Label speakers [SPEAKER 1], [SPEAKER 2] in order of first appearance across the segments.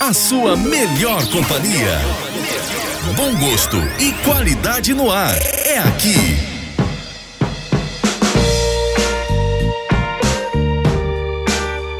[SPEAKER 1] a sua melhor companhia. Bom gosto e qualidade no ar. É aqui.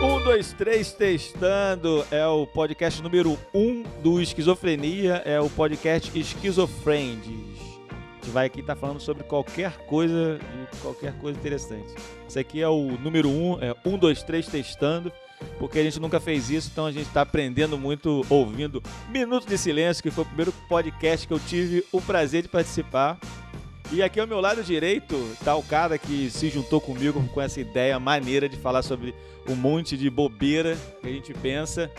[SPEAKER 2] Um, dois, três, testando. É o podcast número um do Esquizofrenia. É o podcast Esquizofrendes. A gente vai aqui estar falando sobre qualquer coisa, de qualquer coisa interessante. Esse aqui é o número um, é um, dois, três, testando. Porque a gente nunca fez isso, então a gente está aprendendo muito ouvindo Minuto de Silêncio, que foi o primeiro podcast que eu tive o prazer de participar. E aqui ao meu lado direito tá o cara que se juntou comigo com essa ideia maneira de falar sobre um monte de bobeira que a gente pensa,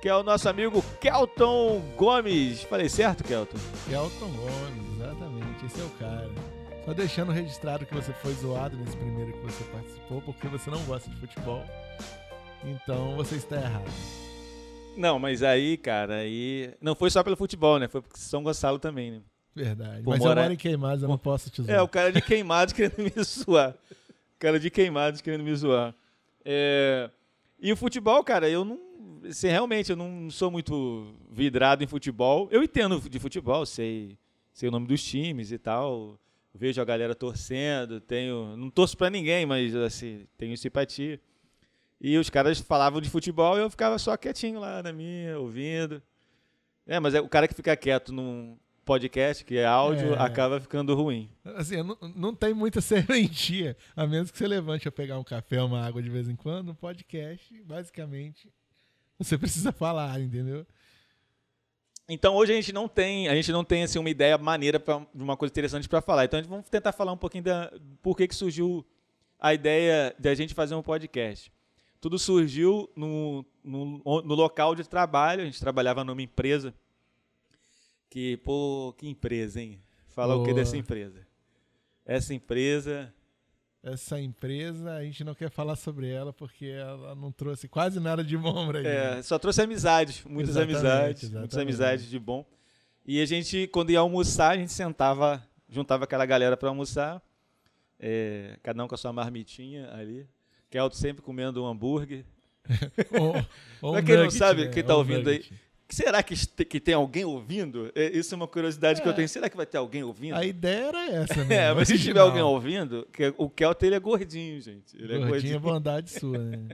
[SPEAKER 2] que é o nosso amigo Kelton Gomes. Falei certo, Kelton?
[SPEAKER 3] Kelton Gomes, é exatamente, esse é o cara. Só deixando registrado que você foi zoado nesse primeiro que você participou, porque você não gosta de futebol. Então você está errado.
[SPEAKER 2] Não, mas aí, cara, aí. Não foi só pelo futebol, né? Foi porque São Gonçalo também, né?
[SPEAKER 3] Verdade.
[SPEAKER 2] Pô,
[SPEAKER 3] Mas
[SPEAKER 2] mora-
[SPEAKER 3] eu moro em Queimados, eu não posso te zoar.
[SPEAKER 2] É, o cara de queimados querendo me zoar. O cara de queimados querendo me zoar. É, E o futebol, cara, eu não. Assim, realmente, eu não sou muito vidrado em futebol. Eu entendo de futebol, sei, sei o nome dos times e tal. Vejo a galera torcendo, tenho. Não torço pra ninguém, mas assim, tenho simpatia. E os caras falavam de futebol e eu ficava só quietinho lá na minha, ouvindo. É, mas é, o cara que fica quieto num podcast, que é áudio,
[SPEAKER 3] É.
[SPEAKER 2] acaba ficando ruim.
[SPEAKER 3] Assim, eu não, não tem muita serventia. A menos que você levante a pegar um café, uma água de vez em quando, um podcast, basicamente, você precisa falar, entendeu?
[SPEAKER 2] Então hoje a gente não tem, a gente não tem assim uma ideia maneira pra, de uma coisa interessante para falar. Então a gente vamos tentar falar um pouquinho da por que que surgiu a ideia da gente fazer um podcast. Tudo surgiu no, no, no local de trabalho. A gente trabalhava numa empresa que pô, que empresa, hein? Falar o que
[SPEAKER 3] Boa.
[SPEAKER 2] dessa empresa? Essa empresa
[SPEAKER 3] Essa empresa, a gente não quer falar sobre ela porque ela não trouxe quase nada de bom pra gente.
[SPEAKER 2] É, só trouxe amizades, muitas
[SPEAKER 3] Exatamente,
[SPEAKER 2] amizades, muitas
[SPEAKER 3] exatamente.
[SPEAKER 2] amizades de bom. E a gente, quando ia almoçar, a gente sentava, juntava aquela galera para almoçar, é, cada um com a sua marmitinha ali. Kelto sempre comendo um hambúrguer.
[SPEAKER 3] Ou, ou
[SPEAKER 2] Pra
[SPEAKER 3] um
[SPEAKER 2] quem não
[SPEAKER 3] nugget,
[SPEAKER 2] sabe,
[SPEAKER 3] né?
[SPEAKER 2] quem tá
[SPEAKER 3] Ou um
[SPEAKER 2] ouvindo aí,
[SPEAKER 3] nugget.
[SPEAKER 2] Será que, este- que tem alguém ouvindo? É, isso é uma curiosidade que eu tenho. Será que vai ter alguém ouvindo?
[SPEAKER 3] A ideia era essa, mesmo,
[SPEAKER 2] é, mas se tiver
[SPEAKER 3] original.
[SPEAKER 2] alguém ouvindo, que o Kelto ele é gordinho, gente. Ele é
[SPEAKER 3] Gordinho é
[SPEAKER 2] gordinho.
[SPEAKER 3] bondade sua, né?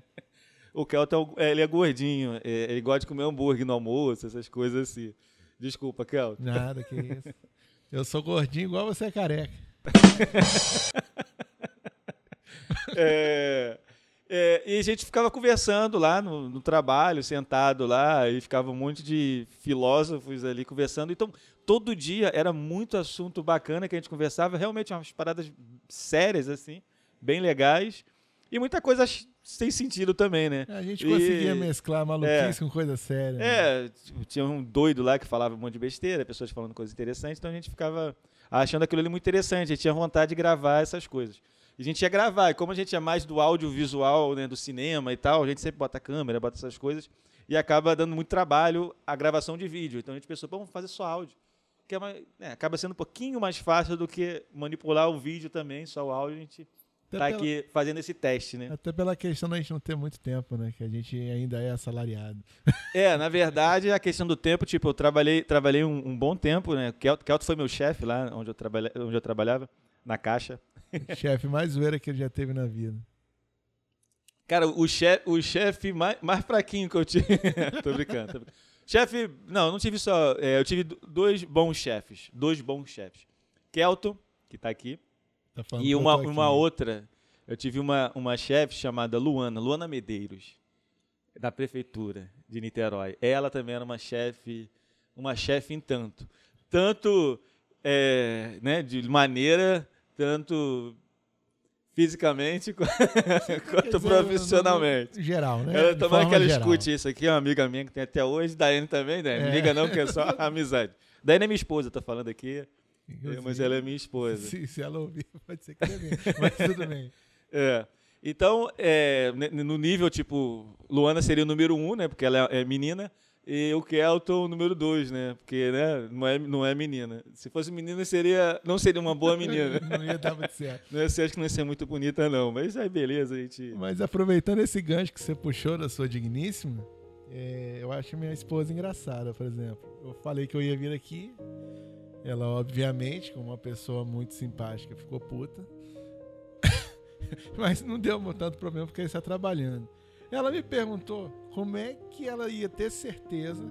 [SPEAKER 2] O Kelton, é o- é, ele é gordinho, é, ele gosta de comer hambúrguer no almoço, essas coisas assim. Desculpa, Kelton.
[SPEAKER 3] Nada, que isso. Eu sou gordinho igual você é careca.
[SPEAKER 2] É, é, e a gente ficava conversando lá no, no trabalho, sentado lá, e ficava um monte de filósofos ali conversando. Então, todo dia era muito assunto bacana que a gente conversava, realmente umas paradas sérias, assim, bem legais. E muita coisa ch- sem sentido também, né?
[SPEAKER 3] A gente
[SPEAKER 2] E-
[SPEAKER 3] conseguia mesclar maluquice com coisa séria. né?
[SPEAKER 2] É, tipo, tinha um doido lá que falava um monte de besteira, pessoas falando coisas interessantes, então a gente ficava achando aquilo ali muito interessante, a gente tinha vontade de gravar essas coisas. E a gente ia gravar, e como a gente é mais do audiovisual, né, do cinema e tal, a gente sempre bota câmera, bota essas coisas, e acaba dando muito trabalho a gravação de vídeo. Então a gente pensou, "Pô, vamos fazer só áudio. Que é mais- né, acaba sendo um pouquinho mais fácil do que manipular o vídeo também, só o áudio, a gente
[SPEAKER 3] Até
[SPEAKER 2] tá
[SPEAKER 3] pela-
[SPEAKER 2] aqui fazendo esse teste, né?
[SPEAKER 3] Até pela questão da gente não ter muito tempo, né? Que a gente ainda é assalariado.
[SPEAKER 2] É, na verdade, a questão do tempo, tipo, eu trabalhei, trabalhei um, um bom tempo, né? Kelto, Kelto foi meu chefe lá onde eu, trabalha, onde eu trabalhava, na caixa.
[SPEAKER 3] Chefe mais zoeira que ele já teve na vida.
[SPEAKER 2] Cara, o chefe o chefe mais, mais fraquinho que eu tive. tô brincando. Tô brincando. Chefe, não, eu não tive só. é, eu tive do- dois bons chefes. Dois bons chefes. Kelto, que tá aqui,
[SPEAKER 3] Tá falando que
[SPEAKER 2] e
[SPEAKER 3] eu
[SPEAKER 2] uma,
[SPEAKER 3] tô aqui.
[SPEAKER 2] uma outra. Eu tive uma, uma chefe chamada Luana, Luana Medeiros, da prefeitura de Niterói. Ela também era uma chefe, uma chefe em tanto. Tanto é, né, de maneira, tanto fisicamente qu-
[SPEAKER 3] Quer
[SPEAKER 2] quanto
[SPEAKER 3] dizer,
[SPEAKER 2] profissionalmente.
[SPEAKER 3] no- no é, Geral, né?
[SPEAKER 2] Ela
[SPEAKER 3] De
[SPEAKER 2] tomara
[SPEAKER 3] forma
[SPEAKER 2] que ela
[SPEAKER 3] geral.
[SPEAKER 2] escute isso aqui, é uma amiga minha que tem até hoje, Daiane também, Daiane.
[SPEAKER 3] É.
[SPEAKER 2] Liga não, que é só amizade. Daiane é minha esposa, eu tô falando aqui,
[SPEAKER 3] Inclusive,
[SPEAKER 2] mas ela é minha esposa.
[SPEAKER 3] se, se ela ouvir, pode ser que também. Mas tudo bem.
[SPEAKER 2] É. Então, é, ne- no nível, tipo, Luana seria o número um, né? Porque ela é é menina. E o Kelton, o número dois, né? Porque, né? Não é, não é menina. Se fosse menina, seria, não seria uma boa menina.
[SPEAKER 3] Não ia dar muito certo.
[SPEAKER 2] não ia ser, acho que não ia ser muito bonita, não. Mas aí, beleza, a gente...
[SPEAKER 3] Mas aproveitando esse gancho que você puxou da sua digníssima, É, eu acho minha esposa engraçada, por exemplo. Eu falei que eu ia vir aqui. Ela, obviamente, como uma pessoa muito simpática, ficou puta. Mas não deu tanto problema porque ela está trabalhando. Ela me perguntou como é que ela ia ter certeza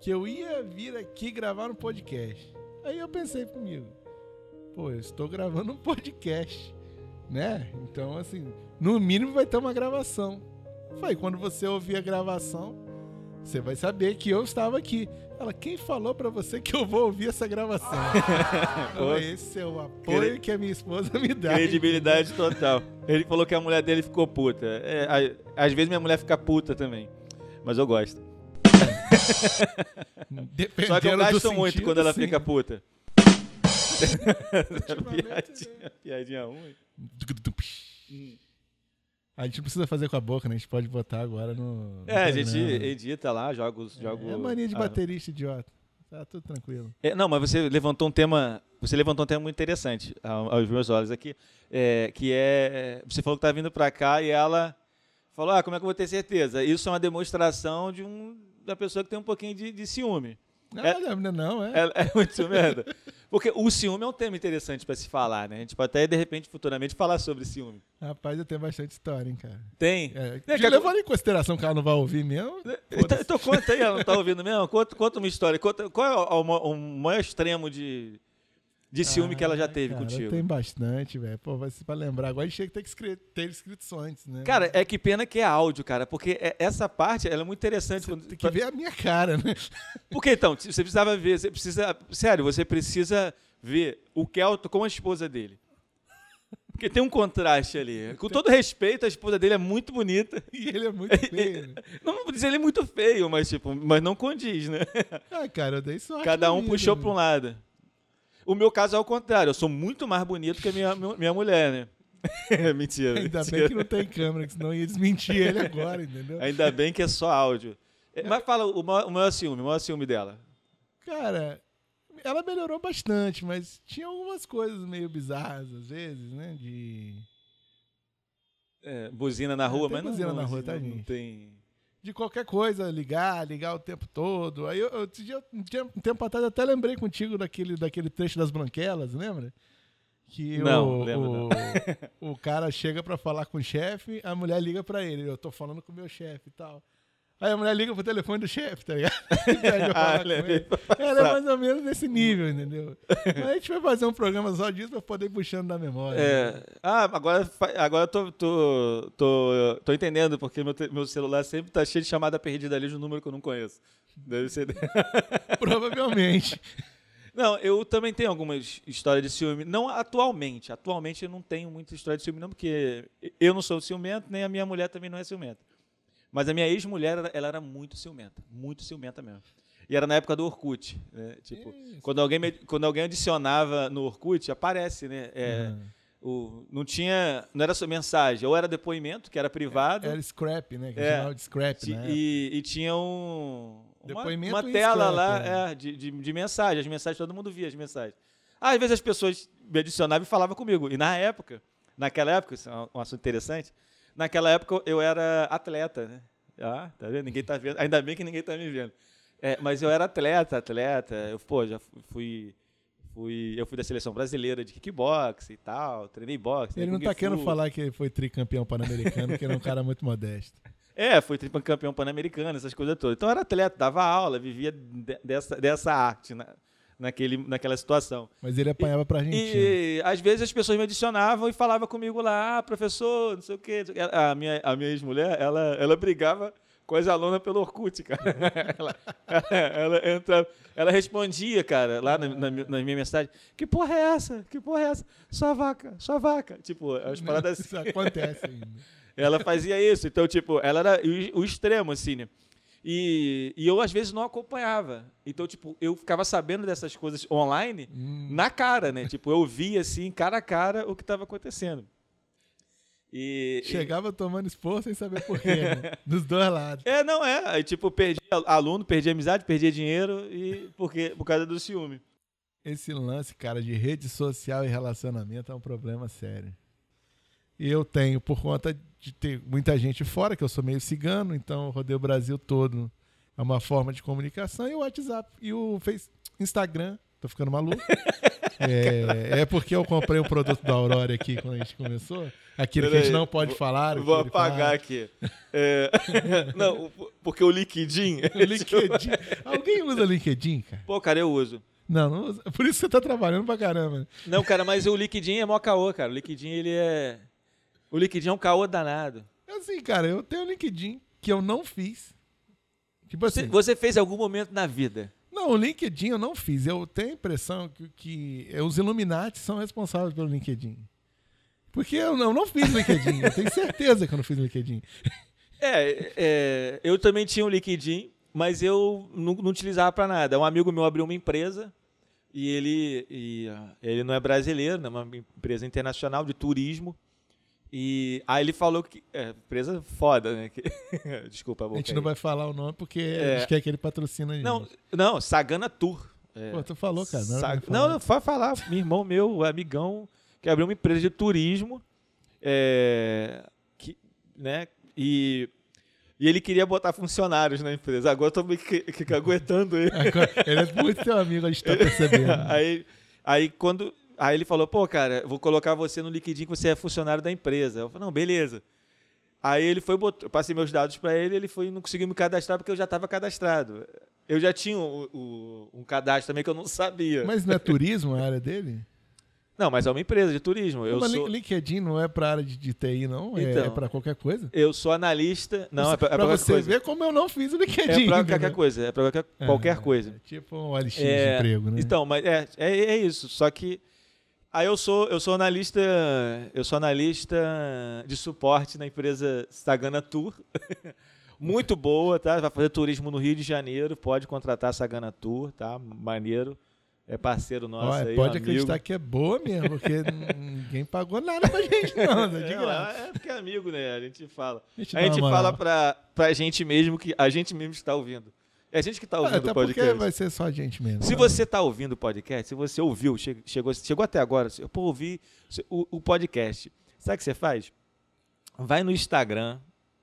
[SPEAKER 3] que eu ia vir aqui gravar um podcast. Aí eu pensei comigo, pô, eu estou gravando um podcast, né? Então, assim, no mínimo vai ter uma gravação. Falei, quando você ouvir a gravação, você vai saber que eu estava aqui. Ela, quem falou pra você que eu vou ouvir essa gravação? Eu falei, Esse é o apoio
[SPEAKER 2] Cre-
[SPEAKER 3] que a minha esposa me dá.
[SPEAKER 2] Credibilidade total. Ele falou que a mulher dele ficou puta. É, a- às vezes minha mulher fica puta também. Mas eu gosto.
[SPEAKER 3] Dependendo
[SPEAKER 2] Só que eu
[SPEAKER 3] do
[SPEAKER 2] gasto muito
[SPEAKER 3] sentido, assim.
[SPEAKER 2] quando ela
[SPEAKER 3] sim.
[SPEAKER 2] fica puta.
[SPEAKER 3] Ultimamente, né?
[SPEAKER 2] piadinha, piadinha ruim.
[SPEAKER 3] A gente não precisa fazer com a boca, né? A gente pode botar agora no. no
[SPEAKER 2] É, a
[SPEAKER 3] programa.
[SPEAKER 2] gente edita lá, joga os. Joga
[SPEAKER 3] É
[SPEAKER 2] o-
[SPEAKER 3] mania de
[SPEAKER 2] ah,
[SPEAKER 3] baterista, idiota. Tá tudo tranquilo.
[SPEAKER 2] É, não, mas você levantou um tema. Você levantou um tema muito interessante ao- aos meus olhos aqui. é, que é. Você falou que tá vindo pra cá e ela falou: Ah, como é que eu vou ter certeza? Isso é uma demonstração de um, da pessoa que tem um pouquinho de, de ciúme.
[SPEAKER 3] Não,
[SPEAKER 2] É-
[SPEAKER 3] não, não, não, é.
[SPEAKER 2] É, é muito ciumenta. Porque o ciúme é um tema interessante pra se falar, né? A gente pode até, de repente, futuramente, falar sobre ciúme.
[SPEAKER 3] Rapaz, eu tenho bastante história, hein, cara.
[SPEAKER 2] Tem?
[SPEAKER 3] É,
[SPEAKER 2] que
[SPEAKER 3] que
[SPEAKER 2] a-
[SPEAKER 3] levando em consideração que ela não vai ouvir mesmo.
[SPEAKER 2] Então, então conta aí, ela não tá ouvindo mesmo? Conta, conta uma história. Conta- qual é o, o ma- o maior extremo de, de ciúme que ela já teve
[SPEAKER 3] Ah, cara,
[SPEAKER 2] contigo?
[SPEAKER 3] Tem bastante, velho. Pô, vai se pra lembrar. Agora a gente tinha que ter, que escre- ter escrito isso antes, né?
[SPEAKER 2] Cara, é que pena que é áudio, cara, porque é- essa parte ela é muito interessante. quando-
[SPEAKER 3] tem que ver a minha cara, né?
[SPEAKER 2] Porque então, você precisava ver, você precisa. Sério, você precisa ver o Kelto com a esposa dele. Porque tem um contraste ali. Com todo respeito, a esposa dele é muito bonita.
[SPEAKER 3] E ele é muito feio. né?
[SPEAKER 2] Não vou dizer ele é muito feio, mas tipo, mas não condiz, né?
[SPEAKER 3] Ah, cara, eu dei sorte.
[SPEAKER 2] Cada
[SPEAKER 3] na
[SPEAKER 2] um
[SPEAKER 3] vida,
[SPEAKER 2] puxou para
[SPEAKER 3] velho.
[SPEAKER 2] um lado. O meu caso é ao contrário. Eu sou muito mais bonito que a minha, minha mulher, né? mentira.
[SPEAKER 3] né? Ainda bem
[SPEAKER 2] mentira.
[SPEAKER 3] que não tem câmera, que senão eu ia desmentir ele agora, entendeu?
[SPEAKER 2] Ainda bem que é só áudio. É, Mas fala o maior, o maior ciúme, o maior ciúme dela.
[SPEAKER 3] Cara, ela melhorou bastante, mas tinha algumas coisas meio bizarras às vezes, né? De,
[SPEAKER 2] É, buzina na rua,
[SPEAKER 3] tem
[SPEAKER 2] mas não.
[SPEAKER 3] buzina
[SPEAKER 2] não, assim,
[SPEAKER 3] na rua,
[SPEAKER 2] não,
[SPEAKER 3] tadinho.
[SPEAKER 2] não tem.
[SPEAKER 3] de qualquer coisa, ligar, ligar o tempo todo. Aí eu, eu, outro dia, um dia- um tempo atrás eu até lembrei contigo daquele, daquele trecho das branquelas, lembra? Que
[SPEAKER 2] Não,
[SPEAKER 3] o,
[SPEAKER 2] lembro
[SPEAKER 3] o, o cara chega pra falar com o chefe, a mulher liga pra ele, eu tô falando com o meu chefe e tal. Aí a mulher liga pro telefone do chefe, tá ligado? E pede pra falar
[SPEAKER 2] Ah,
[SPEAKER 3] com
[SPEAKER 2] lembrei.
[SPEAKER 3] ele. Ela é mais ou menos nesse nível, entendeu? Mas a gente vai fazer um programa só disso pra poder ir puxando da memória. né?
[SPEAKER 2] É, ah, agora, fa- agora eu tô, tô, tô, tô entendendo, porque meu, te- meu celular sempre tá cheio de chamada perdida ali de um número que eu não conheço. Deve ser.
[SPEAKER 3] Provavelmente.
[SPEAKER 2] Não, eu também tenho algumas histórias de ciúme. Não atualmente. Atualmente eu não tenho muita história de ciúme, não, porque eu não sou ciumento, nem a minha mulher também não é ciumenta. Mas a minha ex-mulher, ela- ela era muito ciumenta. Muito ciumenta mesmo. E era na época do Orkut. Né? Tipo, quando alguém, me- quando alguém adicionava no Orkut, aparece, né? É, o, não tinha. Não era só mensagem, ou era depoimento, que era privado.
[SPEAKER 3] Era scrap, né? Que
[SPEAKER 2] É.
[SPEAKER 3] chamava de scrap,
[SPEAKER 2] Ti-
[SPEAKER 3] né?
[SPEAKER 2] E, e tinha um. Uma,
[SPEAKER 3] Depoimento
[SPEAKER 2] uma
[SPEAKER 3] e
[SPEAKER 2] tela
[SPEAKER 3] scrap,
[SPEAKER 2] lá
[SPEAKER 3] né?
[SPEAKER 2] é, de, de, de mensagem. As mensagens, todo mundo via as mensagens. Às vezes as pessoas me adicionavam e falavam comigo. E na época, naquela época, isso é um- um assunto interessante, naquela época eu era atleta, né? Ah, tá vendo? Ninguém tá vendo. Ainda bem que ninguém tá me vendo. É, mas eu era atleta, atleta. Eu, pô, já fu- fui. Fui, eu fui da seleção brasileira de kickbox e tal, treinei boxe.
[SPEAKER 3] Ele não
[SPEAKER 2] treinei
[SPEAKER 3] tá
[SPEAKER 2] kung
[SPEAKER 3] querendo
[SPEAKER 2] fu.
[SPEAKER 3] falar que ele foi tricampeão pan-americano, porque ele é um cara muito modesto.
[SPEAKER 2] É, foi campeão pan-americano, essas coisas todas. Então eu era atleta, dava aula, vivia de- dessa, dessa arte na, naquele, naquela situação.
[SPEAKER 3] Mas ele apanhava pra Argentina. Né?
[SPEAKER 2] E às vezes as pessoas me adicionavam e falavam comigo lá, ah, professor, não sei o quê. não sei o quê." A minha, a minha ex-mulher, ela, ela brigava com as alunas pelo Orkut, cara. ela, ela, entrava- ela respondia, cara, lá na, na, mi- na minha mensagem, que porra é essa? Que porra é essa? Sua vaca, sua vaca. Tipo, as paradas assim.
[SPEAKER 3] Isso acontece ainda.
[SPEAKER 2] Ela fazia isso. Então, tipo, ela era o, o extremo, assim, né? E, e eu, às vezes, não acompanhava. Então, tipo, eu ficava sabendo dessas coisas online
[SPEAKER 3] Hum.
[SPEAKER 2] na cara, né? Tipo, eu via, assim, cara a cara o que estava acontecendo. E, e-
[SPEAKER 3] Chegava tomando esporro sem saber porquê, né? Dos dois lados.
[SPEAKER 2] É, não é. Aí, tipo, perdi al- aluno, perdi amizade, perdi dinheiro e porque, por causa do ciúme.
[SPEAKER 3] Esse lance, cara, de rede social e relacionamento é um problema sério. E eu tenho, por conta de ter muita gente fora, que eu sou meio cigano, então eu rodei o Brasil todo. É uma forma de comunicação. E o WhatsApp e o Face, Instagram. Tô ficando maluco. É, é porque eu comprei um produto da Aurora aqui quando a gente começou. Aquilo que a gente
[SPEAKER 2] Peraí,
[SPEAKER 3] não pode
[SPEAKER 2] vou-
[SPEAKER 3] falar.
[SPEAKER 2] Vou
[SPEAKER 3] aquele que fala.
[SPEAKER 2] apagar aqui. É, Não, o- porque o liquidinho.
[SPEAKER 3] LinkedIn. Alguém usa LinkedIn, cara?
[SPEAKER 2] Pô, cara, eu uso.
[SPEAKER 3] Não, não usa. Por isso você tá trabalhando pra caramba.
[SPEAKER 2] Não, cara, mas o liquidinho é mó caô, cara. O liquidinho, ele é. O liquidinho é um caô danado.
[SPEAKER 3] Assim, cara, eu tenho LinkedIn que eu não fiz. Tipo
[SPEAKER 2] Você,
[SPEAKER 3] assim.
[SPEAKER 2] você fez algum momento na vida?
[SPEAKER 3] Não, o LinkedIn eu não fiz. Eu tenho a impressão que, que é, os Illuminati são responsáveis pelo LinkedIn. Porque eu não, eu não fiz LinkedIn. eu tenho certeza que eu não fiz LinkedIn.
[SPEAKER 2] É, é, eu também tinha um liquidinho, mas eu não, não utilizava pra nada. Um amigo meu abriu uma empresa e ele, e, ah, ele não é brasileiro, né, é uma empresa internacional de turismo. E aí ele falou que. É, empresa foda, né? que- Desculpa, a
[SPEAKER 3] A
[SPEAKER 2] boca.
[SPEAKER 3] gente
[SPEAKER 2] aí.
[SPEAKER 3] não vai falar o nome porque a
[SPEAKER 2] É.
[SPEAKER 3] gente quer que ele patrocina a gente.
[SPEAKER 2] não, não, Sagana Tour. É.
[SPEAKER 3] Pô, tu falou, cara. Não, era
[SPEAKER 2] Sa-
[SPEAKER 3] pra falar.
[SPEAKER 2] Não, não, foi falar. Meu irmão meu, amigão, que abriu uma empresa de turismo, é, que, né? E, e ele queria botar funcionários na empresa. Agora eu tô meio que, que aguentando ele.
[SPEAKER 3] Agora, Ele é muito teu amigo, a gente tá percebendo.
[SPEAKER 2] aí, aí quando. Aí ele falou, pô, cara, eu vou colocar você no liquidinho que você é funcionário da empresa. Eu falei, não, beleza. Aí ele foi, botou, eu passei meus dados para ele, ele foi e não conseguiu me cadastrar porque eu já estava cadastrado. Eu já tinha o- o- um cadastro também que eu não sabia.
[SPEAKER 3] Mas não é turismo a área dele?
[SPEAKER 2] Não, mas é uma empresa de turismo. Eu
[SPEAKER 3] Mas
[SPEAKER 2] sou,
[SPEAKER 3] LinkedIn não é pra área de, de TI, não? É-
[SPEAKER 2] Então.
[SPEAKER 3] é pra qualquer coisa?
[SPEAKER 2] eu sou analista. Não, é pra, é pra
[SPEAKER 3] pra
[SPEAKER 2] qualquer
[SPEAKER 3] você
[SPEAKER 2] coisa.
[SPEAKER 3] ver como eu não fiz o LinkedIn.
[SPEAKER 2] é pra
[SPEAKER 3] entendeu?
[SPEAKER 2] qualquer coisa. É pra qualquer, qualquer coisa.
[SPEAKER 3] É tipo um LX
[SPEAKER 2] É,
[SPEAKER 3] de emprego, né?
[SPEAKER 2] Então, mas é, é, é isso. Só que. Aí eu sou, eu sou analista. Eu sou analista de suporte na empresa Sagana Tour. Muito boa, tá? Vai fazer turismo no Rio de Janeiro. Pode contratar a Sagana Tour, tá? Maneiro. É parceiro nosso
[SPEAKER 3] Olha,
[SPEAKER 2] aí.
[SPEAKER 3] pode
[SPEAKER 2] amigo.
[SPEAKER 3] acreditar que é boa mesmo, porque n- ninguém pagou nada pra gente, não. né? De
[SPEAKER 2] É,
[SPEAKER 3] graça.
[SPEAKER 2] é porque é amigo, né? A gente fala.
[SPEAKER 3] gente
[SPEAKER 2] A
[SPEAKER 3] dá
[SPEAKER 2] gente
[SPEAKER 3] uma
[SPEAKER 2] fala
[SPEAKER 3] moral.
[SPEAKER 2] pra, pra gente mesmo que a gente mesmo está ouvindo. É a gente que está
[SPEAKER 3] Ah,
[SPEAKER 2] ouvindo
[SPEAKER 3] Até
[SPEAKER 2] o
[SPEAKER 3] porque
[SPEAKER 2] podcast.
[SPEAKER 3] vai ser só a gente mesmo.
[SPEAKER 2] Se
[SPEAKER 3] tá?
[SPEAKER 2] você está ouvindo o podcast, se você ouviu, che- chegou, chegou até agora, se- pô, ouvi se- o, o podcast. Sabe o que você faz? Vai no Instagram,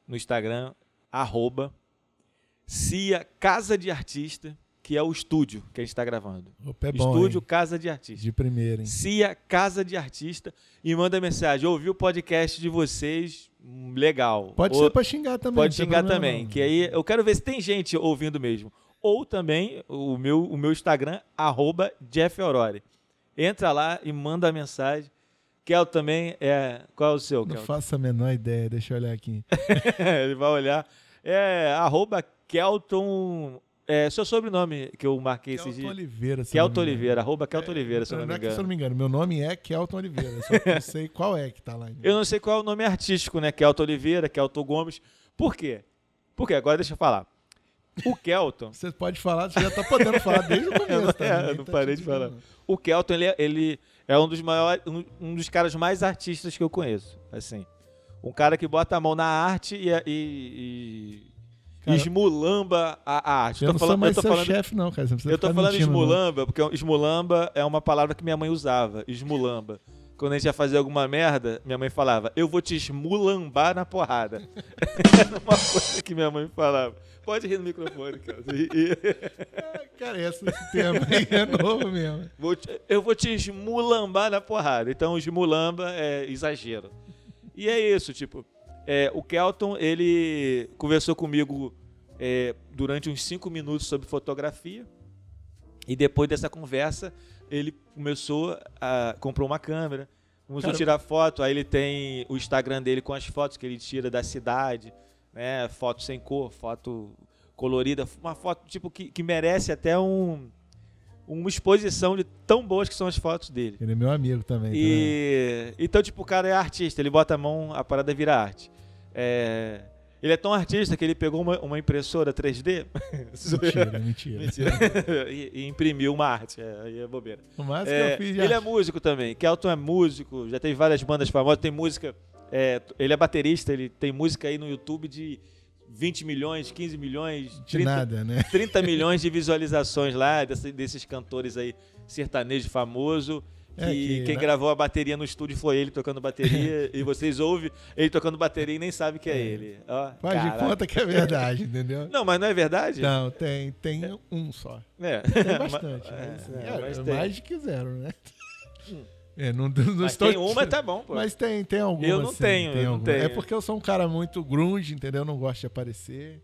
[SPEAKER 2] no Instagram, arroba, Cia Casa de Artista, que é o estúdio que a gente está gravando.
[SPEAKER 3] Opa, é bom,
[SPEAKER 2] estúdio
[SPEAKER 3] hein?
[SPEAKER 2] Casa de Artista.
[SPEAKER 3] de primeira, hein?
[SPEAKER 2] Cia Casa de Artista e manda mensagem. Ouvi o podcast de vocês, hum, legal.
[SPEAKER 3] Pode
[SPEAKER 2] Ou-
[SPEAKER 3] ser pra xingar também.
[SPEAKER 2] Pode
[SPEAKER 3] não tem
[SPEAKER 2] xingar
[SPEAKER 3] é problema
[SPEAKER 2] também,
[SPEAKER 3] não.
[SPEAKER 2] que aí eu quero ver se tem gente ouvindo mesmo. Ou também o meu, o meu Instagram, arroba Jeff Aurori. Entra lá e manda a mensagem. Kel também é. Qual é o seu,
[SPEAKER 3] Não
[SPEAKER 2] Kel?
[SPEAKER 3] faço a menor ideia, deixa eu olhar aqui.
[SPEAKER 2] É, Ele vai olhar. É arroba Kelton. É seu sobrenome que eu marquei esses
[SPEAKER 3] Kelton
[SPEAKER 2] dias.
[SPEAKER 3] Oliveira. se eu não
[SPEAKER 2] Kelton
[SPEAKER 3] me engano.
[SPEAKER 2] Oliveira, arroba Kelton Oliveira, se eu não me
[SPEAKER 3] é que se eu
[SPEAKER 2] engano.
[SPEAKER 3] não me engano, meu nome é Kelton Oliveira, só que eu não sei qual é que tá lá. ainda.
[SPEAKER 2] Eu não sei qual é o nome artístico, né? Kelton Oliveira, Kelton Gomes. Por quê? Por quê? Agora deixa eu falar. O Kelton.
[SPEAKER 3] Você pode falar, você já tá podendo falar desde o começo, tá?
[SPEAKER 2] É,
[SPEAKER 3] Ninguém
[SPEAKER 2] eu não
[SPEAKER 3] tá te
[SPEAKER 2] parei de falar.
[SPEAKER 3] julgando.
[SPEAKER 2] O Kelton, ele, é- ele é um dos maiores, um, um dos caras mais artistas que eu conheço, assim. Um cara que bota a mão na arte e, e- e-
[SPEAKER 3] Cara,
[SPEAKER 2] esmulamba a, a arte.
[SPEAKER 3] Eu
[SPEAKER 2] tô
[SPEAKER 3] não sou
[SPEAKER 2] falando-
[SPEAKER 3] mais
[SPEAKER 2] tô
[SPEAKER 3] seu
[SPEAKER 2] falando-
[SPEAKER 3] chefe, não, cara. Você não precisa
[SPEAKER 2] eu tô
[SPEAKER 3] ficar
[SPEAKER 2] falando
[SPEAKER 3] mentindo, né? não.
[SPEAKER 2] esmulamba, porque esmulamba é uma palavra que minha mãe usava, esmulamba. Quando a gente ia fazer alguma merda, minha mãe falava, eu vou te esmulambar na porrada. Era uma coisa que minha mãe falava. Pode rir no microfone, cara. E- e-
[SPEAKER 3] É, Cara, esse, esse tema aí é novo mesmo.
[SPEAKER 2] Vou te- eu vou te esmulambar na porrada. Então, esmulamba é exagero. E é isso, tipo, é, o Kelton, ele conversou comigo é, durante uns cinco minutos sobre fotografia. E depois dessa conversa, ele começou a. comprou uma câmera, começou
[SPEAKER 3] Cara,
[SPEAKER 2] a tirar foto. Aí ele tem o Instagram dele com as fotos que ele tira da cidade, né? Foto sem cor, foto colorida, uma foto tipo que, que merece até um, uma exposição de tão boas que são as fotos dele.
[SPEAKER 3] Ele é meu amigo também. tá
[SPEAKER 2] E, então, tipo, o cara é artista, ele bota a mão, a parada vira arte. É, ele é tão artista que ele pegou uma, uma impressora 3D
[SPEAKER 3] vendo? Mentira, é mentira.
[SPEAKER 2] Mentira. e, e imprimiu uma arte. É, aí é bobeira.
[SPEAKER 3] O máximo
[SPEAKER 2] É,
[SPEAKER 3] que eu fiz já.
[SPEAKER 2] ele é músico também. Kelton é músico, já teve várias bandas famosas, tem música. é, t- ele é baterista, ele tem música aí no YouTube de 20 milhões, 15 milhões,
[SPEAKER 3] de
[SPEAKER 2] 30,
[SPEAKER 3] nada, né?
[SPEAKER 2] 30 milhões de visualizações lá, desse- desses cantores aí sertanejo famoso. Que
[SPEAKER 3] É, que
[SPEAKER 2] quem
[SPEAKER 3] na-
[SPEAKER 2] gravou a bateria no estúdio foi ele tocando bateria. e vocês ouvem ele tocando bateria e nem sabe que é ele. Ó,
[SPEAKER 3] Faz de
[SPEAKER 2] caraca.
[SPEAKER 3] conta que é verdade, entendeu?
[SPEAKER 2] Não, mas não é verdade?
[SPEAKER 3] Não, tem, tem um só.
[SPEAKER 2] É.
[SPEAKER 3] Tem bastante. mas,
[SPEAKER 2] É,
[SPEAKER 3] é,
[SPEAKER 2] mas
[SPEAKER 3] é
[SPEAKER 2] tem. Hum.
[SPEAKER 3] mais de que zero, né? É, não, não
[SPEAKER 2] Mas
[SPEAKER 3] estou
[SPEAKER 2] tem uma, tá bom, pô.
[SPEAKER 3] Mas tem, tem algumas.
[SPEAKER 2] Eu não
[SPEAKER 3] sim,
[SPEAKER 2] tenho,
[SPEAKER 3] tem
[SPEAKER 2] eu não
[SPEAKER 3] algumas. É
[SPEAKER 2] tenho.
[SPEAKER 3] porque eu sou um cara muito grunge, entendeu? Eu não gosto de aparecer.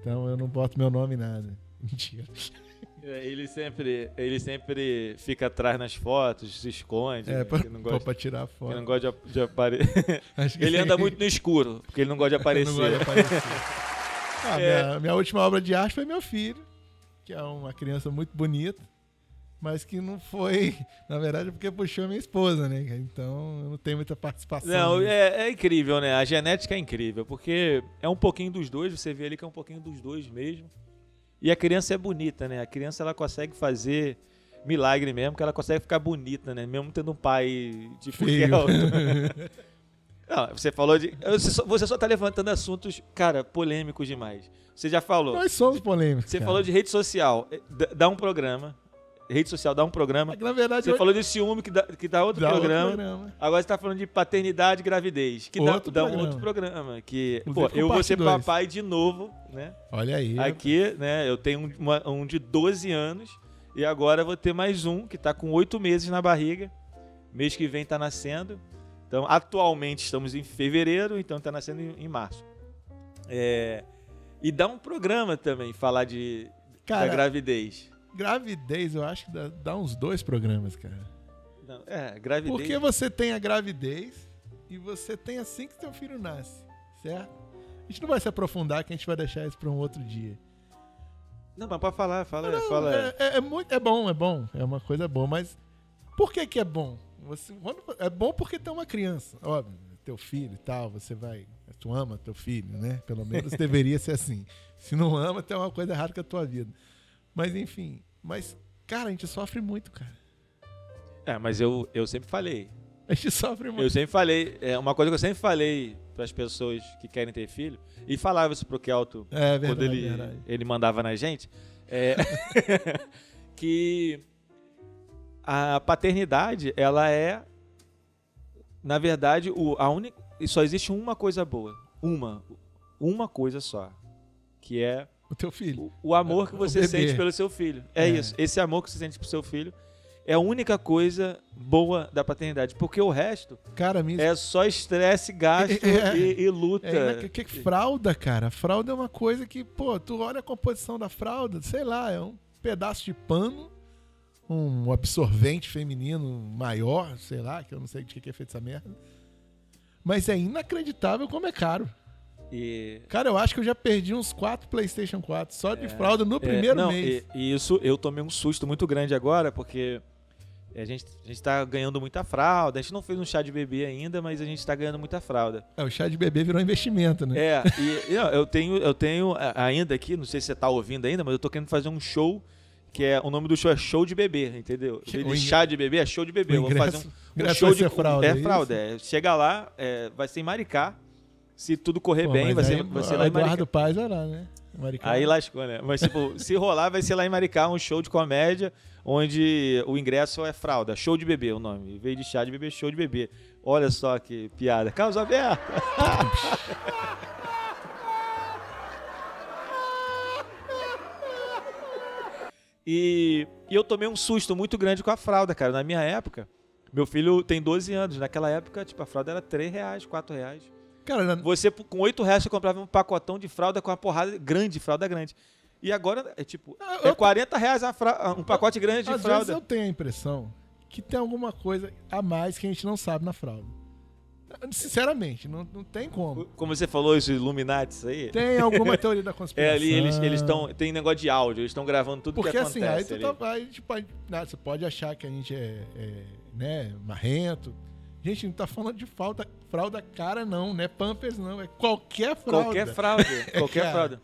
[SPEAKER 3] Então eu não boto meu nome em nada. Mentira.
[SPEAKER 2] É, Ele sempre, ele sempre fica atrás nas fotos, se esconde.
[SPEAKER 3] É,
[SPEAKER 2] né,
[SPEAKER 3] pra,
[SPEAKER 2] que não
[SPEAKER 3] pô,
[SPEAKER 2] gosta,
[SPEAKER 3] pra tirar a
[SPEAKER 2] que
[SPEAKER 3] foto.
[SPEAKER 2] não gosta de, aparecer.
[SPEAKER 3] Acho que
[SPEAKER 2] ele
[SPEAKER 3] sim.
[SPEAKER 2] anda muito no escuro, porque ele não gosta de
[SPEAKER 3] Eu não gosto de
[SPEAKER 2] aparecer.
[SPEAKER 3] aparecer. Ah,
[SPEAKER 2] É.
[SPEAKER 3] minha, minha última obra de arte foi meu filho, que é uma criança muito bonita, mas que não foi, na verdade, porque puxou a minha esposa, né? Então eu não tenho muita participação.
[SPEAKER 2] Não,
[SPEAKER 3] nisso.
[SPEAKER 2] é, é incrível, né? A genética é incrível, porque é um pouquinho dos dois, você vê ali que é um pouquinho dos dois mesmo. E a criança é bonita, né? A criança ela consegue fazer milagre mesmo, que ela consegue ficar bonita, né? Mesmo tendo um pai de
[SPEAKER 3] Feio.
[SPEAKER 2] fiel. Não, você falou de. Você só, você só tá levantando assuntos, cara, polêmicos demais. Você já falou.
[SPEAKER 3] Nós somos polêmicos.
[SPEAKER 2] Você
[SPEAKER 3] cara.
[SPEAKER 2] falou de rede social, eh, dá- dá um programa. Rede social dá um programa.
[SPEAKER 3] É que, Na verdade,
[SPEAKER 2] Você
[SPEAKER 3] eu-
[SPEAKER 2] falou de ciúme, que dá, que dá outro
[SPEAKER 3] dá outro
[SPEAKER 2] programa.
[SPEAKER 3] programa.
[SPEAKER 2] Agora você tá falando de paternidade e gravidez, que dá-
[SPEAKER 3] Outro
[SPEAKER 2] dá, um
[SPEAKER 3] programa.
[SPEAKER 2] outro programa. Que, pô,
[SPEAKER 3] Inclusive com
[SPEAKER 2] eu vou
[SPEAKER 3] parte
[SPEAKER 2] ser
[SPEAKER 3] dois.
[SPEAKER 2] papai de novo, né?
[SPEAKER 3] Olha aí.
[SPEAKER 2] Aqui, né, eu tenho um, uma- um de 12 anos e agora vou ter mais um que tá com 8 meses na barriga. Mês que vem tá nascendo. Então, atualmente estamos em fevereiro, então tá nascendo em, em março. É, e dá um programa também falar de
[SPEAKER 3] Cara,
[SPEAKER 2] da gravidez.
[SPEAKER 3] gravidez, eu acho que dá, dá uns dois programas, cara.
[SPEAKER 2] Não, é, gravidez.
[SPEAKER 3] Porque você tem a gravidez e você tem assim que seu filho nasce, certo? A gente não vai se aprofundar, que a gente vai deixar isso pra um outro dia.
[SPEAKER 2] Não, mas pode falar, fala,
[SPEAKER 3] Não,
[SPEAKER 2] fala.
[SPEAKER 3] É, é- é muito, é bom, é bom. É uma coisa boa, mas por que que é bom? Você, quando- é bom porque tem uma criança, óbvio, né? teu filho e tal, você vai... Tu ama teu filho, né? Pelo menos deveria ser assim. Se não ama, tem uma coisa errada com a tua vida. Mas enfim, mas, cara, a gente sofre muito, cara.
[SPEAKER 2] É, mas eu, eu sempre falei.
[SPEAKER 3] A gente sofre muito.
[SPEAKER 2] Eu sempre falei, é uma coisa que eu sempre falei para as pessoas que querem ter filho, e falava isso pro Kelto
[SPEAKER 3] É verdade,
[SPEAKER 2] quando ele,
[SPEAKER 3] verdade.
[SPEAKER 2] ele mandava na gente, é, que a paternidade, ela é, na verdade, o, a única, e só existe uma coisa boa, uma, uma coisa só, que é
[SPEAKER 3] O teu filho.
[SPEAKER 2] o, o amor que
[SPEAKER 3] É, O
[SPEAKER 2] você
[SPEAKER 3] bebê.
[SPEAKER 2] sente pelo seu filho. É,
[SPEAKER 3] É.
[SPEAKER 2] isso. Esse amor que você sente pro seu filho é a única coisa boa da paternidade. Porque o resto
[SPEAKER 3] Cara, minha
[SPEAKER 2] é só estresse, gasto
[SPEAKER 3] É.
[SPEAKER 2] e, e luta.
[SPEAKER 3] É, né, que, que- que fralda, cara. Fralda é uma coisa que, pô, tu olha a composição da fralda, sei lá, é um pedaço de pano, um absorvente feminino maior, sei lá, que eu não sei de que que é feito essa merda. Mas é inacreditável como é caro.
[SPEAKER 2] E-
[SPEAKER 3] Cara, eu acho que eu já perdi uns 4 PlayStation 4 só de fralda no
[SPEAKER 2] é,
[SPEAKER 3] primeiro
[SPEAKER 2] não,
[SPEAKER 3] mês.
[SPEAKER 2] E, e isso eu tomei um susto muito grande agora, porque a gente, a gente tá ganhando muita fralda. A gente não fez um chá de bebê ainda, mas a gente tá ganhando muita fralda.
[SPEAKER 3] É, o chá de bebê virou investimento, né?
[SPEAKER 2] É, e e, ó, eu tenho, eu tenho a- ainda aqui, não sei se você tá ouvindo ainda, mas eu tô querendo fazer um show que é o nome do show é show de bebê, entendeu?
[SPEAKER 3] Que-
[SPEAKER 2] Em vez
[SPEAKER 3] o
[SPEAKER 2] de
[SPEAKER 3] ingre-
[SPEAKER 2] chá de bebê, é show de bebê.
[SPEAKER 3] O
[SPEAKER 2] Eu vou fazer
[SPEAKER 3] ingresso-
[SPEAKER 2] um, um
[SPEAKER 3] ingresso
[SPEAKER 2] show
[SPEAKER 3] vai
[SPEAKER 2] de
[SPEAKER 3] ser fralda,
[SPEAKER 2] É,
[SPEAKER 3] é isso?
[SPEAKER 2] fralda. é. Chega lá, é, vai ser em Maricá. Se tudo correr
[SPEAKER 3] Pô,
[SPEAKER 2] bem,
[SPEAKER 3] mas
[SPEAKER 2] vai ser,
[SPEAKER 3] aí,
[SPEAKER 2] vai
[SPEAKER 3] o
[SPEAKER 2] ser lá em Maricá.
[SPEAKER 3] Eduardo Paz vai lá, né? Maricá.
[SPEAKER 2] Aí lascou, né? Mas, tipo, se rolar, vai ser lá em Maricá um show de comédia onde o ingresso é fralda. Show de bebê o nome. Em vez de chá de bebê, show de bebê. Olha só que piada. Carlos Alberto! E, e eu tomei um susto muito grande com a fralda, cara. Na minha época, meu filho tem 12 anos. Naquela época, tipo, a fralda era 3 reais, 4 reais.
[SPEAKER 3] Cara, na-
[SPEAKER 2] Você, com 8 reais, você comprava um pacotão de fralda com uma porrada grande, fralda grande. E agora, é tipo,
[SPEAKER 3] Ah,
[SPEAKER 2] é
[SPEAKER 3] eu-
[SPEAKER 2] 40 reais a fra- um pacote grande de
[SPEAKER 3] Às vezes
[SPEAKER 2] fralda.
[SPEAKER 3] eu tenho a impressão que tem alguma coisa a mais que a gente não sabe na fralda. Sinceramente, não, não tem como.
[SPEAKER 2] Como você falou, isso, Illuminati, isso aí.
[SPEAKER 3] Tem alguma teoria da
[SPEAKER 2] É
[SPEAKER 3] conspiração.
[SPEAKER 2] ali, eles estão. tem negócio de áudio, eles estão gravando tudo
[SPEAKER 3] Porque
[SPEAKER 2] que
[SPEAKER 3] assim, aí
[SPEAKER 2] acontece.
[SPEAKER 3] tu
[SPEAKER 2] ali.
[SPEAKER 3] tá, aí, tipo, aí, né, você pode achar que a gente é, é, né, marrento. Gente, não tá falando de fralda, fralda cara, não, né? Pampers não, é qualquer fralda.
[SPEAKER 2] Qualquer fralda. Qualquer
[SPEAKER 3] Cara.
[SPEAKER 2] fralda.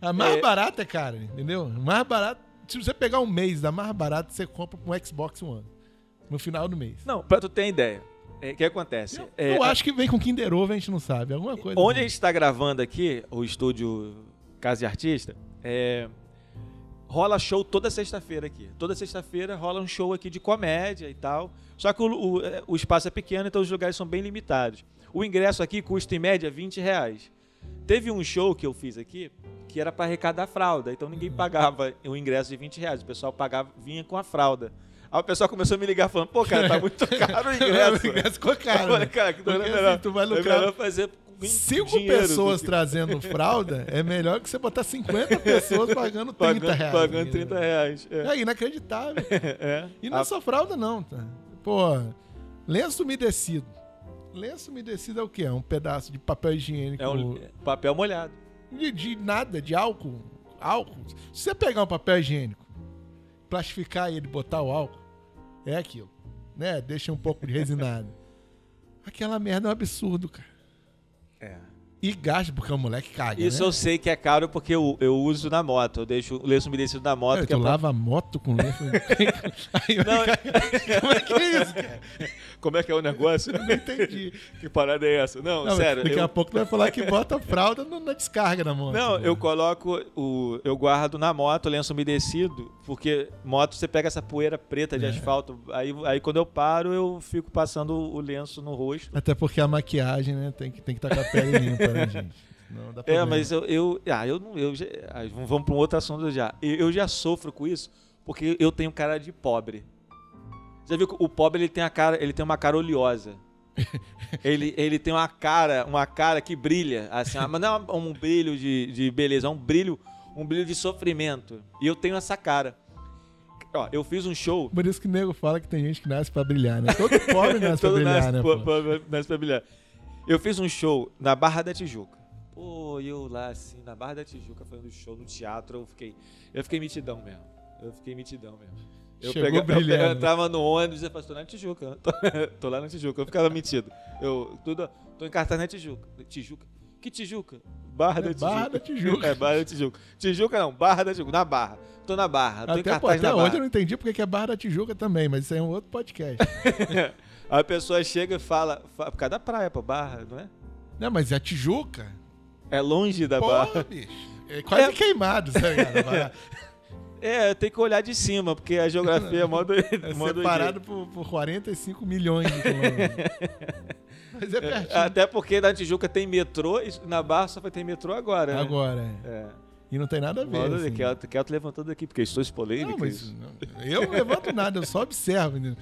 [SPEAKER 3] A mais
[SPEAKER 2] É.
[SPEAKER 3] barata, cara, entendeu? A mais barata. Se você pegar um mês da mais barata, você compra um Xbox One. No final do mês.
[SPEAKER 2] Não, pra tu ter ideia. é, O que acontece?
[SPEAKER 3] Eu,
[SPEAKER 2] É,
[SPEAKER 3] eu
[SPEAKER 2] a-
[SPEAKER 3] acho que vem com Kinder Ovo, a gente não sabe. Alguma
[SPEAKER 2] Onde
[SPEAKER 3] coisa.
[SPEAKER 2] a tá
[SPEAKER 3] assim.
[SPEAKER 2] gente está gravando aqui, o estúdio Casa de Artista, é, rola show toda sexta-feira aqui. Toda sexta-feira rola um show aqui de comédia e tal. Só que o, o- é, o espaço é pequeno, então os lugares são bem limitados. O ingresso aqui custa em média 20 reais. Teve um show que eu fiz aqui que era para arrecadar fralda, então ninguém pagava o ingresso de 20 reais, o pessoal pagava, vinha com a fralda. Aí o pessoal começou a me ligar falando, pô, cara, tá muito caro o ingresso.
[SPEAKER 3] É O ingresso ficou caro,
[SPEAKER 2] Eu falei,
[SPEAKER 3] né?
[SPEAKER 2] cara, que doido,
[SPEAKER 3] Porque
[SPEAKER 2] é
[SPEAKER 3] assim,
[SPEAKER 2] melhor,
[SPEAKER 3] tu vai
[SPEAKER 2] é
[SPEAKER 3] lucrar-
[SPEAKER 2] melhor fazer com
[SPEAKER 3] Cinco
[SPEAKER 2] dinheiro do
[SPEAKER 3] pessoas
[SPEAKER 2] que-
[SPEAKER 3] trazendo fralda é melhor que você botar 50 pessoas pagando 30
[SPEAKER 2] pagando,
[SPEAKER 3] reais.
[SPEAKER 2] Pagando 30 reais. É.
[SPEAKER 3] É inacreditável.
[SPEAKER 2] É.
[SPEAKER 3] E não
[SPEAKER 2] A-
[SPEAKER 3] é só fralda, não. Tá? Pô, lenço umedecido. Lenço umedecido é o quê? É um pedaço de papel higiênico.
[SPEAKER 2] É um papel molhado.
[SPEAKER 3] de, de nada, de álcool. Álcool. Se você pegar um papel higiênico, plastificar ele, botar o álcool, é aquilo. Né? Deixa um pouco de resinado. Aquela merda é um absurdo, cara.
[SPEAKER 2] É.
[SPEAKER 3] E gasta, porque o moleque caga.
[SPEAKER 2] Isso
[SPEAKER 3] né?
[SPEAKER 2] eu sei que é caro porque eu, eu uso na moto. Eu deixo o lenço umedecido na moto.
[SPEAKER 3] Cara,
[SPEAKER 2] que é
[SPEAKER 3] tu
[SPEAKER 2] pra-
[SPEAKER 3] lava a moto com lenço. Aí eu
[SPEAKER 2] Não,
[SPEAKER 3] Como é que é isso, cara?
[SPEAKER 2] Como é que é o negócio?
[SPEAKER 3] Não entendi.
[SPEAKER 2] que parada é essa? Não,
[SPEAKER 3] Não,
[SPEAKER 2] sério.
[SPEAKER 3] daqui
[SPEAKER 2] eu-
[SPEAKER 3] a pouco tu vai falar que bota fralda no- na descarga da moto.
[SPEAKER 2] Não,
[SPEAKER 3] né?
[SPEAKER 2] eu coloco o. Eu guardo na moto o lenço umedecido, porque moto você pega essa poeira preta de
[SPEAKER 3] É.
[SPEAKER 2] asfalto. Aí, aí quando eu paro, eu fico passando o lenço no rosto.
[SPEAKER 3] Até porque a maquiagem, né? Tem que, tem que estar com a pele limpa, né, gente? Não dá
[SPEAKER 2] É,
[SPEAKER 3] problema.
[SPEAKER 2] mas eu, eu. Ah, eu não. Eu, já- ah, vamos para um outro assunto já. Eu, eu já sofro com isso porque eu tenho cara de pobre. Já viu que o pobre ele tem a cara, ele tem uma cara oleosa. ele, ele tem uma cara, uma cara que brilha, assim, ah, mas não é um brilho de, de beleza, é um brilho, um brilho de sofrimento. E eu tenho essa cara. Ó, eu fiz um show
[SPEAKER 3] Por isso que o nego fala que tem gente que nasce pra brilhar, né? Todo pobre nasce pra
[SPEAKER 2] Todo
[SPEAKER 3] brilhar,
[SPEAKER 2] nasce
[SPEAKER 3] né?
[SPEAKER 2] pra-
[SPEAKER 3] pô?
[SPEAKER 2] pra- nasce pra brilhar. Eu fiz um show na Barra da Tijuca. Pô, eu lá assim, na Barra da Tijuca, fazendo show no teatro, eu fiquei. Eu fiquei mitidão mesmo. Eu fiquei mitidão mesmo. Eu,
[SPEAKER 3] Chegou
[SPEAKER 2] pegava- eu pegava-
[SPEAKER 3] brilhando.
[SPEAKER 2] eu entrava no ônibus e falava, tô na Tijuca. Tô, tô lá na Tijuca. Eu ficava metido. Eu tudo, tô em cartaz na Tijuca. Tijuca. Que Tijuca? Barra da
[SPEAKER 3] É
[SPEAKER 2] Tijuca.
[SPEAKER 3] Barra da Tijuca.
[SPEAKER 2] É, Barra da Tijuca. Tijuca não, Barra da Tijuca. Na Barra. Tô na Barra. Tô em
[SPEAKER 3] Até,
[SPEAKER 2] cartaz
[SPEAKER 3] pô, até
[SPEAKER 2] na Barra.
[SPEAKER 3] hoje eu não entendi porque que é Barra da Tijuca também, mas isso aí é um outro podcast.
[SPEAKER 2] A pessoa chega e fala, fa- por causa da praia, pô, Barra, não é?
[SPEAKER 3] não, mas a Tijuca?
[SPEAKER 2] É longe da
[SPEAKER 3] Porra,
[SPEAKER 2] barra.
[SPEAKER 3] bicho. É quase
[SPEAKER 2] É.
[SPEAKER 3] queimado, sabe? cara? Barra-
[SPEAKER 2] É, tem que olhar de cima, porque a geografia é mó do-
[SPEAKER 3] É
[SPEAKER 2] mó doideira.
[SPEAKER 3] separado por, por 45 milhões de quilômetros. mas é pertinho.
[SPEAKER 2] Até porque na Tijuca tem metrô, e na Barra só vai ter metrô agora, né?
[SPEAKER 3] Agora, é.
[SPEAKER 2] É.
[SPEAKER 3] E não tem nada a ver.
[SPEAKER 2] Modo
[SPEAKER 3] assim.
[SPEAKER 2] que é eu, que eu tô levantando aqui, porque estou polêmicas.
[SPEAKER 3] Não, mas não- eu não levanto nada, eu só observo né?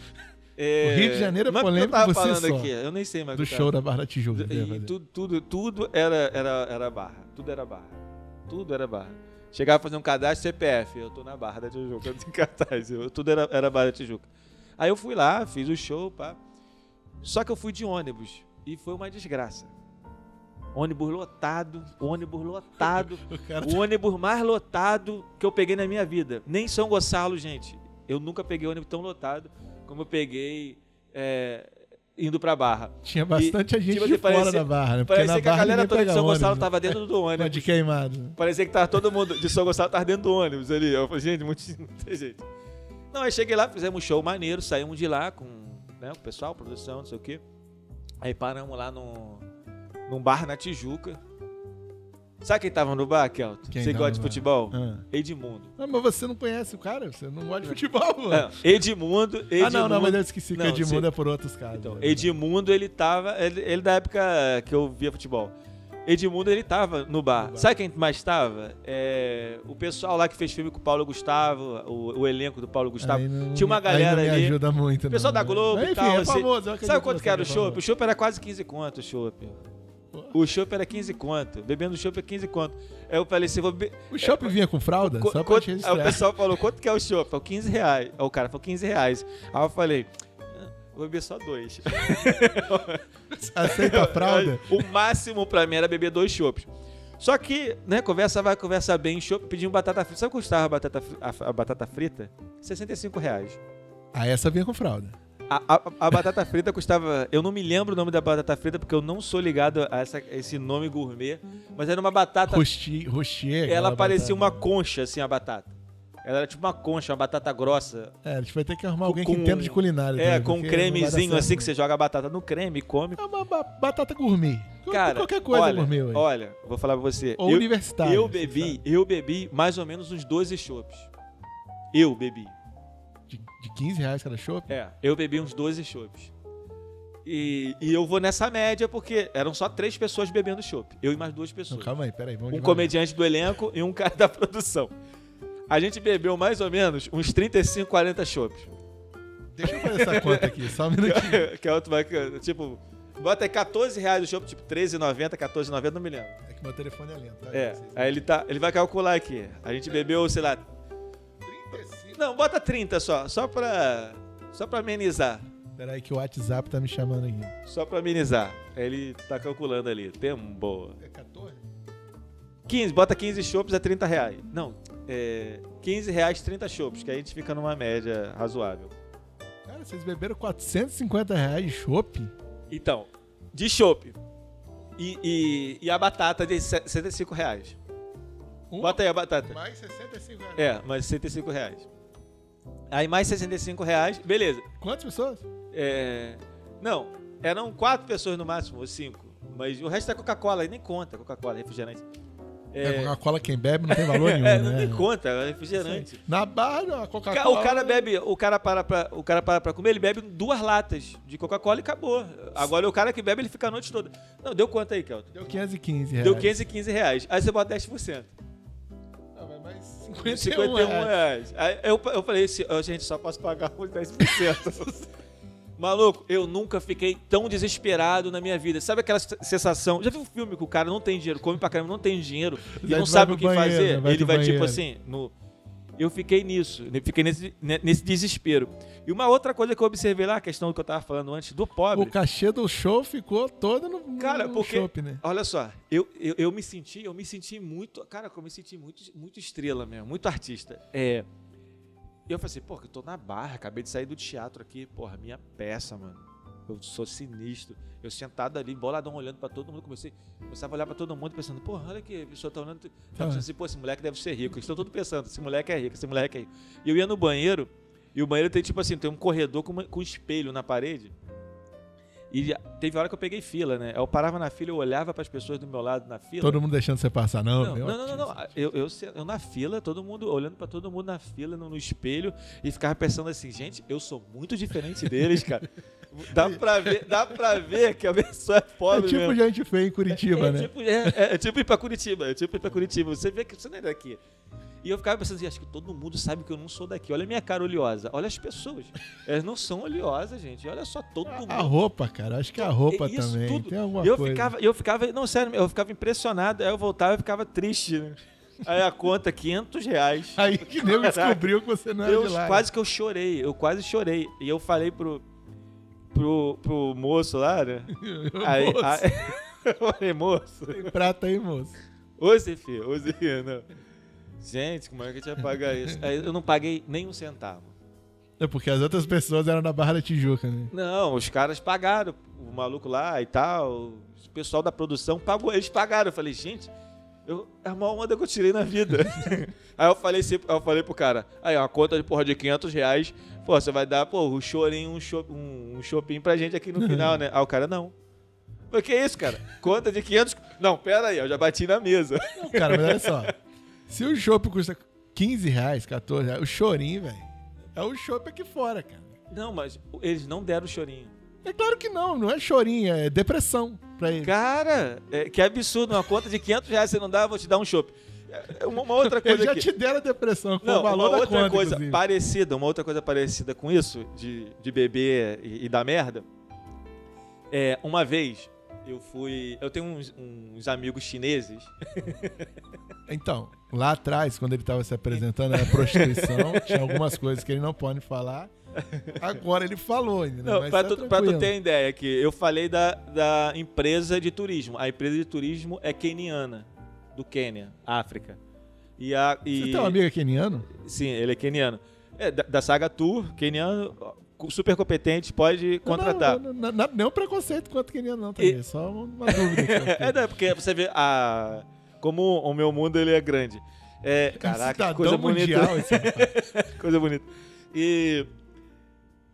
[SPEAKER 2] É,
[SPEAKER 3] o Rio de Janeiro é
[SPEAKER 2] mas o que
[SPEAKER 3] polêmico
[SPEAKER 2] eu tava
[SPEAKER 3] por si
[SPEAKER 2] falando
[SPEAKER 3] só.
[SPEAKER 2] aqui, eu nem sei mais o
[SPEAKER 3] do
[SPEAKER 2] que eu
[SPEAKER 3] show da Barra da Tijuca.
[SPEAKER 2] tava-
[SPEAKER 3] que eu ia
[SPEAKER 2] Tá E
[SPEAKER 3] fazer.
[SPEAKER 2] tudo, tudo, tudo era, era, era barra. Tudo era barra. Tudo era barra. Chegava a fazer um cadastro CPF. Eu tô na Barra da Tijuca, eu tenho cartaz. Eu, tudo era, era Barra da Tijuca. Aí eu fui lá, fiz o show, pá. Só que eu fui de ônibus e foi uma desgraça. Ônibus lotado, ônibus lotado,
[SPEAKER 3] O cara
[SPEAKER 2] o ônibus mais lotado que eu peguei na minha vida. Nem São Gonçalo, gente. Eu nunca peguei ônibus tão lotado como eu peguei é, indo pra Barra.
[SPEAKER 3] tinha bastante
[SPEAKER 2] E,
[SPEAKER 3] gente
[SPEAKER 2] tipo
[SPEAKER 3] de
[SPEAKER 2] assim,
[SPEAKER 3] fora
[SPEAKER 2] parecia-
[SPEAKER 3] da Barra, né? Porque
[SPEAKER 2] Parecia
[SPEAKER 3] na
[SPEAKER 2] que a
[SPEAKER 3] Barra
[SPEAKER 2] galera
[SPEAKER 3] ninguém
[SPEAKER 2] toda de
[SPEAKER 3] pega
[SPEAKER 2] São
[SPEAKER 3] ônibus,
[SPEAKER 2] Gonçalo
[SPEAKER 3] né?
[SPEAKER 2] tava dentro do
[SPEAKER 3] Mas de
[SPEAKER 2] ônibus.
[SPEAKER 3] queimado.
[SPEAKER 2] Parecia que tava todo mundo de São Gonçalo tava dentro do ônibus ali. Eu falei, gente, muito, não tem jeito. Não, aí cheguei lá, fizemos um show maneiro, saímos de lá com né, o pessoal, produção, não sei o quê. Aí paramos lá num, num bar na Tijuca. Sabe quem tava no bar, Kelton?
[SPEAKER 3] Quem
[SPEAKER 2] Você
[SPEAKER 3] tava
[SPEAKER 2] gosta
[SPEAKER 3] no
[SPEAKER 2] de
[SPEAKER 3] bar?
[SPEAKER 2] futebol?
[SPEAKER 3] Ah.
[SPEAKER 2] Edmundo.
[SPEAKER 3] Ah, mas você não conhece o cara? Você não gosta de futebol, mano.
[SPEAKER 2] Não, Edmundo, É, Edmundo.
[SPEAKER 3] Ah, não, não, mas eu esqueci que
[SPEAKER 2] Não,
[SPEAKER 3] Edmundo
[SPEAKER 2] sim.
[SPEAKER 3] é por outros caras.
[SPEAKER 2] Então,
[SPEAKER 3] né?
[SPEAKER 2] Edmundo, ele tava. Ele, ele da época que eu via futebol. Edmundo, ele tava no bar. Sabe quem mais tava? É, o pessoal lá que fez filme com o Paulo Gustavo, o, o elenco do Paulo Gustavo.
[SPEAKER 3] Aí não-
[SPEAKER 2] tá- Tinha uma
[SPEAKER 3] aí
[SPEAKER 2] galera
[SPEAKER 3] não me
[SPEAKER 2] ali.
[SPEAKER 3] ajuda muito,
[SPEAKER 2] O pessoal
[SPEAKER 3] não,
[SPEAKER 2] da
[SPEAKER 3] né?
[SPEAKER 2] Globo
[SPEAKER 3] Mas
[SPEAKER 2] e
[SPEAKER 3] enfim,
[SPEAKER 2] tal.
[SPEAKER 3] é
[SPEAKER 2] esse-
[SPEAKER 3] famoso, eu acredito
[SPEAKER 2] sabe quanto
[SPEAKER 3] você
[SPEAKER 2] que era o
[SPEAKER 3] é
[SPEAKER 2] chopp? O
[SPEAKER 3] famoso.
[SPEAKER 2] chopp era quase 15 conto, o chopp. O chopp era 15 conto. Bebendo chopp é 15 conto. Aí eu falei assim, vou... be-
[SPEAKER 3] O shopping vinha com fralda?
[SPEAKER 2] Co-
[SPEAKER 3] É Só pra
[SPEAKER 2] quanto-
[SPEAKER 3] te
[SPEAKER 2] aí o
[SPEAKER 3] registrar.
[SPEAKER 2] pessoal falou, quanto que é o show? Falou, 15 reais. Aí o cara falou, 15 reais. Aí eu falei, "Ah, vou beber só dois.
[SPEAKER 3] Aceita a fralda?
[SPEAKER 2] o máximo pra mim era beber dois chopps. Só que, né, conversa vai, conversa bem, chopp, pediu batata frita. Sabe quanto custava a batata, fri- a, a batata frita? 65 reais.
[SPEAKER 3] Ah, essa vinha com fralda.
[SPEAKER 2] A, a- a batata frita custava. Eu não me lembro o nome da batata frita, porque eu não sou ligado a essa- esse nome gourmet, mas era uma batata
[SPEAKER 3] Rosti, rostier.
[SPEAKER 2] Ah, tá. Ela
[SPEAKER 3] aquela
[SPEAKER 2] parecia uma
[SPEAKER 3] batata.
[SPEAKER 2] concha, assim, a batata. Ela era tipo uma concha, uma batata grossa.
[SPEAKER 3] É, a gente vai ter que arrumar alguém que
[SPEAKER 2] com-
[SPEAKER 3] entenda de culinária.
[SPEAKER 2] É,
[SPEAKER 3] também,
[SPEAKER 2] com um
[SPEAKER 3] porque não vai dar
[SPEAKER 2] cremezinho
[SPEAKER 3] certo,
[SPEAKER 2] assim
[SPEAKER 3] não.
[SPEAKER 2] que você joga a batata no creme e come.
[SPEAKER 3] É uma ba- batata gourmet. Qual-
[SPEAKER 2] Cara,
[SPEAKER 3] Qualquer coisa
[SPEAKER 2] olha,
[SPEAKER 3] gourmet hoje.
[SPEAKER 2] Olha, vou falar pra você.
[SPEAKER 3] Ou universitário.
[SPEAKER 2] eu bebi, eu bebi mais ou menos uns 12 chopps. Eu bebi.
[SPEAKER 3] De, de 15 reais cada chopp?
[SPEAKER 2] É, eu bebi uns 12 chopps. E, e eu vou nessa média porque eram só três pessoas bebendo chopp. Eu e mais duas
[SPEAKER 3] Não,
[SPEAKER 2] pessoas.
[SPEAKER 3] calma aí, peraí. Vamos
[SPEAKER 2] um
[SPEAKER 3] devagar.
[SPEAKER 2] comediante do elenco e um cara da produção. A gente bebeu mais ou menos uns 35, 40 chopps.
[SPEAKER 3] Deixa eu fazer essa conta aqui, só um minutinho.
[SPEAKER 2] que é outro bacana. Tipo, bota aí 14 reais o chopp, tipo 13,90, 14,90, não me lembro.
[SPEAKER 3] É que meu telefone é lento. tá?
[SPEAKER 2] É,
[SPEAKER 3] Vocês-
[SPEAKER 2] aí ele, tá, ele vai calcular aqui. A gente bebeu, sei lá.
[SPEAKER 3] 35.
[SPEAKER 2] Não, bota 30 só, só pra. Só pra amenizar.
[SPEAKER 3] Peraí que o WhatsApp tá me chamando aqui.
[SPEAKER 2] Só pra amenizar. Ele tá calculando ali. Tempo.
[SPEAKER 3] É 14?
[SPEAKER 2] 15, bota 15 chopps a 30 reais. Não, é. 15 reais, 30 chopps, que aí a gente fica numa média razoável.
[SPEAKER 3] Cara, vocês beberam 450 reais de chopp?
[SPEAKER 2] Então, de chopp. E, e, e a batata de 65 reais.
[SPEAKER 3] Um
[SPEAKER 2] Bota aí a batata.
[SPEAKER 3] Mais 65 reais.
[SPEAKER 2] É, mais 65 reais. Aí mais 65 reais, beleza.
[SPEAKER 3] Quantas pessoas?
[SPEAKER 2] É, não, eram quatro pessoas no máximo, ou cinco. Mas o resto é Coca-Cola, aí nem conta Coca-Cola, refrigerante.
[SPEAKER 3] É, Coca-Cola quem bebe não tem valor nenhum,
[SPEAKER 2] É,
[SPEAKER 3] né?
[SPEAKER 2] não nem conta, é refrigerante.
[SPEAKER 3] Na barra, a
[SPEAKER 2] O
[SPEAKER 3] Coca-Cola... é
[SPEAKER 2] ca- O cara bebe, o cara para pra, o cara para pra comer, ele bebe duas latas de Coca-Cola e acabou. Agora o cara que bebe, ele fica a noite toda. Não, deu quanto aí, Kelton?
[SPEAKER 3] Deu 515 reais.
[SPEAKER 2] Deu 515 reais. Aí você bota 10%.
[SPEAKER 3] Não, vai Ah, mais 51,
[SPEAKER 2] 51
[SPEAKER 3] reais.
[SPEAKER 2] reais. Aí eu, eu falei assim, ó, gente, só posso pagar uns 10%. Maluco, eu nunca fiquei tão desesperado na minha vida. Sabe aquela se- sensação? Já viu um filme que o cara não tem dinheiro, come pra caramba, não tem dinheiro e
[SPEAKER 3] Daí
[SPEAKER 2] não
[SPEAKER 3] tu
[SPEAKER 2] sabe
[SPEAKER 3] vai
[SPEAKER 2] o que
[SPEAKER 3] pro banheiro, né?
[SPEAKER 2] fazer?
[SPEAKER 3] vai
[SPEAKER 2] Ele
[SPEAKER 3] pro
[SPEAKER 2] vai tipo
[SPEAKER 3] banheiro.
[SPEAKER 2] assim, no... Eu fiquei nisso, né, fiquei nesse, ne- nesse desespero. E uma outra coisa que eu observei lá, a questão que eu tava falando antes, do pobre.
[SPEAKER 3] O cachê do show ficou todo no, no-
[SPEAKER 2] Cara,
[SPEAKER 3] no
[SPEAKER 2] porque.
[SPEAKER 3] chopp, né?
[SPEAKER 2] Olha só, eu, eu, eu me senti, eu me senti muito. Cara, eu me senti muito, muito estrela mesmo, muito artista. É. Eu falei assim, pô, que eu tô na barra, acabei de sair do teatro aqui, porra, minha peça, mano. Eu sou sinistro. Eu sentado ali, boladão, olhando pra todo mundo, comecei, começava a olhar pra todo mundo, pensando, porra, olha que a pessoa tá olhando. Tá pensando assim, pô, esse moleque deve ser rico. Eles estão todos pensando, esse moleque é rico, esse moleque é rico. E eu ia no banheiro, e o banheiro tem tipo assim, tem um corredor com, uma- com um espelho na parede. E já- teve hora que eu peguei fila, né? Eu parava na fila, eu olhava pras pessoas do meu lado na fila.
[SPEAKER 3] Todo mundo deixando você passar, não.
[SPEAKER 2] Não,
[SPEAKER 3] meu
[SPEAKER 2] não, não, não,
[SPEAKER 3] Deus.
[SPEAKER 2] não.
[SPEAKER 3] É tipo
[SPEAKER 2] Eu, eu, se- eu na fila, todo mundo olhando pra todo mundo na fila, no, no espelho, e ficava pensando assim, gente, eu sou muito diferente deles, cara. Dá pra ver, dá pra ver que a pessoa é
[SPEAKER 3] É
[SPEAKER 2] pobre
[SPEAKER 3] tipo
[SPEAKER 2] mesmo.
[SPEAKER 3] gente feia em Curitiba,
[SPEAKER 2] é,
[SPEAKER 3] né?
[SPEAKER 2] tipo, é, é, é tipo ir pra Curitiba, é tipo ir pra Curitiba. Você vê que você não é daqui. E eu ficava pensando assim, acho que todo mundo sabe que eu não sou daqui. Olha a minha cara oleosa, olha as pessoas. Elas não são oleosas, gente. Olha só, todo mundo.
[SPEAKER 3] Ah, A roupa, cara. Acho que é a roupa
[SPEAKER 2] Isso
[SPEAKER 3] também.
[SPEAKER 2] tudo.
[SPEAKER 3] Tem alguma
[SPEAKER 2] E eu
[SPEAKER 3] coisa.
[SPEAKER 2] ficava, eu ficava, não, sério, eu ficava impressionado. Aí eu voltava e ficava triste, né? Aí a conta, 500 reais.
[SPEAKER 3] Aí que nego
[SPEAKER 2] Caraca.
[SPEAKER 3] descobriu que você Ah, não era
[SPEAKER 2] Eu
[SPEAKER 3] de lá.
[SPEAKER 2] quase que eu chorei, eu quase chorei. E eu falei pro, pro, pro moço lá, né? Aí,
[SPEAKER 3] Moço,
[SPEAKER 2] aí- eu falei, moço,
[SPEAKER 3] Tem prata aí, moço.
[SPEAKER 2] hoje, filho, hoje, não. Gente, como é que a gente ia pagar isso? Aí eu não paguei nem um centavo.
[SPEAKER 3] É porque as outras pessoas eram na Barra da Tijuca, né?
[SPEAKER 2] Não, os caras pagaram, o maluco lá e tal, o pessoal da produção pagou, eles pagaram. Eu falei, gente, eu, é a maior onda que eu tirei na vida. aí eu falei, assim, eu falei pro cara, aí uma conta de porra de 500 reais, pô, você vai dar, pô, um chorinho, um, cho, um, um shopping pra gente aqui no final, né? Aí o cara, não. Eu Falei, que isso, cara? Conta de 500... Não, pera aí, eu já bati na mesa.
[SPEAKER 3] Não, cara, mas olha só. Se o chopp custa 15 reais, 14 reais, o chorinho, velho, é o chopp aqui fora, cara.
[SPEAKER 2] Não, mas eles não deram o chorinho.
[SPEAKER 3] É claro que não, não é chorinho, é depressão pra ele.
[SPEAKER 2] Cara, é, que absurdo, uma conta de 500 reais você não dá, eu vou te dar um chopp. É, Uma, uma outra coisa
[SPEAKER 3] Eles já
[SPEAKER 2] aqui.
[SPEAKER 3] te deram a depressão, com
[SPEAKER 2] Não,
[SPEAKER 3] o valor
[SPEAKER 2] uma
[SPEAKER 3] da
[SPEAKER 2] outra
[SPEAKER 3] conta,
[SPEAKER 2] coisa
[SPEAKER 3] inclusive.
[SPEAKER 2] parecida, uma outra coisa parecida com isso, de, de beber e, e dar merda. É, uma vez eu fui. Eu tenho uns, uns amigos chineses.
[SPEAKER 3] Então, lá atrás, quando ele tava se apresentando, era prostituição, tinha algumas coisas que ele não pode falar. Agora ele falou, ainda, né?
[SPEAKER 2] Não,
[SPEAKER 3] Mas
[SPEAKER 2] pra,
[SPEAKER 3] tá
[SPEAKER 2] tu, pra tu
[SPEAKER 3] tranquilo.
[SPEAKER 2] ter ideia, que eu falei da, da empresa de turismo. A empresa de turismo é keniana, do Quênia, África. E a, e,
[SPEAKER 3] Você tem um amigo keniano?
[SPEAKER 2] Sim, ele é keniano. É, da, da saga Tour, keniano, ó, super competente, pode contratar.
[SPEAKER 3] Não, não, não, não, nenhum preconceito quanto keniano, não, tá
[SPEAKER 2] E-
[SPEAKER 3] aí, Só uma dúvida. aqui.
[SPEAKER 2] É, né? Porque você vê a... como o meu mundo ele é grande. É,
[SPEAKER 3] É um
[SPEAKER 2] caraca, que
[SPEAKER 3] cidadão
[SPEAKER 2] coisa bonita.
[SPEAKER 3] mundial esse rapaz.
[SPEAKER 2] coisa bonita. E,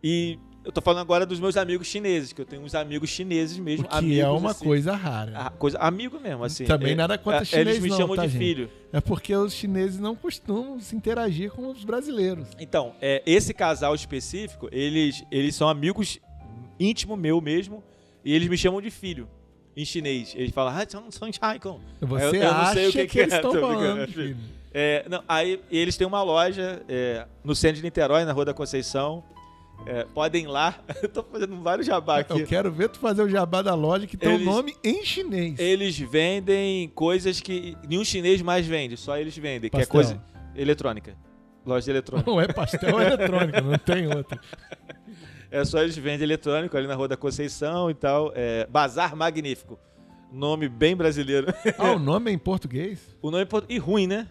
[SPEAKER 2] e Eu tô falando agora dos meus amigos chineses, que eu tenho uns amigos chineses mesmo.
[SPEAKER 3] O que
[SPEAKER 2] amigos,
[SPEAKER 3] é uma
[SPEAKER 2] assim.
[SPEAKER 3] coisa rara.
[SPEAKER 2] Ah, coisa. Amigo mesmo, assim.
[SPEAKER 3] Também
[SPEAKER 2] É-
[SPEAKER 3] nada contra
[SPEAKER 2] é-
[SPEAKER 3] chinês
[SPEAKER 2] Eles me
[SPEAKER 3] não,
[SPEAKER 2] chamam
[SPEAKER 3] tá,
[SPEAKER 2] de
[SPEAKER 3] gente?
[SPEAKER 2] filho.
[SPEAKER 3] É porque os chineses não costumam se interagir com os brasileiros.
[SPEAKER 2] Então, é, esse casal específico, eles, eles são amigos íntimo meu mesmo, e eles me chamam de filho. Em chinês. Eles falam, ah, são- são Chaikon.
[SPEAKER 3] Você
[SPEAKER 2] eu não
[SPEAKER 3] acha
[SPEAKER 2] sei o que
[SPEAKER 3] que,
[SPEAKER 2] que
[SPEAKER 3] eles
[SPEAKER 2] é,
[SPEAKER 3] estão
[SPEAKER 2] tô
[SPEAKER 3] falando,
[SPEAKER 2] brincando.
[SPEAKER 3] filho.
[SPEAKER 2] É, não, aí eles têm uma loja é, no centro de Niterói, na Rua da Conceição. É, podem ir lá. Eu tô fazendo vários jabá
[SPEAKER 3] Eu
[SPEAKER 2] aqui.
[SPEAKER 3] quero ver tu fazer o jabá da loja que tem o
[SPEAKER 2] Eles-
[SPEAKER 3] nome em chinês.
[SPEAKER 2] Eles vendem coisas que nenhum chinês mais vende, só eles vendem, que é
[SPEAKER 3] Pastel.
[SPEAKER 2] coisa eletrônica. Loja de eletrônica.
[SPEAKER 3] Não é pastel, é eletrônico, não tem outro.
[SPEAKER 2] É só eles vendem eletrônico ali na Rua da Conceição e tal. É, Bazar Magnífico. Nome bem brasileiro.
[SPEAKER 3] Ah, o nome é em português?
[SPEAKER 2] O nome é port- e ruim, né?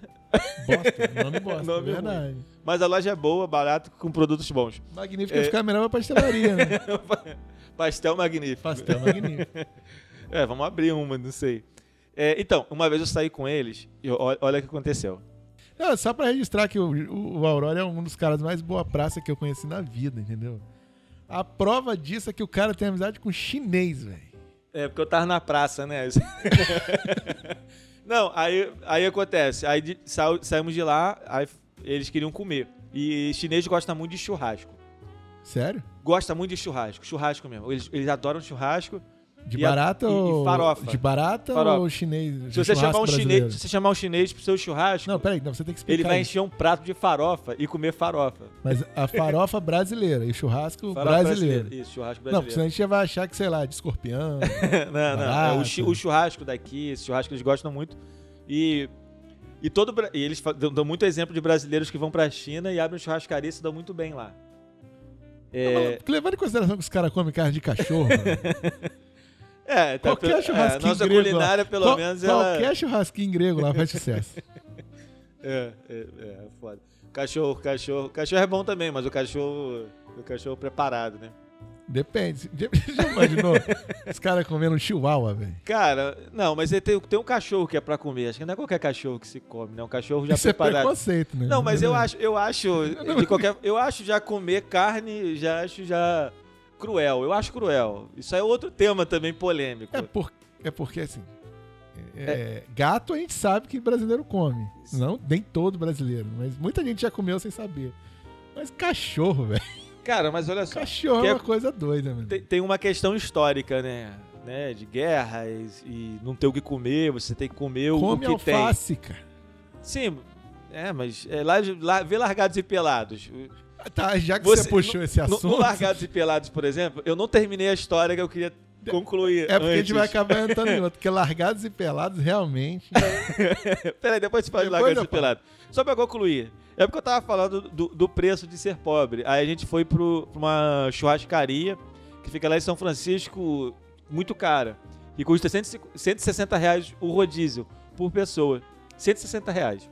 [SPEAKER 3] Bosta, nome bosta,
[SPEAKER 2] Nome
[SPEAKER 3] é verdade.
[SPEAKER 2] Mas a loja é boa, barato, com produtos bons.
[SPEAKER 3] Magnífico
[SPEAKER 2] É.
[SPEAKER 3] ia ficar melhor pra pastelaria, né?
[SPEAKER 2] Pastel Magnífico.
[SPEAKER 3] Pastel magnífico.
[SPEAKER 2] É, vamos abrir uma, não sei. É, então, uma vez eu saí com eles, e eu- olha, olha o que aconteceu.
[SPEAKER 3] É, só pra registrar que o, o, o Aurora é um dos caras mais boa praça que eu conheci na vida, entendeu? A prova disso é que o cara tem amizade com chinês, velho.
[SPEAKER 2] É, porque eu tava na praça, né? Não, aí, aí acontece. Aí de- sa- saímos de lá, aí f- eles queriam comer. E chinês gosta muito de churrasco.
[SPEAKER 3] Sério?
[SPEAKER 2] Gosta muito de churrasco, churrasco mesmo. Eles, eles adoram churrasco.
[SPEAKER 3] De
[SPEAKER 2] E a-
[SPEAKER 3] barata
[SPEAKER 2] e- e
[SPEAKER 3] ou.
[SPEAKER 2] farofa.
[SPEAKER 3] De barata
[SPEAKER 2] Farofa.
[SPEAKER 3] ou chinês?
[SPEAKER 2] Se você,
[SPEAKER 3] churrasco
[SPEAKER 2] chamar um
[SPEAKER 3] brasileiro?
[SPEAKER 2] chinês, se você chamar um chinês pro seu churrasco,
[SPEAKER 3] Não, peraí, não, você tem que explicar.
[SPEAKER 2] ele vai
[SPEAKER 3] isso.
[SPEAKER 2] encher um prato de farofa e comer farofa.
[SPEAKER 3] Mas a farofa brasileira e o churrasco
[SPEAKER 2] Farofa
[SPEAKER 3] brasileiro.
[SPEAKER 2] Isso, churrasco
[SPEAKER 3] Não, porque
[SPEAKER 2] brasileiro.
[SPEAKER 3] senão a gente já vai achar que, sei lá, de escorpião.
[SPEAKER 2] Não, não, é o,
[SPEAKER 3] Barato.
[SPEAKER 2] chu- o churrasco daqui, esse churrasco eles gostam muito. E, e todo bra- e eles fa- dão, dão muito exemplo de brasileiros que vão pra China e abrem churrascaria e se dão muito bem lá.
[SPEAKER 3] Tá
[SPEAKER 2] É,
[SPEAKER 3] Levando em consideração que os caras comem carne de cachorro. mano.
[SPEAKER 2] é tá,
[SPEAKER 3] qualquer
[SPEAKER 2] pelo- é, a
[SPEAKER 3] churrasquinho
[SPEAKER 2] nossa
[SPEAKER 3] grego.
[SPEAKER 2] culinária,
[SPEAKER 3] lá.
[SPEAKER 2] pelo
[SPEAKER 3] Qual- é
[SPEAKER 2] menos, é ela.
[SPEAKER 3] Qualquer churrasquinho grego lá faz sucesso.
[SPEAKER 2] É, é, é, é foda. Cachorro, cachorro. Cachorro é bom também, mas o cachorro. O cachorro preparado, né?
[SPEAKER 3] Depende. Já já imaginou? Os caras comendo um chihuahua, velho.
[SPEAKER 2] Cara, não, mas ele tem, tem um cachorro que é pra comer. Acho que não é qualquer cachorro que se come, né? Um cachorro já
[SPEAKER 3] Isso é
[SPEAKER 2] preparado.
[SPEAKER 3] preconceito, né?
[SPEAKER 2] Não, mas eu
[SPEAKER 3] Verdade.
[SPEAKER 2] acho, eu acho, de qualquer, eu acho já comer carne, já acho já cruel. Eu acho cruel. Isso é outro tema também polêmico.
[SPEAKER 3] É, por, é porque, assim. é- Gato a gente sabe que brasileiro come. Não, nem todo brasileiro, mas muita gente já comeu sem saber. Mas cachorro, velho.
[SPEAKER 2] Cara, mas olha só,
[SPEAKER 3] Cachorro
[SPEAKER 2] Que é-
[SPEAKER 3] é uma coisa doida, mano.
[SPEAKER 2] tem, tem uma questão histórica, né? Né, de guerra e, e não ter o que comer, você tem que comer o-
[SPEAKER 3] Come
[SPEAKER 2] o que tem.
[SPEAKER 3] alface, cara.
[SPEAKER 2] Sim, é, mas é, lá, lá, vê largados e pelados.
[SPEAKER 3] Ah, Tá, já que você, puxou esse
[SPEAKER 2] No-
[SPEAKER 3] assunto.
[SPEAKER 2] No, largados e pelados, por exemplo, eu não terminei a história que eu queria concluir.
[SPEAKER 3] É porque a gente vai
[SPEAKER 2] antes.
[SPEAKER 3] acabar entrando em outro, porque largados e pelados realmente.
[SPEAKER 2] Peraí, depois você fala de
[SPEAKER 3] Depois
[SPEAKER 2] largados
[SPEAKER 3] eu
[SPEAKER 2] e pelados. Só pra concluir. É porque eu tava falando do, do preço de ser pobre. Aí a gente foi pro, pra uma churrascaria que fica lá em São Francisco, muito cara. E custa 150 160 reais o rodízio por pessoa. 160 reais.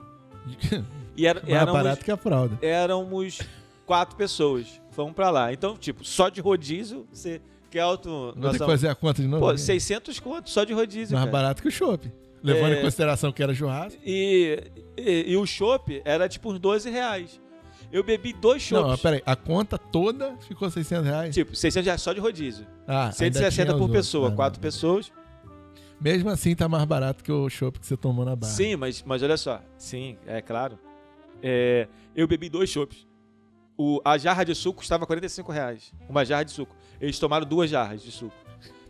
[SPEAKER 2] E era,
[SPEAKER 3] é
[SPEAKER 2] um
[SPEAKER 3] Mais
[SPEAKER 2] éramos,
[SPEAKER 3] barato que a fralda.
[SPEAKER 2] éramos quatro pessoas. Fomos pra lá. Então, tipo, só de rodízio, você quer alto.
[SPEAKER 3] Vou
[SPEAKER 2] nós
[SPEAKER 3] ter que
[SPEAKER 2] vamos-
[SPEAKER 3] fazer a conta de novo.
[SPEAKER 2] Pô,
[SPEAKER 3] né?
[SPEAKER 2] 600 conto só de rodízio.
[SPEAKER 3] Mais
[SPEAKER 2] cara.
[SPEAKER 3] barato que o chopp. Levando
[SPEAKER 2] É.
[SPEAKER 3] em consideração que era churrasco.
[SPEAKER 2] E, e, e o chopp era tipo uns 12 reais. Eu bebi dois
[SPEAKER 3] Não,
[SPEAKER 2] chopps.
[SPEAKER 3] mas peraí, a conta toda ficou 600 reais.
[SPEAKER 2] Tipo, 600 reais só de rodízio.
[SPEAKER 3] Ah, ainda
[SPEAKER 2] 160
[SPEAKER 3] tinha
[SPEAKER 2] por
[SPEAKER 3] os
[SPEAKER 2] pessoa,
[SPEAKER 3] outros. Ah,
[SPEAKER 2] quatro pessoas.
[SPEAKER 3] Mesmo assim, tá mais barato que o chopp que você tomou na barra.
[SPEAKER 2] Sim, mas, mas olha só. Sim, é claro. É, eu bebi dois chopps. O, a jarra de suco custava 45 reais. Uma jarra de suco. Eles tomaram duas jarras de suco.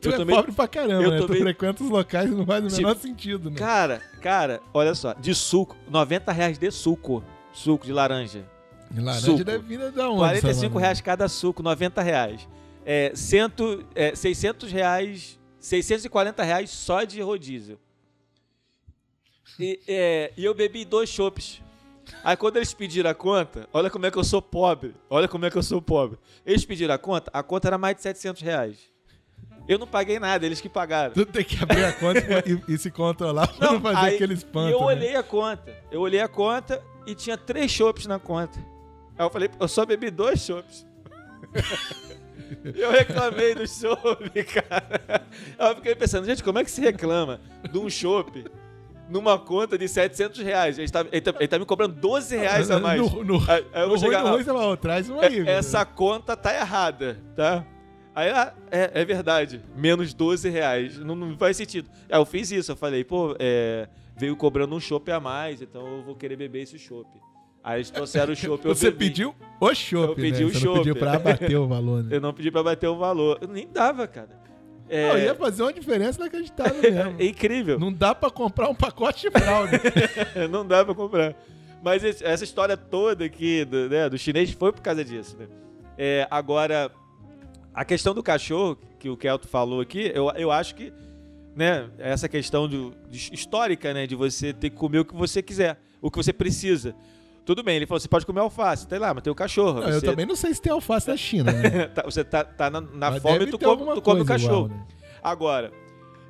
[SPEAKER 3] Tu
[SPEAKER 2] eu
[SPEAKER 3] é
[SPEAKER 2] tomei-
[SPEAKER 3] pobre pra caramba,
[SPEAKER 2] eu
[SPEAKER 3] né?
[SPEAKER 2] tomei-
[SPEAKER 3] Tu frequenta os locais e não faz o
[SPEAKER 2] Tipo,
[SPEAKER 3] menor sentido, né?
[SPEAKER 2] Cara, cara, olha só. De suco, 90 reais de suco. Suco de laranja.
[SPEAKER 3] E Laranja
[SPEAKER 2] suco.
[SPEAKER 3] deve vir da onde?
[SPEAKER 2] 45
[SPEAKER 3] Salvador?
[SPEAKER 2] reais cada suco, 90 reais. É, cento, é, 600 reais, 640 reais só de rodízio. E, é, e eu bebi dois chopps. Aí quando eles pediram a conta, olha como é que eu sou pobre, olha como é que eu sou pobre. Eles pediram a conta, a conta era mais de 700 reais. Eu não paguei nada, eles que pagaram.
[SPEAKER 3] Tu tem que abrir a conta e, e se controlar pra não, fazer
[SPEAKER 2] aí-
[SPEAKER 3] aquele
[SPEAKER 2] E
[SPEAKER 3] espanto.
[SPEAKER 2] eu
[SPEAKER 3] né?
[SPEAKER 2] olhei a conta. Eu olhei a conta e tinha três chopps na conta. Aí eu falei, eu só bebi dois chopps. eu reclamei do chopp, cara. Aí eu fiquei pensando, gente, como é que se reclama de um chopp numa conta de 700 reais. Ele tá, ele tá- ele tá me cobrando 12 reais a mais.
[SPEAKER 3] Ah, No, no,
[SPEAKER 2] Aí- aí eu
[SPEAKER 3] no
[SPEAKER 2] vou chegar,
[SPEAKER 3] Rui, no
[SPEAKER 2] ah,
[SPEAKER 3] Rui, você fala, ó, traz uma aí.
[SPEAKER 2] é- essa conta tá errada, tá? Aí, ah, é, é verdade, menos 12 reais, não, não faz sentido. Aí eu fiz isso, eu falei, pô, é, veio cobrando um chopp a mais, então eu vou querer beber esse chopp. Aí eles trouxeram o chopp, eu
[SPEAKER 3] Você
[SPEAKER 2] bebi.
[SPEAKER 3] pediu o chopp,
[SPEAKER 2] Eu pedi
[SPEAKER 3] né?
[SPEAKER 2] o
[SPEAKER 3] Você não pediu
[SPEAKER 2] chopp.
[SPEAKER 3] pra abater o valor, né?
[SPEAKER 2] Eu não pedi pra bater o valor, eu nem dava, cara. É,
[SPEAKER 3] Não, ia fazer uma diferença inacreditável mesmo.
[SPEAKER 2] é incrível.
[SPEAKER 3] Não dá pra comprar um pacote de fralda.
[SPEAKER 2] não dá pra comprar. Mas esse- essa história toda aqui do, né, do chinês foi por causa disso, né? É, agora, a questão do cachorro, que o Kelto falou aqui, eu, eu acho que, né, essa questão do- de- histórica, né, de você ter que comer o que você quiser, o que você precisa. Tudo bem, ele falou, você pode comer alface, tá lá, mas tem o cachorro.
[SPEAKER 3] Não, eu
[SPEAKER 2] você
[SPEAKER 3] também não sei se tem alface na China, né?
[SPEAKER 2] tá, você tá, tá na, na
[SPEAKER 3] Mas
[SPEAKER 2] fome,
[SPEAKER 3] deve
[SPEAKER 2] tu
[SPEAKER 3] ter
[SPEAKER 2] come,
[SPEAKER 3] alguma
[SPEAKER 2] tu come o
[SPEAKER 3] coisa
[SPEAKER 2] cachorro.
[SPEAKER 3] igual, né?
[SPEAKER 2] Agora,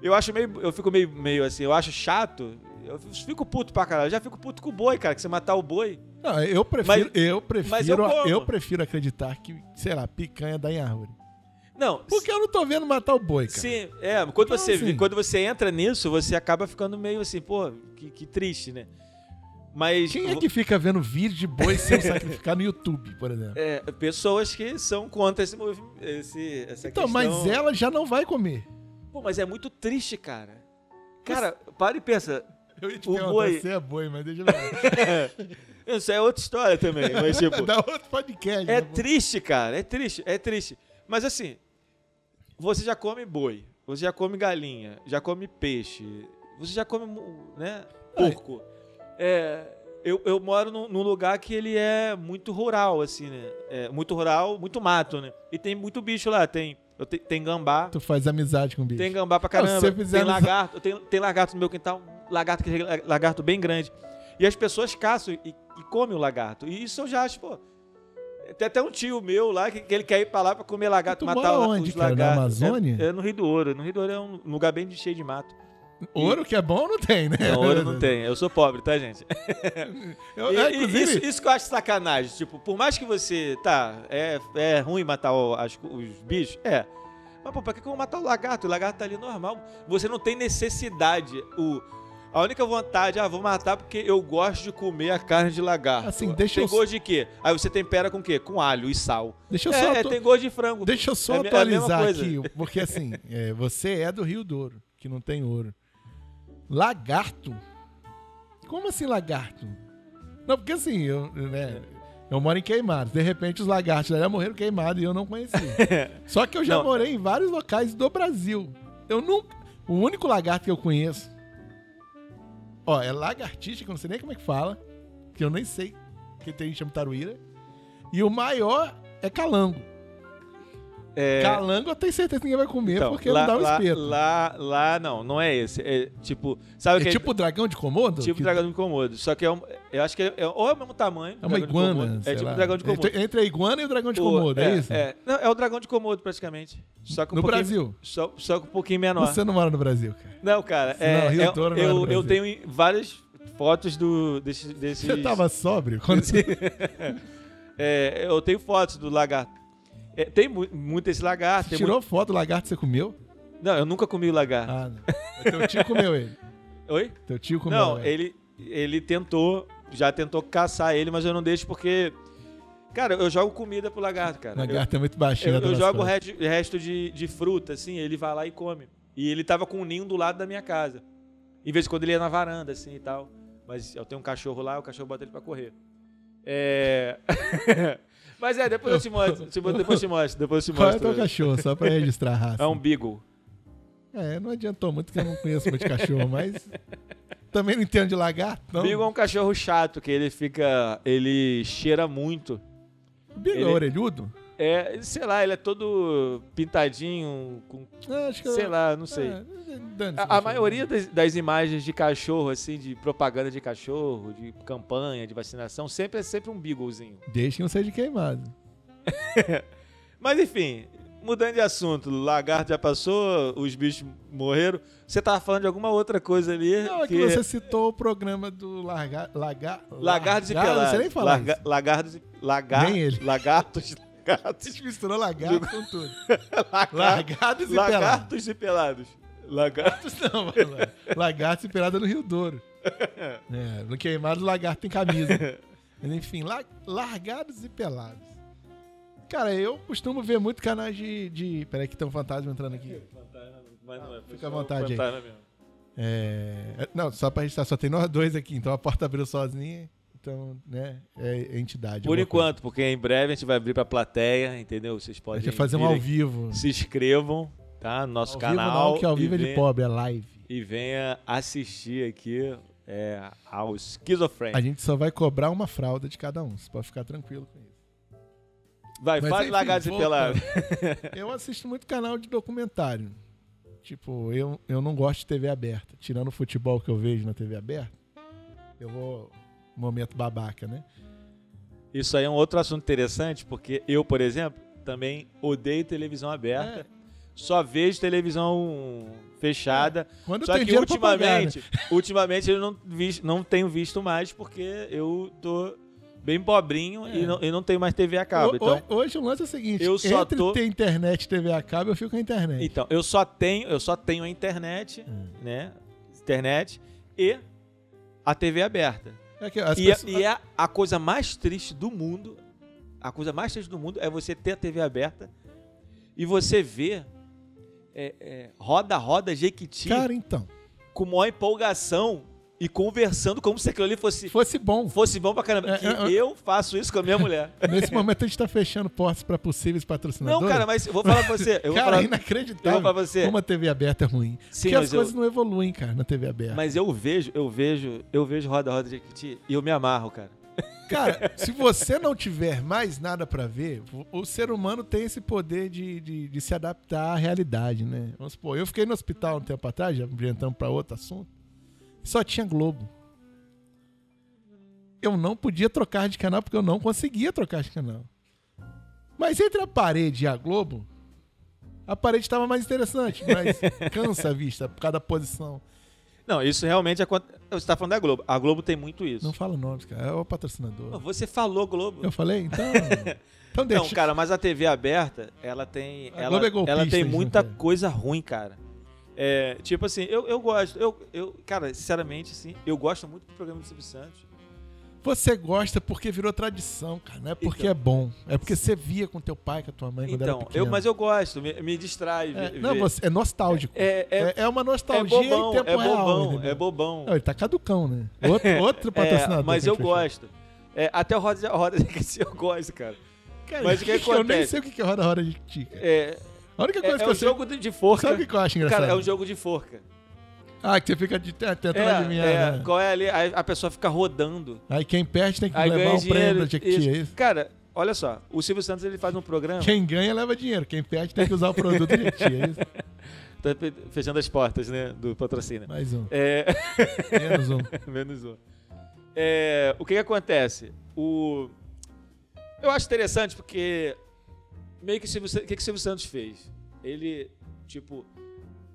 [SPEAKER 2] eu acho meio. Eu fico meio, meio assim, eu acho chato. Eu fico puto pra caralho. Eu já fico puto com o boi, cara, que você matar o boi.
[SPEAKER 3] Não, eu prefiro, eu prefiro,
[SPEAKER 2] mas eu
[SPEAKER 3] eu,
[SPEAKER 2] como.
[SPEAKER 3] prefiro acreditar que, sei lá, picanha dá em árvore.
[SPEAKER 2] Não,
[SPEAKER 3] Porque eu não tô vendo matar o boi, cara.
[SPEAKER 2] sim, é, quando
[SPEAKER 3] Então,
[SPEAKER 2] você
[SPEAKER 3] assim-
[SPEAKER 2] quando você entra nisso, você acaba ficando meio assim, pô, que, que triste, né? Mas
[SPEAKER 3] Quem é que fica vendo vídeo de boi sendo sacrificado no YouTube, por exemplo?
[SPEAKER 2] é, pessoas que são contra esse movimento, esse essa
[SPEAKER 3] então,
[SPEAKER 2] questão.
[SPEAKER 3] mas ela já não vai comer.
[SPEAKER 2] Pô, mas é muito triste, cara. Cara, para e pensa.
[SPEAKER 3] Eu ia te
[SPEAKER 2] O
[SPEAKER 3] perguntar
[SPEAKER 2] boi-
[SPEAKER 3] se é boi, mas deixa eu ver.
[SPEAKER 2] Isso é outra história também, mas tipo,
[SPEAKER 3] Dá outro podcast.
[SPEAKER 2] É
[SPEAKER 3] né, pô?
[SPEAKER 2] triste, cara. É triste, é triste. Mas assim, você já come boi, você já come galinha, já come peixe, você já come, mu- né?
[SPEAKER 3] Ai.
[SPEAKER 2] Porco. É, eu, eu moro num, num lugar que ele é muito rural, assim, né? É, muito rural, muito mato, né? E tem muito bicho lá. Tem, eu te- tem gambá,
[SPEAKER 3] Tu faz amizade com o bicho.
[SPEAKER 2] tem gambá pra
[SPEAKER 3] Não, se
[SPEAKER 2] caramba,
[SPEAKER 3] você fizer
[SPEAKER 2] tem
[SPEAKER 3] no-
[SPEAKER 2] lagarto, tem, tem lagarto no meu quintal, lagarto, que- lagarto bem grande. E as pessoas caçam e, e comem o lagarto. E isso eu já acho, pô. Tem até um tio meu lá que, que ele quer ir pra lá pra comer lagarto,
[SPEAKER 3] Tu
[SPEAKER 2] matar
[SPEAKER 3] mora
[SPEAKER 2] la-
[SPEAKER 3] onde,
[SPEAKER 2] os
[SPEAKER 3] cara? Na
[SPEAKER 2] lagartos.
[SPEAKER 3] Amazônia?
[SPEAKER 2] É, é no Rio do Ouro. No Rio do Ouro é um lugar bem cheio de mato.
[SPEAKER 3] Ouro que é bom não tem, né?
[SPEAKER 2] Não, ouro não tem. Eu sou pobre, tá, gente?
[SPEAKER 3] Eu,
[SPEAKER 2] E-
[SPEAKER 3] é,
[SPEAKER 2] e-
[SPEAKER 3] inclusive,
[SPEAKER 2] isso, isso que eu acho sacanagem. Tipo, por mais que você. Tá, é, é ruim matar o- as- os bichos? É. Mas, pô, pra que que eu vou matar o lagarto? O lagarto tá ali normal. Você não tem necessidade. O, a única vontade, ah, vou matar porque eu gosto de comer a carne de lagarto.
[SPEAKER 3] Assim, deixa
[SPEAKER 2] tem
[SPEAKER 3] eu-
[SPEAKER 2] gosto de quê? Aí você tempera com o quê? Com alho e sal.
[SPEAKER 3] deixa eu só,
[SPEAKER 2] É, é,
[SPEAKER 3] atu-
[SPEAKER 2] tem gosto de frango.
[SPEAKER 3] deixa eu só
[SPEAKER 2] é a me- é a mesma
[SPEAKER 3] atualizar
[SPEAKER 2] coisa.
[SPEAKER 3] aqui, porque assim, é, você é do Rio Douro, que não tem ouro. Lagarto? Como assim lagarto? Não, porque assim, eu,
[SPEAKER 2] É.
[SPEAKER 3] né, eu moro em Queimados. De repente os lagartos já morreram queimados e eu não conheci. Só que eu já
[SPEAKER 2] Não.
[SPEAKER 3] morei em vários locais do Brasil. Eu nunca. O único lagarto que eu conheço. Ó, é lagartixa, que eu não sei nem como é que fala. Que eu nem sei. Que tem gente que chama taruíra. E o maior é calango.
[SPEAKER 2] É,
[SPEAKER 3] Calango eu tenho certeza que ninguém vai comer
[SPEAKER 2] então,
[SPEAKER 3] porque
[SPEAKER 2] lá,
[SPEAKER 3] não dá um
[SPEAKER 2] lá,
[SPEAKER 3] espeto.
[SPEAKER 2] lá, lá, não, não é esse. É tipo, sabe o
[SPEAKER 3] é
[SPEAKER 2] que
[SPEAKER 3] tipo o dragão de Komodo?
[SPEAKER 2] Tipo
[SPEAKER 3] que
[SPEAKER 2] dragão de Komodo. Só que é um, eu acho que é, é- ou é o mesmo tamanho. do
[SPEAKER 3] É uma
[SPEAKER 2] dragão de Komodo,
[SPEAKER 3] iguana.
[SPEAKER 2] É
[SPEAKER 3] sei
[SPEAKER 2] tipo
[SPEAKER 3] lá.
[SPEAKER 2] o dragão de Komodo.
[SPEAKER 3] Entre, entre a iguana e o dragão de Komodo,
[SPEAKER 2] O-
[SPEAKER 3] é, isso?
[SPEAKER 2] É, Não, é o dragão de Komodo praticamente. Só que um
[SPEAKER 3] No
[SPEAKER 2] pouquinho-
[SPEAKER 3] Brasil.
[SPEAKER 2] Só, só que um pouquinho menor.
[SPEAKER 3] Você não mora no Brasil, cara.
[SPEAKER 2] Não, cara.
[SPEAKER 3] Não,
[SPEAKER 2] É,
[SPEAKER 3] Rio
[SPEAKER 2] é-
[SPEAKER 3] Douro não é no
[SPEAKER 2] eu,
[SPEAKER 3] Brasil.
[SPEAKER 2] eu tenho em- várias fotos do, desse. desses-
[SPEAKER 3] Você tava sóbrio quando você
[SPEAKER 2] é, eu tenho fotos do lagarto. É, tem mu- muito esse lagarto. tem
[SPEAKER 3] tirou foto do lagarto que você comeu?
[SPEAKER 2] muito- Não, eu nunca comi o lagarto.
[SPEAKER 3] Ah, não. Teu tio comeu ele.
[SPEAKER 2] Oi?
[SPEAKER 3] Teu tio comeu
[SPEAKER 2] Não,
[SPEAKER 3] ele.
[SPEAKER 2] ele, ele tentou. Já tentou caçar ele, mas eu não deixo porque. Cara, eu jogo comida pro lagarto, cara. Eu-
[SPEAKER 3] Lagarto é muito baixinho.
[SPEAKER 2] tá Eu,
[SPEAKER 3] né,
[SPEAKER 2] eu
[SPEAKER 3] das
[SPEAKER 2] jogo o
[SPEAKER 3] costas.
[SPEAKER 2] resto, resto de, de fruta, assim, ele vai lá e come. E ele tava com um ninho do lado da minha casa. Em vez de quando ele ia na varanda, assim e tal. Mas eu tenho um cachorro lá, o cachorro bota ele pra correr. É. Mas é, depois eu te mostro. te- Depois eu te mostro. Depois eu te
[SPEAKER 3] Qual é o teu
[SPEAKER 2] mostro.
[SPEAKER 3] cachorro? Só pra registrar a raça.
[SPEAKER 2] É um beagle.
[SPEAKER 3] É, não adiantou muito que eu não conheço muito cachorro, mas. Também não entendo de lagarto, não.
[SPEAKER 2] Beagle é um cachorro chato, que ele fica. Ele cheira muito.
[SPEAKER 3] Bigo é
[SPEAKER 2] ele-
[SPEAKER 3] orelhudo?
[SPEAKER 2] É, sei lá, ele é todo pintadinho, com.
[SPEAKER 3] Ah, acho que eu-
[SPEAKER 2] Sei lá, não sei.
[SPEAKER 3] Ah, dane-se,
[SPEAKER 2] A, a
[SPEAKER 3] cachorro.
[SPEAKER 2] maioria das, das imagens de cachorro, assim, de propaganda de cachorro, de campanha, de vacinação, sempre é sempre um beaglezinho.
[SPEAKER 3] Desde que não seja queimado.
[SPEAKER 2] Mas enfim, mudando de assunto, lagarto já passou, os bichos morreram. Você tava falando de alguma outra coisa ali?
[SPEAKER 3] Não, é que, você citou o programa do larga, lagar,
[SPEAKER 2] Lagartos e
[SPEAKER 3] largar-
[SPEAKER 2] pelados.
[SPEAKER 3] Não sei nem falar
[SPEAKER 2] Larga-
[SPEAKER 3] isso.
[SPEAKER 2] Lagartos e... Lagar...
[SPEAKER 3] Nem ele.
[SPEAKER 2] Lagartos... Lagartos...
[SPEAKER 3] Vocês misturou lagarto com tudo.
[SPEAKER 2] lagar-
[SPEAKER 3] Largados e pelados.
[SPEAKER 2] Lagartos e pelados. Lagartos...
[SPEAKER 3] Não, mano. Lagartos e pelada no Rio Douro. É, no queimado, lagarto tem camisa. Mas enfim, la- largados e pelados. Cara, eu costumo ver muito canais de. de... Peraí, que tem um fantasma entrando aqui.
[SPEAKER 2] Mas não é,
[SPEAKER 3] Fica à vontade aí.
[SPEAKER 2] fantasma mesmo.
[SPEAKER 3] É, Não, só pra registrar, só tem nós dois aqui, então a porta abriu sozinha. Então, né, é entidade.
[SPEAKER 2] Por
[SPEAKER 3] alguma coisa.
[SPEAKER 2] enquanto, porque em breve a gente vai abrir pra plateia, entendeu? Vocês
[SPEAKER 3] A
[SPEAKER 2] podem
[SPEAKER 3] gente vai fazer um
[SPEAKER 2] vir
[SPEAKER 3] ao
[SPEAKER 2] aqui.
[SPEAKER 3] vivo.
[SPEAKER 2] Se inscrevam, tá? No nosso
[SPEAKER 3] ao
[SPEAKER 2] canal.
[SPEAKER 3] vivo não, que ao
[SPEAKER 2] e
[SPEAKER 3] vivo é de
[SPEAKER 2] venha-
[SPEAKER 3] pobre, é live.
[SPEAKER 2] E venha assistir aqui é, ao Schizofrenia.
[SPEAKER 3] A gente só vai cobrar uma fralda de cada um, você pode ficar tranquilo com isso.
[SPEAKER 2] Vai,
[SPEAKER 3] Mas
[SPEAKER 2] faz
[SPEAKER 3] enfim,
[SPEAKER 2] lagartos e
[SPEAKER 3] volta.
[SPEAKER 2] pelado.
[SPEAKER 3] Eu assisto muito canal de documentário. Tipo, eu, eu não gosto de TV aberta. Tirando o futebol que eu vejo na TV aberta, eu vou. Momento babaca, né?
[SPEAKER 2] Isso aí é um outro assunto interessante, porque eu, por exemplo, também odeio televisão
[SPEAKER 3] É.
[SPEAKER 2] aberta. Só vejo televisão fechada.
[SPEAKER 3] Quando
[SPEAKER 2] Só
[SPEAKER 3] eu tenho
[SPEAKER 2] que
[SPEAKER 3] É. dinheiro pra pagar, né?
[SPEAKER 2] ultimamente, ultimamente eu não, vi- não tenho visto mais, porque eu tô bem pobrinho
[SPEAKER 3] É.
[SPEAKER 2] e, não, e não tenho mais TV a cabo.
[SPEAKER 3] Ho-
[SPEAKER 2] então,
[SPEAKER 3] ho- Hoje o lance é o seguinte:
[SPEAKER 2] eu só
[SPEAKER 3] entre
[SPEAKER 2] tô-
[SPEAKER 3] ter internet e TV a cabo, eu fico com a internet.
[SPEAKER 2] então, eu só tenho, eu só tenho a internet,
[SPEAKER 3] Hum.
[SPEAKER 2] né? Internet e a TV aberta.
[SPEAKER 3] É que as
[SPEAKER 2] E,
[SPEAKER 3] pessoas-
[SPEAKER 2] é- e é a coisa mais triste do mundo. A coisa mais triste do mundo é você ter a TV aberta e você ver é, é, roda roda Jequiti
[SPEAKER 3] Cara, então.
[SPEAKER 2] com maior empolgação e conversando como se aquilo ali fosse,
[SPEAKER 3] Fosse bom.
[SPEAKER 2] fosse bom pra caramba.
[SPEAKER 3] É,
[SPEAKER 2] que
[SPEAKER 3] é, é.
[SPEAKER 2] eu faço isso com a minha mulher.
[SPEAKER 3] Nesse momento a gente tá fechando portas pra possíveis
[SPEAKER 2] Não,
[SPEAKER 3] patrocinadores.
[SPEAKER 2] cara, mas eu vou falar pra você. Eu vou
[SPEAKER 3] é Cara, é
[SPEAKER 2] falar, eu
[SPEAKER 3] inacreditável.
[SPEAKER 2] vou falar pra você.
[SPEAKER 3] Como a TV aberta é ruim.
[SPEAKER 2] Sim,
[SPEAKER 3] Porque as
[SPEAKER 2] mas eu,
[SPEAKER 3] coisas não evoluem, cara, na TV aberta.
[SPEAKER 2] mas eu vejo, eu vejo, eu vejo roda roda Jequiti e eu me amarro, cara.
[SPEAKER 3] Cara, se você não tiver mais nada pra ver, o- o ser humano tem esse poder de, de, de se adaptar à realidade, né? Vamos supor, eu fiquei no hospital um tempo atrás, já orientando pra outro assunto, e só tinha Globo. Eu não podia trocar de canal porque eu não conseguia trocar de canal. Mas entre a parede e a Globo, a parede estava mais interessante, mas cansa a vista por causa da posição.
[SPEAKER 2] Não, isso realmente acontece. Você tá falando da Globo. A Globo tem muito isso.
[SPEAKER 3] Não fala nomes, cara, é o
[SPEAKER 2] Não,
[SPEAKER 3] patrocinador.
[SPEAKER 2] Você falou Globo.
[SPEAKER 3] Eu falei? Então. Então deixa.
[SPEAKER 2] Não, cara, mas a TV aberta, ela tem.
[SPEAKER 3] A
[SPEAKER 2] ela,
[SPEAKER 3] Globo é golpista,
[SPEAKER 2] ela tem
[SPEAKER 3] isso, né,
[SPEAKER 2] muita
[SPEAKER 3] cara?
[SPEAKER 2] coisa ruim, cara. É, tipo assim, eu, eu gosto. Eu, eu, cara, sinceramente, assim, eu gosto muito do programa do Silvio Santos.
[SPEAKER 3] Você gosta porque virou tradição, cara. Não é porque
[SPEAKER 2] Então.
[SPEAKER 3] é bom. É porque você via com teu pai, com a tua mãe É, quando era
[SPEAKER 2] Então,
[SPEAKER 3] pequeno.
[SPEAKER 2] eu, mas eu gosto, me, me distrai.
[SPEAKER 3] É,
[SPEAKER 2] vê-
[SPEAKER 3] não,
[SPEAKER 2] vê-
[SPEAKER 3] você, é nostálgico. É,
[SPEAKER 2] É, é,
[SPEAKER 3] é uma
[SPEAKER 2] é
[SPEAKER 3] nostalgia
[SPEAKER 2] bobão,
[SPEAKER 3] em tempo
[SPEAKER 2] é
[SPEAKER 3] real.
[SPEAKER 2] bobão,
[SPEAKER 3] entendeu?
[SPEAKER 2] é bobão.
[SPEAKER 3] Não, ele tá caducão, né? Outro, outro
[SPEAKER 2] É,
[SPEAKER 3] patrocinador.
[SPEAKER 2] mas
[SPEAKER 3] que a
[SPEAKER 2] eu
[SPEAKER 3] gente fechou.
[SPEAKER 2] gosto. É, até o Roda Roda de eu gosto, cara.
[SPEAKER 3] Cara,
[SPEAKER 2] Mas o que
[SPEAKER 3] Eu nem
[SPEAKER 2] acontece?
[SPEAKER 3] sei o que que é roda roda de tica.
[SPEAKER 2] É,
[SPEAKER 3] A única
[SPEAKER 2] é,
[SPEAKER 3] coisa
[SPEAKER 2] é
[SPEAKER 3] que
[SPEAKER 2] um
[SPEAKER 3] eu sei.
[SPEAKER 2] jogo de- de forca.
[SPEAKER 3] Sabe o que que eu acho engraçado?
[SPEAKER 2] Cara, é um jogo de forca.
[SPEAKER 3] Ah, que você fica de, tentando
[SPEAKER 2] É,
[SPEAKER 3] adivinhar.
[SPEAKER 2] é,
[SPEAKER 3] né?
[SPEAKER 2] qual é ali? Aí a pessoa fica rodando.
[SPEAKER 3] Aí quem perde tem que
[SPEAKER 2] Aí
[SPEAKER 3] levar
[SPEAKER 2] ganha
[SPEAKER 3] um prêmio
[SPEAKER 2] dinheiro.
[SPEAKER 3] da Jequiti, é
[SPEAKER 2] isso.
[SPEAKER 3] isso?
[SPEAKER 2] Cara, olha só, o Silvio Santos ele faz um programa.
[SPEAKER 3] Quem ganha leva dinheiro. Quem perde tem que usar o produto da Jequiti, é isso?
[SPEAKER 2] Tá pe- fechando as portas, né? Do patrocínio.
[SPEAKER 3] Mais um.
[SPEAKER 2] É,
[SPEAKER 3] Menos um.
[SPEAKER 2] menos um. É, o que, que acontece? O, eu acho interessante porque meio que o Silvio, San- o que, que o Silvio Santos fez? Ele, tipo,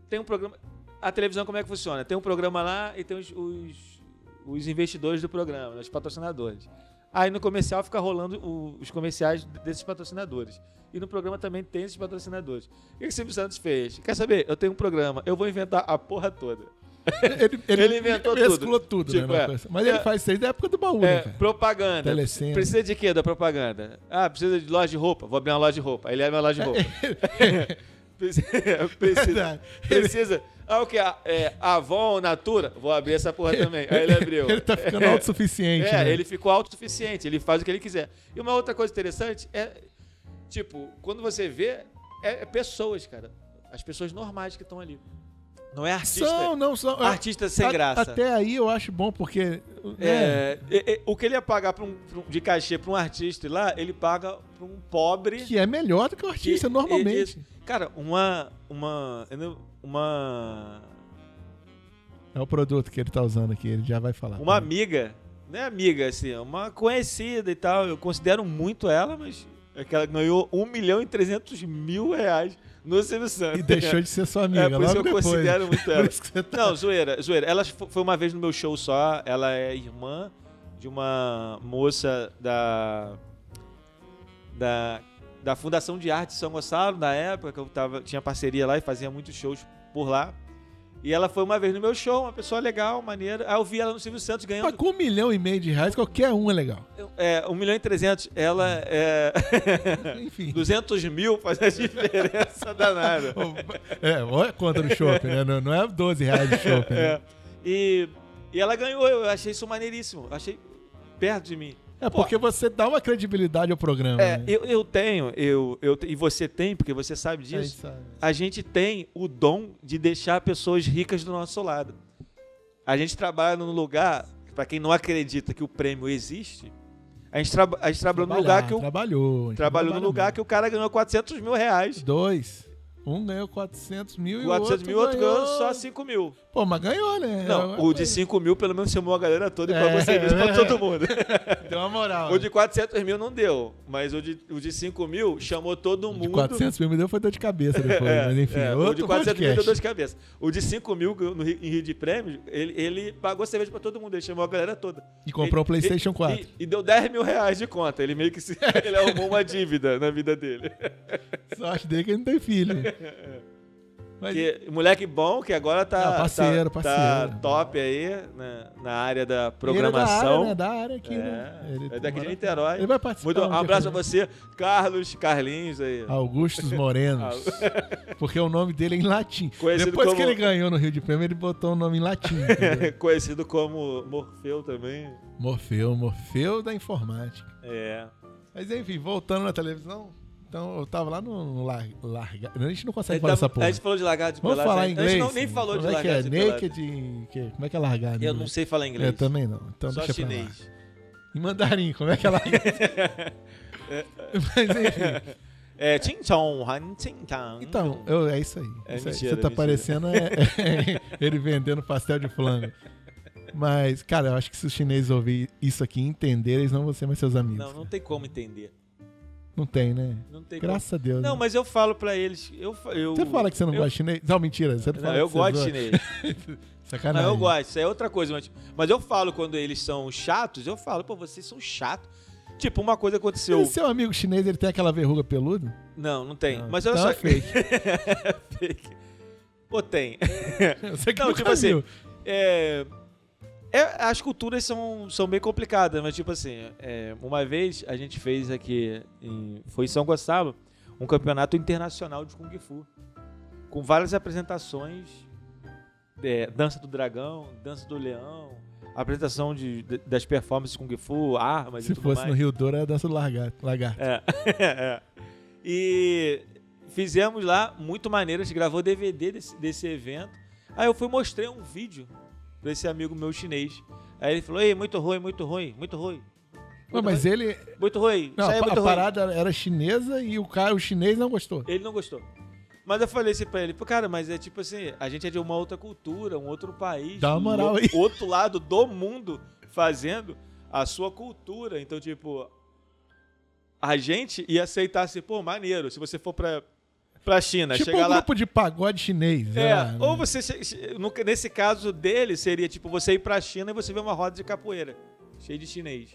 [SPEAKER 2] tem um programa. A televisão como é que funciona? Tem um programa lá e tem os, os, os investidores do programa, né, os patrocinadores. Aí no comercial fica rolando o- os comerciais desses patrocinadores. E no programa também tem esses patrocinadores. O que que o Silvio Santos fez? Quer saber? Eu tenho um programa, eu vou inventar a porra toda.
[SPEAKER 3] Ele,
[SPEAKER 2] Ele inventou
[SPEAKER 3] mesclou tudo,
[SPEAKER 2] Tipo,
[SPEAKER 3] né, na
[SPEAKER 2] é.
[SPEAKER 3] coisa. Mas ele
[SPEAKER 2] É.
[SPEAKER 3] faz isso desde a época do baú,
[SPEAKER 2] É,
[SPEAKER 3] né, cara?
[SPEAKER 2] propaganda.
[SPEAKER 3] Telecena.
[SPEAKER 2] Precisa de quê da propaganda? Ah, precisa de loja de roupa? Vou abrir uma loja de roupa. Aí ele abre uma loja de roupa. precisa. precisa,
[SPEAKER 3] Verdade.
[SPEAKER 2] precisa. Ah, o que? É, Avon, Natura? Vou abrir essa porra também. Aí ele abriu.
[SPEAKER 3] Ele tá ficando autossuficiente,
[SPEAKER 2] É,
[SPEAKER 3] né?
[SPEAKER 2] ele ficou autossuficiente, ele faz o que ele quiser. E uma outra coisa interessante é, tipo, quando você vê, é, é pessoas, cara. As pessoas normais que estão ali. Não é artista.
[SPEAKER 3] São, não são. é,
[SPEAKER 2] Artista sem
[SPEAKER 3] a-
[SPEAKER 2] graça.
[SPEAKER 3] Até aí eu acho bom, porque... né,
[SPEAKER 2] É, e- e- o que ele ia pagar pra um- pra um- de cachê pra um artista ir lá, ele paga pra um pobre.
[SPEAKER 3] Que é melhor do que o artista,
[SPEAKER 2] que-
[SPEAKER 3] normalmente.
[SPEAKER 2] e- e- cara, uma. Uma. eu não- Uma.
[SPEAKER 3] É o produto que ele tá usando aqui, ele já vai falar.
[SPEAKER 2] Uma amiga. Não é amiga, assim, é uma conhecida e tal. Eu considero muito ela, mas. É que ela ganhou 1 milhão e 300 mil reais no Silvio Santos.
[SPEAKER 3] E deixou de ser sua amiga,
[SPEAKER 2] É, por isso
[SPEAKER 3] logo
[SPEAKER 2] que eu
[SPEAKER 3] depois.
[SPEAKER 2] considero muito ela.
[SPEAKER 3] Por isso que você tá...
[SPEAKER 2] Não, zoeira, zoeira. Ela fo- foi uma vez no meu show só. Ela é irmã de uma moça da. da, da Fundação de Arte de São Gonçalo, na época, que eu tava, tinha parceria lá e fazia muitos shows por lá. E ela foi uma vez no meu show, uma pessoa legal, maneira. Aí eu vi ela no Silvio Santos
[SPEAKER 3] Mas
[SPEAKER 2] ganhando
[SPEAKER 3] com um milhão e meio de reais, qualquer um é legal.
[SPEAKER 2] é, 1 milhão e 300. Ela é.
[SPEAKER 3] Enfim.
[SPEAKER 2] 200 mil faz a diferença danada.
[SPEAKER 3] É, olha a conta do shopping, né? Não, não é 12 reais de shopping. né?
[SPEAKER 2] É. E, e ela ganhou, eu achei isso maneiríssimo. Achei perto de mim.
[SPEAKER 3] É porque você dá uma credibilidade ao programa.
[SPEAKER 2] É,
[SPEAKER 3] né?
[SPEAKER 2] eu, eu tenho, eu, eu, te- e você tem, porque você sabe
[SPEAKER 3] A
[SPEAKER 2] disso.
[SPEAKER 3] gente sabe.
[SPEAKER 2] a gente tem o dom de deixar pessoas ricas do nosso lado. A gente trabalha num lugar, pra quem não acredita que o prêmio existe, a gente, traba- a gente trabalhou num lugar
[SPEAKER 3] Trabalhar,
[SPEAKER 2] que o,
[SPEAKER 3] trabalhou. a gente
[SPEAKER 2] trabalhou num
[SPEAKER 3] trabalha
[SPEAKER 2] lugar que o cara ganhou 400 mil reais.
[SPEAKER 3] muito. Dois. Um ganhou 400 mil Um e
[SPEAKER 2] 400
[SPEAKER 3] o outro
[SPEAKER 2] mil, outro ganhou
[SPEAKER 3] ganhou
[SPEAKER 2] só 5 mil.
[SPEAKER 3] Pô, mas ganhou, né?
[SPEAKER 2] Não,
[SPEAKER 3] Era-
[SPEAKER 2] o de 5 mil pelo menos chamou a galera toda e
[SPEAKER 3] É,
[SPEAKER 2] pagou serviço pra
[SPEAKER 3] é.
[SPEAKER 2] todo mundo.
[SPEAKER 3] Deu uma moral. né?
[SPEAKER 2] O de 400 mil não deu, mas o de, o de 5 mil chamou todo
[SPEAKER 3] De
[SPEAKER 2] mundo.
[SPEAKER 3] 400 mil me deu foi dor de cabeça depois,
[SPEAKER 2] É,
[SPEAKER 3] mas enfim.
[SPEAKER 2] é,
[SPEAKER 3] outro
[SPEAKER 2] o de 400 mil deu
[SPEAKER 3] podcast.
[SPEAKER 2] dor de cabeça. O de 5 mil que eu- no Rio- em Rio de Prêmios, ele, ele pagou cerveja pra todo mundo, ele chamou a galera toda.
[SPEAKER 3] E comprou o
[SPEAKER 2] Ele-
[SPEAKER 3] PlayStation
[SPEAKER 2] e-
[SPEAKER 3] 4.
[SPEAKER 2] E, e deu 10 mil reais de conta. Ele meio que se, ele arrumou uma dívida na vida dele.
[SPEAKER 3] Sorte dele que ele não tem filho. Mas
[SPEAKER 2] Que, moleque bom, que agora tá,
[SPEAKER 3] Ah, parceiro,
[SPEAKER 2] tá-
[SPEAKER 3] parceiro.
[SPEAKER 2] tá top aí na, na área da
[SPEAKER 3] ele é da área,
[SPEAKER 2] programação.
[SPEAKER 3] né? Da área aqui, né?
[SPEAKER 2] É,
[SPEAKER 3] Ele
[SPEAKER 2] é daqui de
[SPEAKER 3] mora-
[SPEAKER 2] Niterói.
[SPEAKER 3] Ele vai participar.
[SPEAKER 2] Muito,
[SPEAKER 3] um
[SPEAKER 2] um
[SPEAKER 3] dia
[SPEAKER 2] abraço a
[SPEAKER 3] comigo.
[SPEAKER 2] você, Carlos, Carlinhos aí.
[SPEAKER 3] Augustus Morenos. porque o nome dele é em latim.
[SPEAKER 2] Conhecido
[SPEAKER 3] Depois que
[SPEAKER 2] como-
[SPEAKER 3] ele ganhou no Rio de Prêmio, ele botou o nome em latim. entendeu?
[SPEAKER 2] Conhecido como Morfeu também.
[SPEAKER 3] Morfeu, Morfeu da informática.
[SPEAKER 2] É.
[SPEAKER 3] Mas enfim, voltando na televisão. Então eu tava lá no lar, larga. A gente não consegue
[SPEAKER 2] Ele
[SPEAKER 3] falar
[SPEAKER 2] tá-
[SPEAKER 3] essa porra.
[SPEAKER 2] A gente falou de lagarto de
[SPEAKER 3] Vamos
[SPEAKER 2] pelado,
[SPEAKER 3] falar
[SPEAKER 2] né?
[SPEAKER 3] em inglês?
[SPEAKER 2] A gente não, nem falou de
[SPEAKER 3] Como é que
[SPEAKER 2] lagarto
[SPEAKER 3] é?
[SPEAKER 2] de pelado.
[SPEAKER 3] Naked em quê? Como é que é largado?
[SPEAKER 2] Eu não sei falar inglês.
[SPEAKER 3] Eu também não. Então
[SPEAKER 2] Só
[SPEAKER 3] deixa pra
[SPEAKER 2] chinês.
[SPEAKER 3] lá. Em mandarim, como é que é largado? Mas enfim.
[SPEAKER 2] É, Tim Chong, Han Tim Tang.
[SPEAKER 3] Então, eu- é isso aí.
[SPEAKER 2] É
[SPEAKER 3] Isso aí.
[SPEAKER 2] mentira,
[SPEAKER 3] Você tá
[SPEAKER 2] mentira.
[SPEAKER 3] parecendo é- é ele vendendo pastel de flango. Mas, cara, eu acho que se os chineses ouvirem isso aqui e entenderem, eles não vão ser mais seus amigos.
[SPEAKER 2] Não, não tem como entender.
[SPEAKER 3] Não tem, né?
[SPEAKER 2] Não tem
[SPEAKER 3] Graças a Deus.
[SPEAKER 2] como. Não,
[SPEAKER 3] né?
[SPEAKER 2] mas eu falo pra eles. Eu, fa- eu,
[SPEAKER 3] Você fala que você não
[SPEAKER 2] eu,
[SPEAKER 3] gosta de chinês? Não, mentira. Você fala
[SPEAKER 2] Não,
[SPEAKER 3] que
[SPEAKER 2] eu
[SPEAKER 3] você
[SPEAKER 2] gosto de
[SPEAKER 3] zoa.
[SPEAKER 2] chinês. Não,
[SPEAKER 3] Sacanagem.
[SPEAKER 2] eu gosto, isso é outra coisa. Mas, mas eu falo quando eles são chatos, eu falo, pô, vocês são chatos. Tipo, uma coisa aconteceu.
[SPEAKER 3] E seu amigo chinês, ele tem aquela verruga peluda?
[SPEAKER 2] Não, não tem.
[SPEAKER 3] Não,
[SPEAKER 2] mas olha
[SPEAKER 3] então
[SPEAKER 2] só.
[SPEAKER 3] é fake.
[SPEAKER 2] fake. Pô, tem.
[SPEAKER 3] Você que
[SPEAKER 2] Não,
[SPEAKER 3] nunca
[SPEAKER 2] tipo assim,
[SPEAKER 3] viu.
[SPEAKER 2] É, é, as culturas são, são bem complicadas, mas tipo assim, é, uma vez a gente fez aqui, em, foi em São Gonçalo, um campeonato internacional de Kung Fu. Com várias apresentações, é, dança do dragão, dança do leão, apresentação de, de- das performances Kung Fu, armas
[SPEAKER 3] Se
[SPEAKER 2] e tudo
[SPEAKER 3] fosse
[SPEAKER 2] mais.
[SPEAKER 3] no Rio Douro, era dança do lagarto. lagarto.
[SPEAKER 2] É. É. E fizemos lá, muito maneiro, a gente gravou DVD desse, desse evento. Aí eu fui e mostrei um vídeo pra esse amigo meu chinês. Aí ele falou, ei, muito ruim, muito ruim, muito ruim.
[SPEAKER 3] Ué, mas ele...
[SPEAKER 2] Muito ruim,
[SPEAKER 3] Não,
[SPEAKER 2] isso aí é
[SPEAKER 3] a
[SPEAKER 2] muito
[SPEAKER 3] a
[SPEAKER 2] ruim.
[SPEAKER 3] parada era chinesa e o cara, o chinês não gostou.
[SPEAKER 2] Ele não gostou. Mas eu falei assim pra ele, pô, cara, mas é tipo assim, a gente é de uma outra cultura, um outro país.
[SPEAKER 3] Dá uma
[SPEAKER 2] um
[SPEAKER 3] moral
[SPEAKER 2] o-
[SPEAKER 3] aí.
[SPEAKER 2] Outro lado do mundo fazendo a sua cultura. Então, tipo, a gente ia aceitar assim, pô, maneiro, se você for pra, pra China,
[SPEAKER 3] tipo
[SPEAKER 2] chegar
[SPEAKER 3] um
[SPEAKER 2] lá...
[SPEAKER 3] grupo de pagode chinês. sei
[SPEAKER 2] É,
[SPEAKER 3] lá, né?
[SPEAKER 2] ou você, che- che- no- nesse caso dele, seria tipo você ir pra China e você ver uma roda de capoeira, cheia de chinês.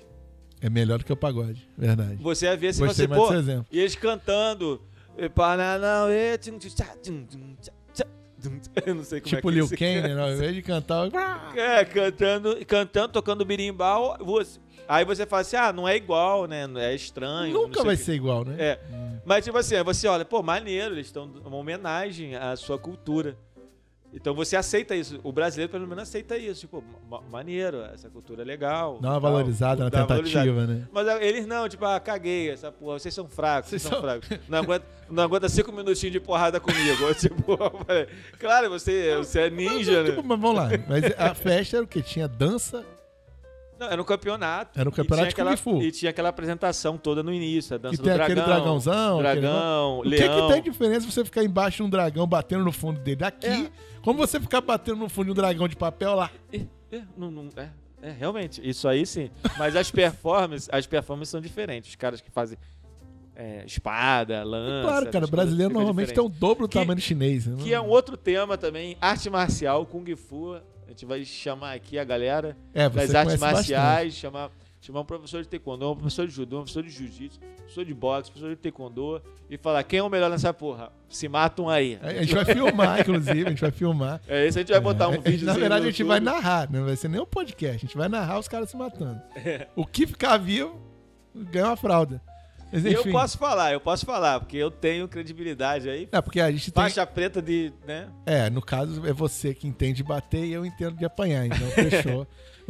[SPEAKER 3] É melhor do que o pagode, verdade.
[SPEAKER 2] Você ia ver se
[SPEAKER 3] Gostei
[SPEAKER 2] você,
[SPEAKER 3] mais
[SPEAKER 2] pô,
[SPEAKER 3] do seu exemplo.
[SPEAKER 2] e eles cantando. e Paranauê, tchum, tchum, tchá, tchum, tchum, tchá, tchá, tchum, tchá. Eu não sei como
[SPEAKER 3] tipo
[SPEAKER 2] é que
[SPEAKER 3] Liu
[SPEAKER 2] eles-
[SPEAKER 3] Kane, né? Ao invés de cantar... eu-
[SPEAKER 2] É, cantando, cantando, tocando birimbau. você- Aí você fala assim: ah, não é igual, né? É estranho. não
[SPEAKER 3] Nunca
[SPEAKER 2] sei
[SPEAKER 3] vai
[SPEAKER 2] o quê.
[SPEAKER 3] ser igual, né?
[SPEAKER 2] É. Mas, tipo assim, aí você olha, pô, maneiro, eles estão uma homenagem à sua cultura. Então você aceita isso. O brasileiro, pelo menos, aceita isso. Tipo, ma- maneiro, essa cultura é legal.
[SPEAKER 3] Dá
[SPEAKER 2] tal.
[SPEAKER 3] uma valorizada na
[SPEAKER 2] Dá uma
[SPEAKER 3] tentativa,
[SPEAKER 2] valorizada.
[SPEAKER 3] né?
[SPEAKER 2] Mas ah, eles não, tipo, ah, caguei essa porra, vocês são fracos, vocês,
[SPEAKER 3] Vocês
[SPEAKER 2] são,
[SPEAKER 3] são-
[SPEAKER 2] fracos. Não aguenta, não aguenta cinco minutinhos de porrada comigo. Eu, tipo, eu falei, claro, você, você é
[SPEAKER 3] Mas,
[SPEAKER 2] ninja,
[SPEAKER 3] tipo,
[SPEAKER 2] né?
[SPEAKER 3] mas vamos lá. Mas a festa era o quê? Tinha dança?
[SPEAKER 2] Não, era um campeonato.
[SPEAKER 3] Era um
[SPEAKER 2] e
[SPEAKER 3] campeonato de
[SPEAKER 2] tinha aquela,
[SPEAKER 3] Kung Fu.
[SPEAKER 2] E tinha aquela apresentação toda no início, a dança
[SPEAKER 3] Que
[SPEAKER 2] do
[SPEAKER 3] tem
[SPEAKER 2] dragão.
[SPEAKER 3] aquele dragãozão, aquele- né?
[SPEAKER 2] Dragão,
[SPEAKER 3] O que,
[SPEAKER 2] leão.
[SPEAKER 3] que tem diferença você ficar embaixo de um dragão batendo no fundo dele aqui, como você ficar batendo no fundo de um dragão de papel lá?
[SPEAKER 2] É, é, não- não- é, é, realmente, isso aí sim. Mas as performances, as performances são diferentes. Os caras que fazem é, espada, lança.
[SPEAKER 3] claro, cara,
[SPEAKER 2] essas
[SPEAKER 3] o brasileiro
[SPEAKER 2] coisas,
[SPEAKER 3] normalmente
[SPEAKER 2] é fica
[SPEAKER 3] tem um o dobro do
[SPEAKER 2] Que-
[SPEAKER 3] tamanho do chinês. né?
[SPEAKER 2] diferente. Que é um outro tema também, arte marcial, Kung Fu. A gente vai chamar aqui a galera
[SPEAKER 3] É,
[SPEAKER 2] das
[SPEAKER 3] você
[SPEAKER 2] artes
[SPEAKER 3] conhece bastante.
[SPEAKER 2] marciais, chamar chamar um professor de taekwondo, um professor de judô, um professor de jiu-jitsu, um professor de boxe, um professor de taekwondo e falar quem é o melhor nessa porra. Se matam aí.
[SPEAKER 3] É, A gente vai filmar, inclusive, a gente vai filmar.
[SPEAKER 2] É isso, a gente vai botar um
[SPEAKER 3] É,
[SPEAKER 2] vídeo.
[SPEAKER 3] Na
[SPEAKER 2] assim
[SPEAKER 3] verdade,
[SPEAKER 2] no
[SPEAKER 3] a gente vai
[SPEAKER 2] YouTube.
[SPEAKER 3] narrar, não vai ser nem um podcast. A gente vai narrar os caras se matando. O que ficar vivo ganha uma fralda. Mas
[SPEAKER 2] E
[SPEAKER 3] enfim.
[SPEAKER 2] eu posso falar, eu posso falar, porque eu tenho credibilidade aí.
[SPEAKER 3] É, porque a gente tem.
[SPEAKER 2] Faixa preta de, né?
[SPEAKER 3] É, no caso, é você que entende de bater e eu entendo de apanhar, então fechou.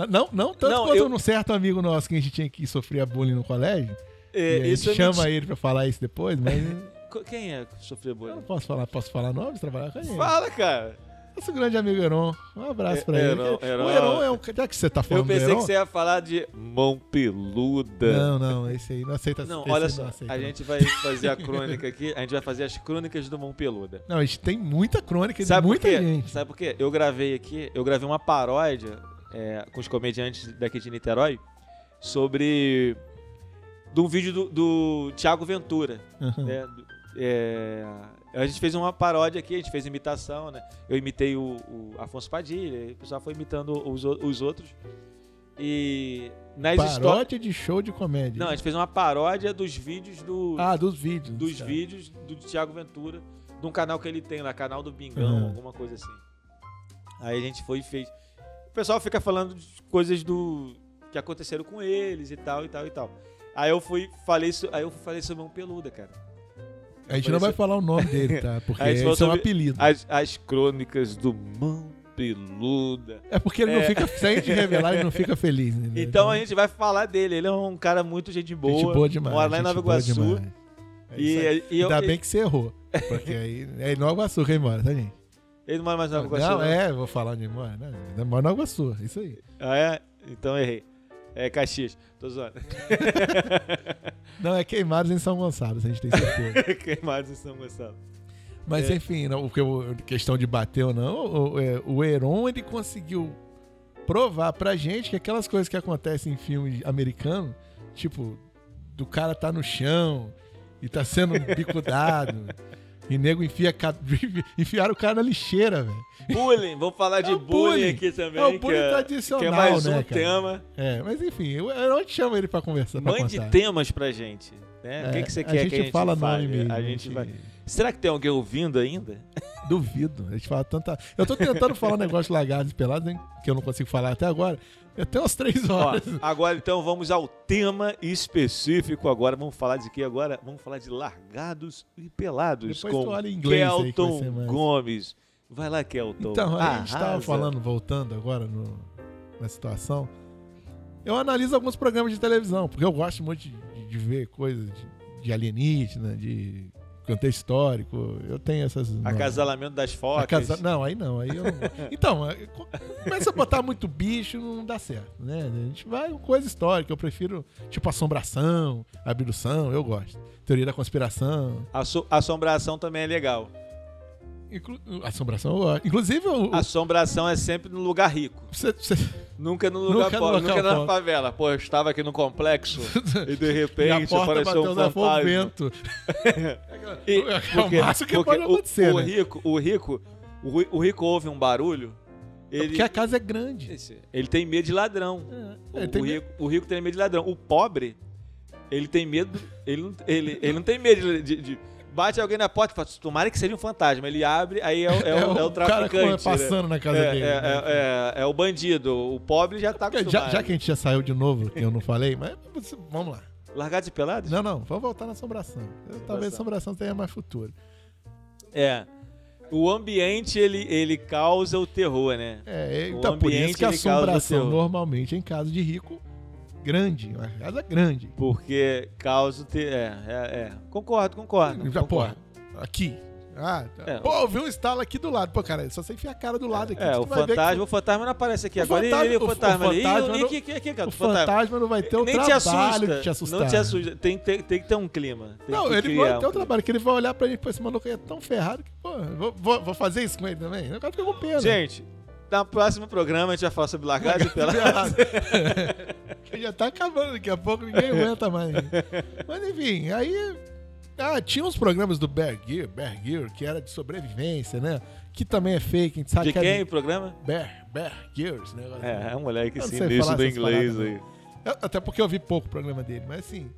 [SPEAKER 3] não, não tanto
[SPEAKER 2] Não,
[SPEAKER 3] quanto
[SPEAKER 2] eu-
[SPEAKER 3] um certo amigo nosso que a gente tinha que sofrer bullying no colégio.
[SPEAKER 2] É,
[SPEAKER 3] e a gente
[SPEAKER 2] isso é
[SPEAKER 3] chama
[SPEAKER 2] menti-
[SPEAKER 3] ele pra falar isso depois, mas
[SPEAKER 2] Co- Quem é que sofreu
[SPEAKER 3] eu não
[SPEAKER 2] bullying?
[SPEAKER 3] posso falar, posso falar nomes, trabalhar com ele.
[SPEAKER 2] Fala, cara.
[SPEAKER 3] Nosso grande amigo Heron. Um abraço
[SPEAKER 2] É,
[SPEAKER 3] pra ele.
[SPEAKER 2] Heron, Heron.
[SPEAKER 3] O Heron é um. Já que você tá
[SPEAKER 2] Eu
[SPEAKER 3] falando do
[SPEAKER 2] pensei
[SPEAKER 3] Heron,
[SPEAKER 2] que você ia falar de mão peluda.
[SPEAKER 3] Não, não, esse aí não aceita
[SPEAKER 2] Não,
[SPEAKER 3] esse
[SPEAKER 2] olha
[SPEAKER 3] aí
[SPEAKER 2] só,
[SPEAKER 3] aceita,
[SPEAKER 2] a
[SPEAKER 3] não.
[SPEAKER 2] gente vai fazer a crônica aqui, a gente vai fazer as crônicas do mão peluda.
[SPEAKER 3] Não, a gente tem muita crônica de
[SPEAKER 2] Sabe por
[SPEAKER 3] muita
[SPEAKER 2] quê?
[SPEAKER 3] gente.
[SPEAKER 2] Sabe por quê? Eu gravei aqui, eu gravei uma paródia é, com os comediantes daqui de Niterói sobre. de um vídeo do, do Thiago Ventura.
[SPEAKER 3] Aham.
[SPEAKER 2] né? Do- é, a gente fez uma paródia aqui, a gente fez imitação, né? Eu imitei o, o Afonso Padilha, e o pessoal foi imitando os, o- os outros. E nas histórias.
[SPEAKER 3] Paródia de show de comédia.
[SPEAKER 2] Não, a gente fez uma paródia dos vídeos do,
[SPEAKER 3] ah, dos vídeos.
[SPEAKER 2] dos
[SPEAKER 3] tá.
[SPEAKER 2] vídeos do Thiago Ventura, de um canal que ele tem lá, canal do Bingão,
[SPEAKER 3] Uhum.
[SPEAKER 2] alguma coisa assim. Aí a gente foi e fez. O pessoal fica falando de coisas do que aconteceram com eles e tal e tal e tal. Aí eu fui falei, so- aí eu falei sobre mão peluda, cara.
[SPEAKER 3] A gente não vai
[SPEAKER 2] Parece-
[SPEAKER 3] falar o nome dele, tá? Porque
[SPEAKER 2] A gente
[SPEAKER 3] esse
[SPEAKER 2] falou
[SPEAKER 3] é um
[SPEAKER 2] sobre-
[SPEAKER 3] apelido.
[SPEAKER 2] As, as crônicas do mão peluda.
[SPEAKER 3] É porque ele não fica. Se a gente revelar, ele não fica feliz, né?
[SPEAKER 2] Então a gente vai falar dele. Ele é um cara muito gente boa.
[SPEAKER 3] Gente boa demais.
[SPEAKER 2] Mora lá em
[SPEAKER 3] gente
[SPEAKER 2] Nova
[SPEAKER 3] boa
[SPEAKER 2] Iguaçu.
[SPEAKER 3] demais. É
[SPEAKER 2] E,
[SPEAKER 3] isso aí.
[SPEAKER 2] e eu-
[SPEAKER 3] Ainda bem que você errou. Porque aí. É em Nova Iguaçu que ele mora, tá, gente?
[SPEAKER 2] ele não mora mais em Nova Iguaçu.
[SPEAKER 3] Não,
[SPEAKER 2] não?
[SPEAKER 3] é, vou falar onde ele mora. né? Ele mora em Nova Iguaçu, isso aí.
[SPEAKER 2] Ah, é? Então errei. É Caxias. Tô zoando.
[SPEAKER 3] Não, é Queimados em São Gonçalo, se a gente tem certeza.
[SPEAKER 2] Queimados em São Gonçalo.
[SPEAKER 3] Mas
[SPEAKER 2] É.
[SPEAKER 3] enfim, não, porque o- questão de bater ou não, o, é, o Heron ele conseguiu provar pra gente que aquelas coisas que acontecem em filme americano, tipo, do cara tá no chão e tá sendo bicudado. E nego enfia, a ca- enfiaram o cara na lixeira, velho.
[SPEAKER 2] Bullying, vamos falar de
[SPEAKER 3] É o
[SPEAKER 2] bullying
[SPEAKER 3] bullying.
[SPEAKER 2] aqui também.
[SPEAKER 3] É o bullying
[SPEAKER 2] que
[SPEAKER 3] tradicional,
[SPEAKER 2] que é mais
[SPEAKER 3] né,
[SPEAKER 2] um
[SPEAKER 3] cara?
[SPEAKER 2] tema.
[SPEAKER 3] É, mas enfim, o Heron te chama ele pra conversar, pra
[SPEAKER 2] Mande
[SPEAKER 3] contar.
[SPEAKER 2] temas pra gente. Né?
[SPEAKER 3] É,
[SPEAKER 2] o que, que você
[SPEAKER 3] a
[SPEAKER 2] quer
[SPEAKER 3] gente
[SPEAKER 2] que a gente
[SPEAKER 3] fala
[SPEAKER 2] fale?
[SPEAKER 3] nome mesmo, assim.
[SPEAKER 2] a
[SPEAKER 3] a
[SPEAKER 2] gente
[SPEAKER 3] gente-
[SPEAKER 2] vai. Será que tem alguém ouvindo ainda?
[SPEAKER 3] Duvido. A gente fala tanta. Eu tô tentando falar um negócio de lagartos pelados, hein? Que eu não consigo falar até agora. É Até umas três
[SPEAKER 2] Ó,
[SPEAKER 3] horas.
[SPEAKER 2] agora então vamos ao tema específico agora. Vamos falar de quê agora? Vamos falar de largados e pelados
[SPEAKER 3] Depois tu
[SPEAKER 2] com
[SPEAKER 3] olha em inglês aí que vai
[SPEAKER 2] Kelton
[SPEAKER 3] ser mais.
[SPEAKER 2] Gomes. Vai lá, Kelton. Ah,
[SPEAKER 3] Então, a gente estava
[SPEAKER 2] Arrasa.
[SPEAKER 3] falando, voltando agora no- na situação. Eu analiso alguns programas de televisão, porque eu gosto muito de, de- de ver coisas de, de alienígena, de contexto histórico. Eu tenho essas.
[SPEAKER 2] Acasalamento das focas.
[SPEAKER 3] Acasa- Não, aí não. Aí eu não... gosto. Então, é, co- começa a botar muito bicho, não dá certo, né? A gente vai com coisa histórica. Eu prefiro, tipo, assombração, abdução, eu gosto. Teoria da conspiração.
[SPEAKER 2] Asso- assombração também é legal.
[SPEAKER 3] Inclu- Assombração eu gosto. Inclusive, o- o-
[SPEAKER 2] Assombração é sempre no lugar rico.
[SPEAKER 3] você- você-
[SPEAKER 2] Nunca no lugar
[SPEAKER 3] Nunca no
[SPEAKER 2] pobre,
[SPEAKER 3] local
[SPEAKER 2] nunca na
[SPEAKER 3] pobre.
[SPEAKER 2] favela. Pô, eu estava aqui no complexo e de
[SPEAKER 3] E
[SPEAKER 2] repente
[SPEAKER 3] a porta
[SPEAKER 2] apareceu
[SPEAKER 3] bateu
[SPEAKER 2] um
[SPEAKER 3] na foi o
[SPEAKER 2] fantasma.
[SPEAKER 3] vento.
[SPEAKER 2] E-
[SPEAKER 3] É o máximo que
[SPEAKER 2] porque
[SPEAKER 3] pode
[SPEAKER 2] o-
[SPEAKER 3] acontecer,
[SPEAKER 2] o,
[SPEAKER 3] né?
[SPEAKER 2] rico, o rico, o, ri- o rico ouve um barulho,
[SPEAKER 3] É
[SPEAKER 2] ele
[SPEAKER 3] Porque a casa é grande.
[SPEAKER 2] esse- ele tem medo de ladrão. O,
[SPEAKER 3] É, tem-
[SPEAKER 2] o rico, o rico tem medo de ladrão. O pobre, ele tem medo, ele não, ele, ele não tem medo de, de- de- bate alguém na porta e fala, tomara que seja um fantasma. Ele abre, aí é, o- é o, é o
[SPEAKER 3] cara tá
[SPEAKER 2] traficante. né?
[SPEAKER 3] passando na casa
[SPEAKER 2] é,
[SPEAKER 3] dele.
[SPEAKER 2] é-
[SPEAKER 3] né?
[SPEAKER 2] é- é- é o bandido. O pobre já tá
[SPEAKER 3] Porque
[SPEAKER 2] acostumado.
[SPEAKER 3] já, já que a gente já saiu de novo, que eu não falei, mas você- vamos lá.
[SPEAKER 2] Largados e pelados?
[SPEAKER 3] Não, não, vamos voltar na assombração. Eu- Talvez a assombração tenha mais futuro.
[SPEAKER 2] É. O ambiente, ele, ele causa o terror, né?
[SPEAKER 3] É,
[SPEAKER 2] O
[SPEAKER 3] então por
[SPEAKER 2] ambiente,
[SPEAKER 3] isso que a
[SPEAKER 2] ele causa
[SPEAKER 3] assombração
[SPEAKER 2] terror.
[SPEAKER 3] normalmente é em casa de rico grande, uma casa grande.
[SPEAKER 2] Porque causa o terror. É, é, é. Concordo, concordo.
[SPEAKER 3] Já, pô,
[SPEAKER 2] concordo.
[SPEAKER 3] aqui. Ah, tá.
[SPEAKER 2] É.
[SPEAKER 3] pô, eu vi um estalo aqui do lado. Pô, cara, é só você enfiar a cara do lado aqui.
[SPEAKER 2] É,
[SPEAKER 3] tu
[SPEAKER 2] o
[SPEAKER 3] vai ver que
[SPEAKER 2] fantasma, o fantasma não aparece aqui
[SPEAKER 3] O
[SPEAKER 2] agora. Ele-
[SPEAKER 3] fantasma-
[SPEAKER 2] ele, o
[SPEAKER 3] o- o
[SPEAKER 2] fantasma ali.
[SPEAKER 3] fantasma
[SPEAKER 2] Ih,
[SPEAKER 3] não-
[SPEAKER 2] que, é que, que, que,
[SPEAKER 3] O fantasma não vai ter o
[SPEAKER 2] Nem te
[SPEAKER 3] trabalho
[SPEAKER 2] assusta.
[SPEAKER 3] de te assustar.
[SPEAKER 2] Não te assusta. Tem, que ter- tem que ter um clima. Tem
[SPEAKER 3] Não,
[SPEAKER 2] que
[SPEAKER 3] ele
[SPEAKER 2] criar
[SPEAKER 3] vai ter
[SPEAKER 2] um
[SPEAKER 3] o trabalho, que ele vai olhar pra gente, pô, esse maluco aí é tão ferrado que, pô, vou, vou- vou fazer isso com ele também. O cara fica com pena.
[SPEAKER 2] clima. Gente, no próximo programa a gente vai falar sobre largados e pelados.
[SPEAKER 3] Ferrado. Tá já tá acabando daqui a pouco, ninguém aguenta mais. Mas enfim, aí. Ah, tinha uns programas do Bear Gear, Bear Gear, que era de sobrevivência, né? Que também é fake, a gente sabe
[SPEAKER 2] De
[SPEAKER 3] que
[SPEAKER 2] quem
[SPEAKER 3] é.
[SPEAKER 2] o programa?
[SPEAKER 3] Bear, Bear Gears, né?
[SPEAKER 2] É, é um moleque
[SPEAKER 3] Eu não sei
[SPEAKER 2] sinistro
[SPEAKER 3] falar
[SPEAKER 2] do
[SPEAKER 3] essas
[SPEAKER 2] inglês
[SPEAKER 3] paradas,
[SPEAKER 2] aí.
[SPEAKER 3] Eu- Até porque eu vi pouco o programa dele, mas assim.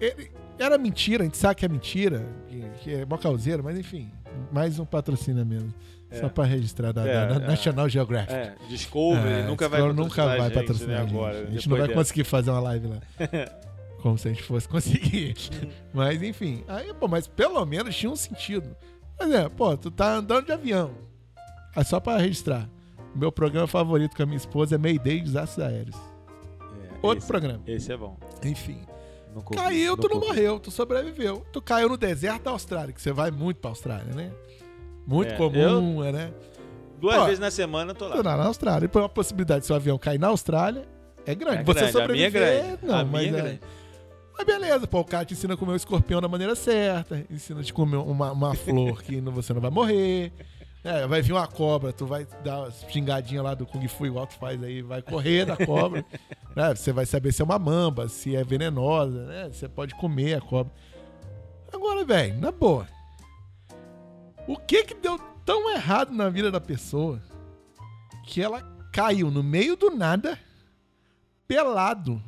[SPEAKER 3] Ele, era mentira, a gente sabe que é mentira, que, que é mó calzeiro, mas enfim. Mais um patrocínio mesmo. Só pra registrar da,
[SPEAKER 2] É,
[SPEAKER 3] da- da
[SPEAKER 2] é.
[SPEAKER 3] National Geographic.
[SPEAKER 2] É, Discovery
[SPEAKER 3] É,
[SPEAKER 2] nunca vai
[SPEAKER 3] Discovery nunca vai
[SPEAKER 2] gente, né,
[SPEAKER 3] patrocinar a gente.
[SPEAKER 2] agora.
[SPEAKER 3] A gente
[SPEAKER 2] depois
[SPEAKER 3] não vai
[SPEAKER 2] dessa.
[SPEAKER 3] conseguir fazer uma live lá. Como se a gente fosse conseguir. mas enfim. Aí, pô, mas pelo menos tinha um sentido. Mas é, pô, tu tá andando de avião. É só pra registrar. Meu programa favorito com a minha esposa é Mayday e Desastres Aéreos.
[SPEAKER 2] É,
[SPEAKER 3] Outro
[SPEAKER 2] esse,
[SPEAKER 3] programa.
[SPEAKER 2] esse é bom.
[SPEAKER 3] Enfim.
[SPEAKER 2] Não corri,
[SPEAKER 3] Caiu, tu não
[SPEAKER 2] corri.
[SPEAKER 3] morreu, tu sobreviveu. Tu caiu no deserto da Austrália, que você vai muito pra Austrália, né? Muito
[SPEAKER 2] É,
[SPEAKER 3] comum, é, né?
[SPEAKER 2] Duas
[SPEAKER 3] Ó,
[SPEAKER 2] vezes na semana eu tô lá.
[SPEAKER 3] Tô lá na Austrália. E pô, a possibilidade de seu avião cair na Austrália é grande.
[SPEAKER 2] É
[SPEAKER 3] Você
[SPEAKER 2] grande, a minha é
[SPEAKER 3] sobreviver,
[SPEAKER 2] grande.
[SPEAKER 3] não,
[SPEAKER 2] a
[SPEAKER 3] mas
[SPEAKER 2] minha é
[SPEAKER 3] é-
[SPEAKER 2] grande.
[SPEAKER 3] Mas beleza, pô, o cara te ensina a comer o escorpião da maneira certa, ensina a te comer uma, uma flor que não- você não vai morrer. né? vai vir uma cobra, tu vai dar uma xingadinha lá do Kung Fu, igual tu faz aí, vai correr da cobra. né? Você vai saber se é uma mamba, se é venenosa, né? Você pode comer a cobra. Agora, velho, na boa. O que que deu tão errado na vida da pessoa que ela caiu no meio do nada, pelado,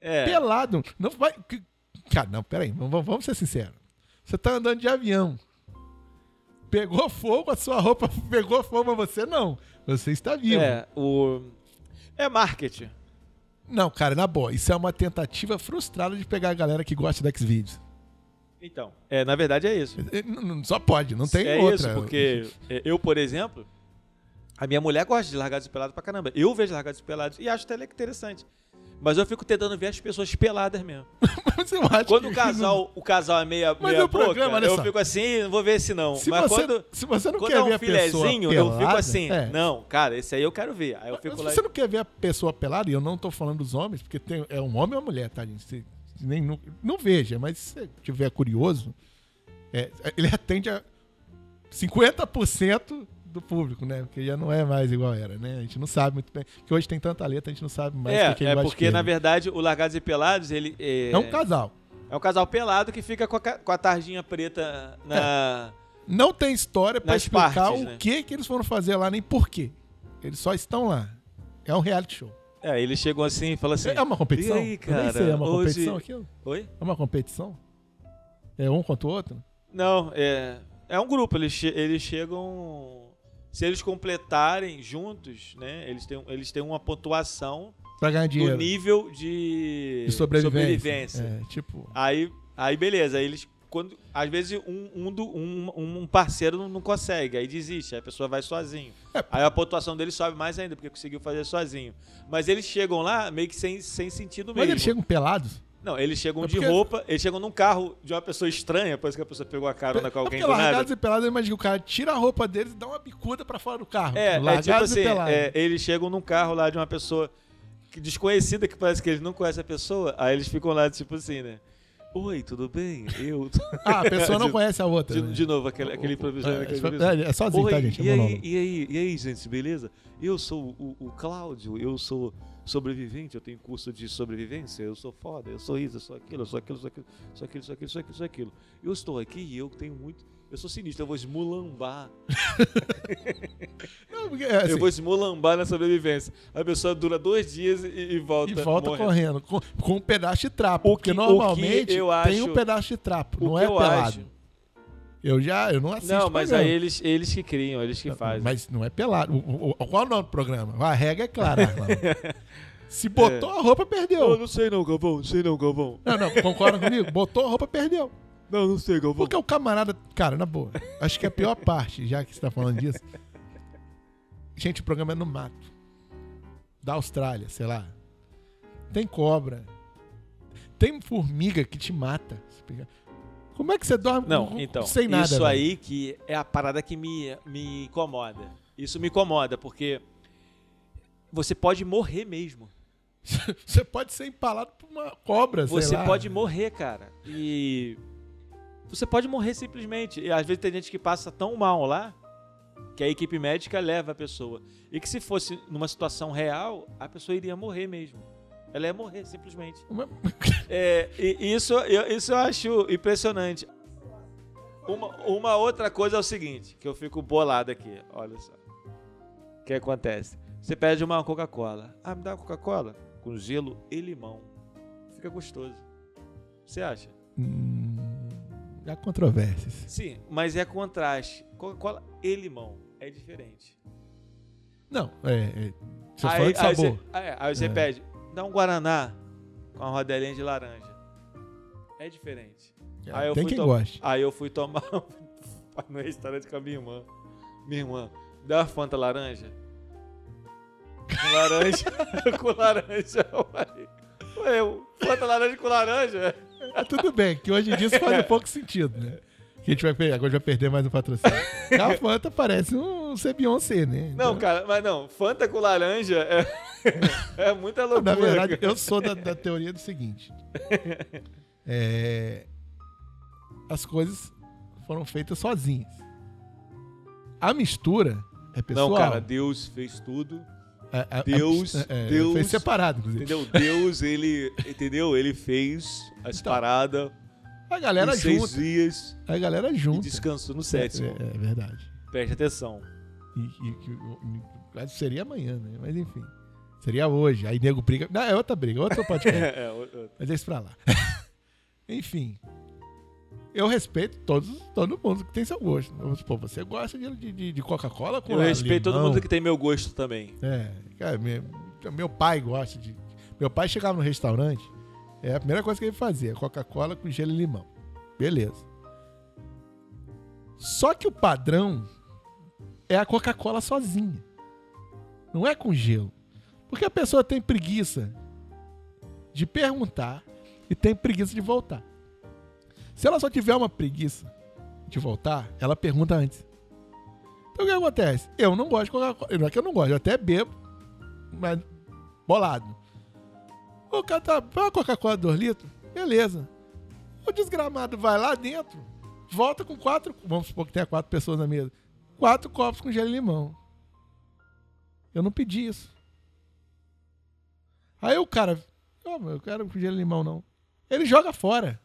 [SPEAKER 2] É,
[SPEAKER 3] pelado. Não vai. que- Cara, não, peraí, vamos, vamos ser sinceros. Você tá andando de avião. Pegou fogo, a sua roupa pegou fogo, mas você não. Você está vivo.
[SPEAKER 2] é, o... é marketing.
[SPEAKER 3] Não, cara, na boa, isso é uma tentativa frustrada de pegar a galera que gosta de Xvideos.
[SPEAKER 2] Então, é, na verdade é isso.
[SPEAKER 3] É, n- n- Só pode, não tem
[SPEAKER 2] é
[SPEAKER 3] outra.
[SPEAKER 2] isso, porque é, eu, por exemplo, a minha mulher gosta de largados e pelados pra caramba. Eu vejo largados e pelados e acho até interessante. Mas eu fico tentando ver as pessoas peladas mesmo.
[SPEAKER 3] Mas eu acho
[SPEAKER 2] Quando
[SPEAKER 3] que-
[SPEAKER 2] o casal, o casal é meia,
[SPEAKER 3] Mas
[SPEAKER 2] meia
[SPEAKER 3] o programa,
[SPEAKER 2] boca,
[SPEAKER 3] olha
[SPEAKER 2] eu
[SPEAKER 3] só.
[SPEAKER 2] fico assim, não vou ver esse não.
[SPEAKER 3] Se,
[SPEAKER 2] Mas
[SPEAKER 3] você,
[SPEAKER 2] quando,
[SPEAKER 3] se você não
[SPEAKER 2] quando
[SPEAKER 3] quer
[SPEAKER 2] é
[SPEAKER 3] ver
[SPEAKER 2] um
[SPEAKER 3] a pessoa
[SPEAKER 2] filezinho,
[SPEAKER 3] pelada,
[SPEAKER 2] eu fico assim,
[SPEAKER 3] é.
[SPEAKER 2] não, cara, esse aí eu quero ver. Aí eu fico
[SPEAKER 3] Mas
[SPEAKER 2] lá,
[SPEAKER 3] se você não quer ver a pessoa pelada, e eu não tô falando dos homens, porque tem, é um homem e uma mulher, tá, gente? Você nem, não, não veja, mas se você tiver curioso, é, ele atende a 50% do público, né? Porque já não é mais igual era, né? A gente não sabe muito bem. Porque hoje tem tanta letra, a gente não sabe mais o
[SPEAKER 2] é,
[SPEAKER 3] que que
[SPEAKER 2] é
[SPEAKER 3] embaixo
[SPEAKER 2] porque
[SPEAKER 3] dele.
[SPEAKER 2] na verdade o largados e pelados ele é,
[SPEAKER 3] É um casal.
[SPEAKER 2] é um casal pelado que fica com a, ca- com a tardinha preta na
[SPEAKER 3] Não tem história pra
[SPEAKER 2] Nas
[SPEAKER 3] explicar
[SPEAKER 2] partes,
[SPEAKER 3] o
[SPEAKER 2] né?
[SPEAKER 3] que, que eles foram fazer lá, nem por quê. Eles só estão lá. É um reality show.
[SPEAKER 2] É, eles chegam assim e falam assim.
[SPEAKER 3] É uma competição?
[SPEAKER 2] E aí,
[SPEAKER 3] eu nem
[SPEAKER 2] cara,
[SPEAKER 3] sei, é uma
[SPEAKER 2] hoje-
[SPEAKER 3] competição aquilo?
[SPEAKER 2] Oi?
[SPEAKER 3] É uma competição? É um contra o outro?
[SPEAKER 2] Não, é. É um grupo, eles, che- eles chegam. Se eles completarem juntos, né? Eles têm, eles têm uma pontuação
[SPEAKER 3] Pra ganhar
[SPEAKER 2] do
[SPEAKER 3] dinheiro.
[SPEAKER 2] nível de,
[SPEAKER 3] De sobrevivência.
[SPEAKER 2] sobrevivência.
[SPEAKER 3] É, tipo.
[SPEAKER 2] Aí, aí beleza, aí eles. Quando, às vezes um, um, do- um- um parceiro não- não consegue, aí desiste, aí a pessoa vai sozinho.
[SPEAKER 3] É.
[SPEAKER 2] Aí a pontuação dele sobe mais ainda, porque conseguiu fazer sozinho. Mas eles chegam lá meio que sem, sem sentido
[SPEAKER 3] Mas
[SPEAKER 2] mesmo.
[SPEAKER 3] eles chegam pelados?
[SPEAKER 2] Não, eles chegam
[SPEAKER 3] É
[SPEAKER 2] de
[SPEAKER 3] porque-
[SPEAKER 2] roupa, eles chegam num carro de uma pessoa estranha, depois que a pessoa pegou a carona com
[SPEAKER 3] É
[SPEAKER 2] alguém
[SPEAKER 3] porque
[SPEAKER 2] do nada.
[SPEAKER 3] largados e pelados, eu imagino que o cara tira a roupa deles e dá uma bicuda pra fora do carro.
[SPEAKER 2] É, é
[SPEAKER 3] largados
[SPEAKER 2] tipo assim,
[SPEAKER 3] e pelados.
[SPEAKER 2] é, eles chegam num carro lá de uma pessoa que- desconhecida, que parece que eles não conhecem a pessoa, aí eles ficam lá tipo assim, né? Oi, tudo bem? Eu...
[SPEAKER 3] Ah, a pessoa não
[SPEAKER 2] De-
[SPEAKER 3] conhece a outra.
[SPEAKER 2] De,
[SPEAKER 3] né?
[SPEAKER 2] de novo, aquele, aquele improviso.
[SPEAKER 3] é,
[SPEAKER 2] aquele
[SPEAKER 3] isso foi-
[SPEAKER 2] improviso.
[SPEAKER 3] é, é sozinho,
[SPEAKER 2] Oi,
[SPEAKER 3] tá, gente? É
[SPEAKER 2] E aí,
[SPEAKER 3] monólogo.
[SPEAKER 2] e, aí, e aí, gente, beleza? Eu sou o, o Cláudio, eu sou sobrevivente, eu tenho curso de sobrevivência, eu sou foda, eu sou isso, eu sou aquilo, eu sou aquilo, eu sou aquilo, eu sou aquilo, eu sou aquilo, eu sou aquilo, eu sou aquilo. Eu estou aqui e eu tenho muito. Eu sou sinistro, eu vou esmulambar.
[SPEAKER 3] Não, porque, é, assim,
[SPEAKER 2] eu vou esmulambar na sobrevivência. A pessoa dura dois dias e, e volta.
[SPEAKER 3] e volta
[SPEAKER 2] morrendo.
[SPEAKER 3] correndo, com, com um pedaço de trapo.
[SPEAKER 2] O
[SPEAKER 3] porque
[SPEAKER 2] que- o que
[SPEAKER 3] normalmente
[SPEAKER 2] eu
[SPEAKER 3] tem
[SPEAKER 2] acho-
[SPEAKER 3] um pedaço de trapo,
[SPEAKER 2] O
[SPEAKER 3] não
[SPEAKER 2] que
[SPEAKER 3] é
[SPEAKER 2] eu
[SPEAKER 3] pelado.
[SPEAKER 2] acho-
[SPEAKER 3] Eu já, eu não assisto
[SPEAKER 2] Não, mas
[SPEAKER 3] programa.
[SPEAKER 2] aí eles, eles que criam, eles que fazem.
[SPEAKER 3] Mas não é pelado. O- o- o- qual é o nome do programa? A regra é clara, Arnaldo. Se botou a roupa,
[SPEAKER 2] Eu
[SPEAKER 3] perdeu.
[SPEAKER 2] não sei não, Galvão, não sei não, Galvão.
[SPEAKER 3] Não, não, concorda comigo? Botou a roupa, perdeu.
[SPEAKER 2] Não, não sei, Galvão.
[SPEAKER 3] Porque o camarada. Cara, na boa. Acho que é a pior parte, já que você tá falando disso. Gente, o programa é no mato. Da Austrália, sei lá. Tem cobra. Tem formiga que te mata. Se pegar- Como é que você dorme
[SPEAKER 2] Não,
[SPEAKER 3] com-
[SPEAKER 2] então,
[SPEAKER 3] sem nada?
[SPEAKER 2] isso
[SPEAKER 3] velho?
[SPEAKER 2] aí que é a parada que me, me incomoda. Isso me incomoda, porque você pode morrer mesmo.
[SPEAKER 3] Você pode ser empalado por uma cobra, sei
[SPEAKER 2] Você
[SPEAKER 3] lá.
[SPEAKER 2] pode morrer, cara. E você pode morrer simplesmente. E às vezes tem gente que passa tão mal lá que a equipe médica leva a pessoa. E que se fosse numa situação real, a pessoa iria morrer mesmo. Ela ia morrer, simplesmente. É, e- e isso, eu, isso eu acho impressionante. Uma, uma outra coisa é o seguinte, que eu fico bolado aqui, olha só. O que acontece? Você pede uma Coca-Cola. Ah, me dá uma Coca-Cola com gelo e limão. Fica gostoso. Você acha?
[SPEAKER 3] Hum, há controvérsias.
[SPEAKER 2] Sim, mas é contraste. Coca-Cola e limão. É diferente.
[SPEAKER 3] Não, é. é você fala de sabor.
[SPEAKER 2] você, é, aí você
[SPEAKER 3] É.
[SPEAKER 2] pede, dá um Guaraná com uma rodelinha de laranja. É diferente. aí eu
[SPEAKER 3] Tem
[SPEAKER 2] fui
[SPEAKER 3] quem
[SPEAKER 2] to-
[SPEAKER 3] goste.
[SPEAKER 2] Aí eu fui tomar um no restaurante com a minha irmã. Minha irmã, dá uma Fanta laranja? Com laranja? com laranja, uai. Ué, eu, Fanta laranja com laranja?
[SPEAKER 3] Mas Ah, tudo bem, que hoje em dia isso faz um pouco sentido, né? Que a gente vai perder, agora a gente vai perder mais um patrocínio. a Fanta parece um ser Beyoncé, né?
[SPEAKER 2] Não,
[SPEAKER 3] Então,
[SPEAKER 2] cara, mas não. Fanta com laranja é, é muita loucura.
[SPEAKER 3] Na verdade,
[SPEAKER 2] cara.
[SPEAKER 3] eu sou da, da teoria do seguinte. É, as coisas foram feitas sozinhas. A mistura é pessoal.
[SPEAKER 2] Não, cara, Deus fez tudo.
[SPEAKER 3] A- a- a-
[SPEAKER 2] Deus-
[SPEAKER 3] é,
[SPEAKER 2] Deus-
[SPEAKER 3] Foi separado, inclusive.
[SPEAKER 2] Entendeu? Deus, ele. Entendeu? Ele fez as
[SPEAKER 3] Então,
[SPEAKER 2] paradas
[SPEAKER 3] A
[SPEAKER 2] em
[SPEAKER 3] galera
[SPEAKER 2] seis
[SPEAKER 3] junta.
[SPEAKER 2] dias
[SPEAKER 3] A galera
[SPEAKER 2] e
[SPEAKER 3] junta.
[SPEAKER 2] descansou no
[SPEAKER 3] É,
[SPEAKER 2] sétimo.
[SPEAKER 3] é verdade.
[SPEAKER 2] Preste atenção.
[SPEAKER 3] E, e que o- o- claro, seria amanhã, né? Mas enfim. Seria hoje. Aí nego briga. Não, é outra briga, outro podcast.
[SPEAKER 2] É, o- o-
[SPEAKER 3] mas é isso pra lá. enfim. Eu respeito todos, todo mundo que tem seu gosto. Vamos supor, você gosta de, de- de, de Coca-Cola com
[SPEAKER 2] eu um respeito todo mundo que tem meu gosto também.
[SPEAKER 3] É, cara, meu, meu pai gosta de. Meu pai chegava no restaurante, é a primeira coisa que ele fazia: Coca-Cola com gelo e limão. Beleza. Só que o padrão é a Coca-Cola sozinha. Não é com gelo. Porque a pessoa tem preguiça de perguntar e tem preguiça de voltar. Se ela só tiver uma preguiça de voltar, ela pergunta antes. Então o que acontece? Eu não gosto de Coca-Cola. Não é que eu não gosto, eu até bebo, mas bolado. O cara tá. Põe uma Coca-Cola 2 litros? Beleza. O desgramado vai lá dentro, volta com quatro. Vamos supor que tenha quatro pessoas na mesa. Quatro copos com gelo e limão. Eu não pedi isso. Aí o cara. "Ó, meu, eu quero com gelo e limão, não. Ele joga fora.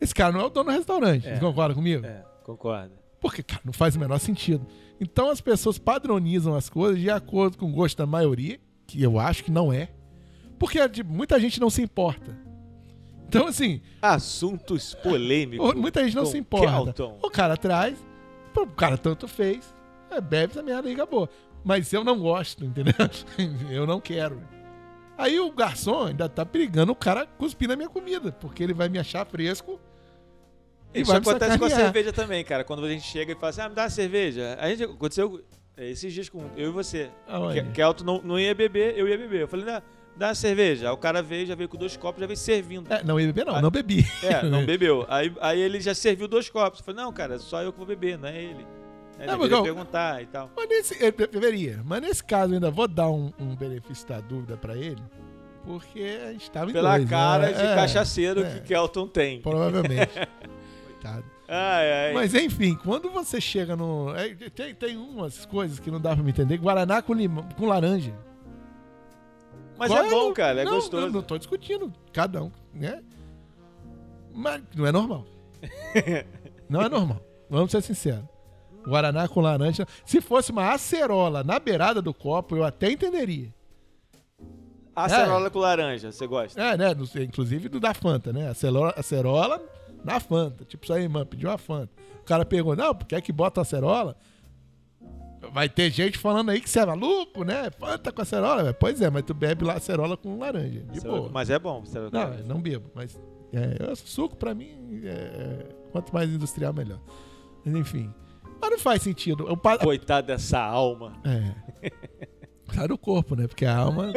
[SPEAKER 3] Esse cara não é o dono do restaurante.
[SPEAKER 2] É.
[SPEAKER 3] Vocês concordam comigo?
[SPEAKER 2] É, concorda.
[SPEAKER 3] Porque, cara, não faz o menor sentido. Então as pessoas padronizam as coisas de acordo com o gosto da maioria, que eu acho que não é. Porque de- muita gente não se importa. Então, assim,
[SPEAKER 2] Assuntos polêmicos.
[SPEAKER 3] o- muita gente não
[SPEAKER 2] com
[SPEAKER 3] se importa.
[SPEAKER 2] Kelton.
[SPEAKER 3] O cara traz, pô, o cara tanto fez, é, bebe essa merda e acabou. Mas eu não gosto, entendeu? Eu não quero. Aí o garçom ainda tá brigando o cara cuspir na minha comida, porque ele vai me achar fresco. e
[SPEAKER 2] Isso
[SPEAKER 3] vai me
[SPEAKER 2] acontece com a
[SPEAKER 3] sacanear.
[SPEAKER 2] cerveja também, cara. Quando a gente chega e fala assim, ah, me dá uma cerveja. A gente aconteceu é, esses dias com eu e você.
[SPEAKER 3] Aonde?
[SPEAKER 2] Que, Kelton não, não ia beber, eu ia beber. Eu falei, dá, dá uma cerveja. Aí o cara veio, já veio com dois copos, já veio servindo.
[SPEAKER 3] É, não ia beber, não, não bebi.
[SPEAKER 2] É, não
[SPEAKER 3] Né?
[SPEAKER 2] bebeu. Aí, aí ele já serviu dois copos. Eu falei, não, cara, só eu que vou beber, não é ele. Aí
[SPEAKER 3] Não,
[SPEAKER 2] ele
[SPEAKER 3] mas
[SPEAKER 2] veio
[SPEAKER 3] eu-
[SPEAKER 2] perguntar e tal.
[SPEAKER 3] Mas nesse, ele deveria. Mas nesse caso, eu ainda vou dar um, um benefício da dúvida pra ele, porque a gente tava em
[SPEAKER 2] Pela
[SPEAKER 3] dois,
[SPEAKER 2] cara
[SPEAKER 3] né?
[SPEAKER 2] de
[SPEAKER 3] É,
[SPEAKER 2] cachaceiro
[SPEAKER 3] é.
[SPEAKER 2] que Kelton tem.
[SPEAKER 3] Provavelmente. Coitado.
[SPEAKER 2] Ai, ai.
[SPEAKER 3] Mas enfim, quando você chega no. é, Tem, tem umas coisas que não dá pra me entender. Guaraná com, limão, com laranja.
[SPEAKER 2] Mas
[SPEAKER 3] Qual
[SPEAKER 2] é
[SPEAKER 3] é
[SPEAKER 2] bom,
[SPEAKER 3] o-
[SPEAKER 2] cara, é
[SPEAKER 3] não,
[SPEAKER 2] gostoso.
[SPEAKER 3] Eu não tô discutindo, cada um, né? Mas não é normal. não é normal. Vamos ser sinceros. Guaraná com laranja. Se fosse uma acerola na beirada do copo, eu até entenderia.
[SPEAKER 2] Acerola com laranja, você gosta?
[SPEAKER 3] É, né? do- inclusive do da Fanta, né? Acerola, acerola na Fanta. Tipo, sua irmã pediu uma Fanta. O cara perguntou, não, por que é que bota acerola? Vai ter gente falando aí que você é maluco, né? Fanta com acerola. velho. Pois é, mas tu bebe lá acerola com laranja. De
[SPEAKER 2] Acerola-
[SPEAKER 3] boa.
[SPEAKER 2] Mas é bom, acerola com
[SPEAKER 3] Não,
[SPEAKER 2] laranja.
[SPEAKER 3] eu não bebo, mas é, eu- suco pra mim, é, é, quanto mais industrial, melhor. Mas enfim. Mas não faz sentido. O pa-
[SPEAKER 2] Coitado dessa alma.
[SPEAKER 3] É. Claro o corpo, né? Porque a alma,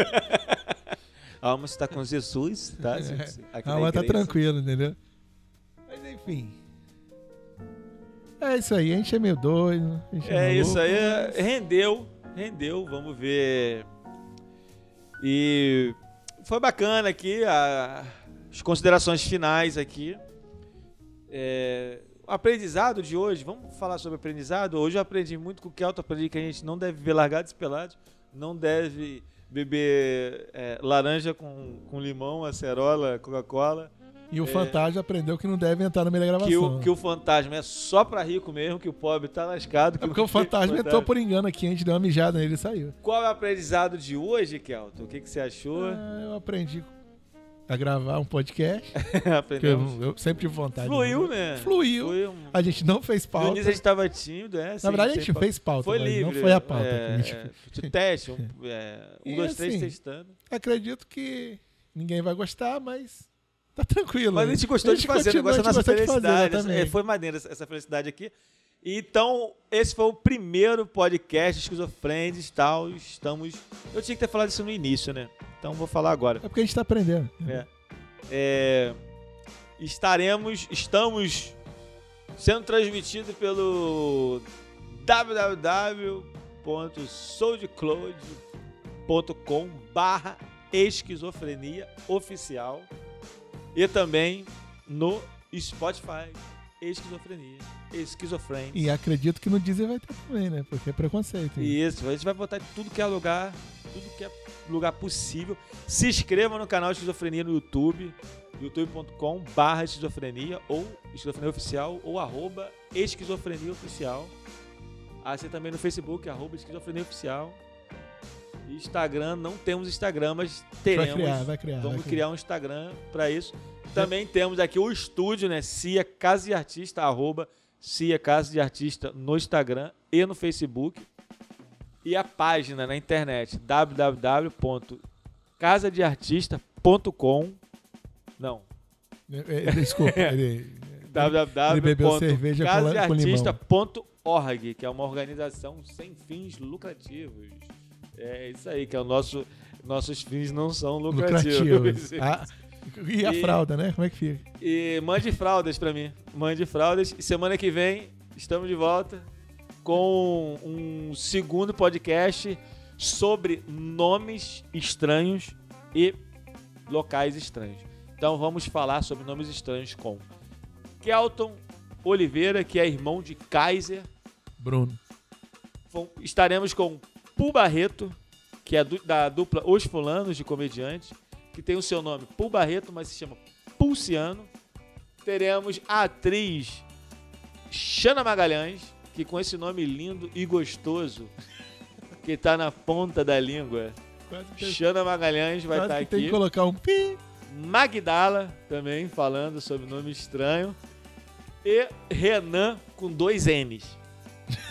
[SPEAKER 2] A alma está com Jesus, tá? gente? Aqui
[SPEAKER 3] É.
[SPEAKER 2] na
[SPEAKER 3] a alma tá
[SPEAKER 2] igreja.
[SPEAKER 3] tranquila, entendeu? Mas enfim. É isso aí, a gente é meio doido. a gente
[SPEAKER 2] É
[SPEAKER 3] maluco,
[SPEAKER 2] isso aí,
[SPEAKER 3] mas-
[SPEAKER 2] rendeu, rendeu, vamos ver. E foi bacana aqui a- as considerações finais aqui. É, o aprendizado de hoje, vamos falar sobre aprendizado? Hoje eu aprendi muito com o Kelto, aprendi que a gente não deve ver largados e pelados, não deve beber é, laranja com, com limão, acerola, Coca-Cola.
[SPEAKER 3] E o fantasma aprendeu que não deve entrar no meio da gravação.
[SPEAKER 2] Que o, que o fantasma é só pra rico mesmo, que o pobre tá lascado.
[SPEAKER 3] É porque o fantasma entrou por engano aqui, a gente deu uma mijada nele e saiu.
[SPEAKER 2] Qual é o aprendizado de hoje, Kelton? O que, que você achou?
[SPEAKER 3] Ah, eu aprendi a gravar um podcast. porque eu,
[SPEAKER 2] Aprendemos.
[SPEAKER 3] eu sempre tive vontade.
[SPEAKER 2] Fluiu, né?
[SPEAKER 3] Fluiu.
[SPEAKER 2] Fluiu.
[SPEAKER 3] A gente não fez
[SPEAKER 2] No
[SPEAKER 3] pauta.
[SPEAKER 2] início a gente tava tímido, é.
[SPEAKER 3] Na
[SPEAKER 2] sem-
[SPEAKER 3] verdade, a
[SPEAKER 2] sem
[SPEAKER 3] gente
[SPEAKER 2] pauta.
[SPEAKER 3] fez pauta,
[SPEAKER 2] Foi
[SPEAKER 3] mas
[SPEAKER 2] livre.
[SPEAKER 3] não foi a pauta.
[SPEAKER 2] É,
[SPEAKER 3] que a gente fez.
[SPEAKER 2] é, teste, um, é, um
[SPEAKER 3] E
[SPEAKER 2] dois, três,
[SPEAKER 3] assim,
[SPEAKER 2] testando.
[SPEAKER 3] Acredito que ninguém vai gostar, mas tá tranquilo.
[SPEAKER 2] Mas a gente gostou de fazer, o
[SPEAKER 3] continua,
[SPEAKER 2] negócio é a nossa
[SPEAKER 3] gostou de fazer,
[SPEAKER 2] felicidade. Essa-
[SPEAKER 3] exatamente.
[SPEAKER 2] é, foi maneira essa essa felicidade aqui. Então, esse foi o primeiro podcast Esquizofrendes e tal. Estamos. Eu tinha que ter falado isso no início, né? Então vou falar agora.
[SPEAKER 3] É porque a gente tá aprendendo.
[SPEAKER 2] É. É, estaremos. Estamos sendo transmitido pelo www.soulcloud.com barra esquizofrenia oficial e também no Spotify esquizofrenia esquizofrenia
[SPEAKER 3] E acredito que no Deezer vai ter também, né? Porque é preconceito.
[SPEAKER 2] isso, a gente vai botar em tudo que é lugar, tudo que é lugar possível. Se inscreva no canal Esquizofrenia no YouTube, youtube.com barra esquizofrenia ou esquizofrenia oficial ou arroba esquizofrenia oficial. Assim também no Facebook, arroba esquizofrenia oficial. E Instagram, não temos Instagram, mas teremos.
[SPEAKER 3] vai criar, vai criar.
[SPEAKER 2] Vamos
[SPEAKER 3] vai
[SPEAKER 2] criar um Instagram para isso. Também temos aqui o estúdio, né? Cia Casa de Artista, arroba Cia Casa de Artista no Instagram e no Facebook. E a página na internet, www.casadeartista.com. Não, um-
[SPEAKER 3] É, é, Desculpa. ele-
[SPEAKER 2] Tá
[SPEAKER 3] bebeu cerveja com la- com
[SPEAKER 2] www.casadeartista.org, que é uma organização sem fins lucrativos. É isso aí, que é o nosso... Nossos fins não são lucrativos.
[SPEAKER 3] lucrativos. Ah, e a
[SPEAKER 2] E-
[SPEAKER 3] fralda, né? Como é que fica?
[SPEAKER 2] E mande fraldas pra mim. Mande fraldas. E semana que vem estamos de volta com um segundo podcast sobre nomes estranhos e locais estranhos. Então vamos falar sobre nomes estranhos com Kelton Oliveira, que é irmão de Kaiser.
[SPEAKER 3] Bruno.
[SPEAKER 2] Vão- Estaremos com Pul Barreto, que é du- da dupla Os Fulanos de comediante, que tem o seu nome Pul Barreto, mas se chama Pulciano. Teremos a atriz Xana Magalhães, que com esse nome lindo e gostoso, que tá na ponta da língua.
[SPEAKER 3] Quase que,
[SPEAKER 2] Xana Magalhães vai
[SPEAKER 3] quase
[SPEAKER 2] estar aqui.
[SPEAKER 3] que tem que colocar um pi.
[SPEAKER 2] Magdala também falando sobre nome estranho. E Renan com dois N's.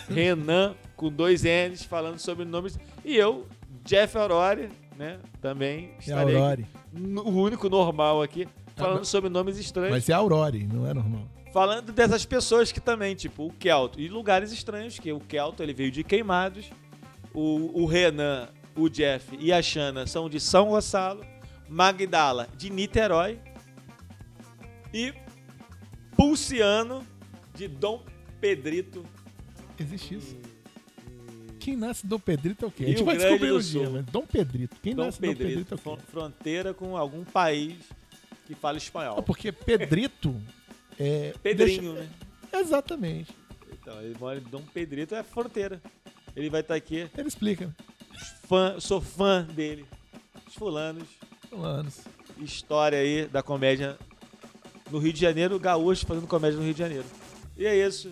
[SPEAKER 2] Renan com dois N's falando sobre nomes. E eu, Jeff Aurori, né? Também
[SPEAKER 3] É
[SPEAKER 2] estarei aqui,
[SPEAKER 3] Aurore.
[SPEAKER 2] no- o único normal aqui, falando sobre nomes estranhos.
[SPEAKER 3] Vai ser Aurore, não é normal.
[SPEAKER 2] Falando dessas pessoas que também, tipo, o Kelto. E lugares estranhos, que o Kelto ele veio de Queimados. O, o Renan, o Jeff e a Xana são de São Gonçalo. Magdala, de Niterói. E Pulciano, de Dom Pedrito.
[SPEAKER 3] Existe isso. Quem nasce Dom Pedrito é o quê? A
[SPEAKER 2] Hum, Rio
[SPEAKER 3] gente vai
[SPEAKER 2] Grande
[SPEAKER 3] descobrir
[SPEAKER 2] do
[SPEAKER 3] um dia,
[SPEAKER 2] Sul.
[SPEAKER 3] mas Dom Pedrito. Quem
[SPEAKER 2] Dom
[SPEAKER 3] nasce Dom Pedrito
[SPEAKER 2] Pedrito,
[SPEAKER 3] é o
[SPEAKER 2] fron-
[SPEAKER 3] quê?
[SPEAKER 2] fronteira com algum país que fala
[SPEAKER 3] Não,
[SPEAKER 2] espanhol.
[SPEAKER 3] porque Pedrito é.
[SPEAKER 2] Pedrinho, né?
[SPEAKER 3] Ah, deixa- Exatamente.
[SPEAKER 2] Então, ele mora em Dom Pedrito, é fronteira. Ele vai estar aqui
[SPEAKER 3] Ele explica, né?
[SPEAKER 2] fã, sou fã dele. Os fulanos,
[SPEAKER 3] São anos.
[SPEAKER 2] história aí da comédia no Rio de Janeiro, gaúcho fazendo comédia no Rio de Janeiro. E é isso.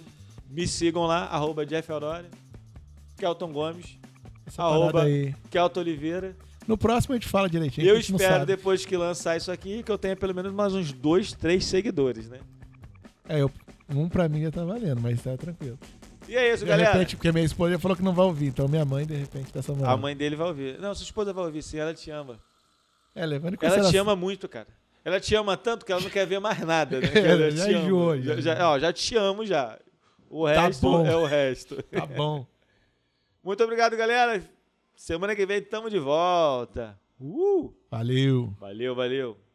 [SPEAKER 2] Me sigam lá, arroba Jeff Aurora, Kelton Gomes,
[SPEAKER 3] Essa
[SPEAKER 2] Arroba.
[SPEAKER 3] parada aí.
[SPEAKER 2] Kelton Oliveira.
[SPEAKER 3] No próximo a gente fala direitinho. que
[SPEAKER 2] eu
[SPEAKER 3] a gente não
[SPEAKER 2] espero,
[SPEAKER 3] sabe.
[SPEAKER 2] depois que lançar isso aqui, que eu tenha pelo menos mais uns dois, três seguidores, né?
[SPEAKER 3] É, eu- um pra mim já tá valendo, mas tá tranquilo.
[SPEAKER 2] E é isso,
[SPEAKER 3] De
[SPEAKER 2] galera.
[SPEAKER 3] repente, porque minha esposa já falou que não vai ouvir, então minha mãe, de repente, tá salvando.
[SPEAKER 2] A mãe dele vai ouvir. Não, sua esposa vai ouvir sim, ela te ama.
[SPEAKER 3] É, levando em
[SPEAKER 2] Ela
[SPEAKER 3] consideração.
[SPEAKER 2] te ama muito, cara. Ela te ama tanto que ela não quer ver mais nada, né?
[SPEAKER 3] É,
[SPEAKER 2] Ela
[SPEAKER 3] já
[SPEAKER 2] te ama.
[SPEAKER 3] enjoou, já.
[SPEAKER 2] Já, já- ó, já te amo, já. O
[SPEAKER 3] Tá
[SPEAKER 2] resto
[SPEAKER 3] bom.
[SPEAKER 2] é o resto.
[SPEAKER 3] Tá bom.
[SPEAKER 2] Muito obrigado, galera. Semana que vem tamo de volta. Uh!
[SPEAKER 3] Valeu.
[SPEAKER 2] Valeu, valeu.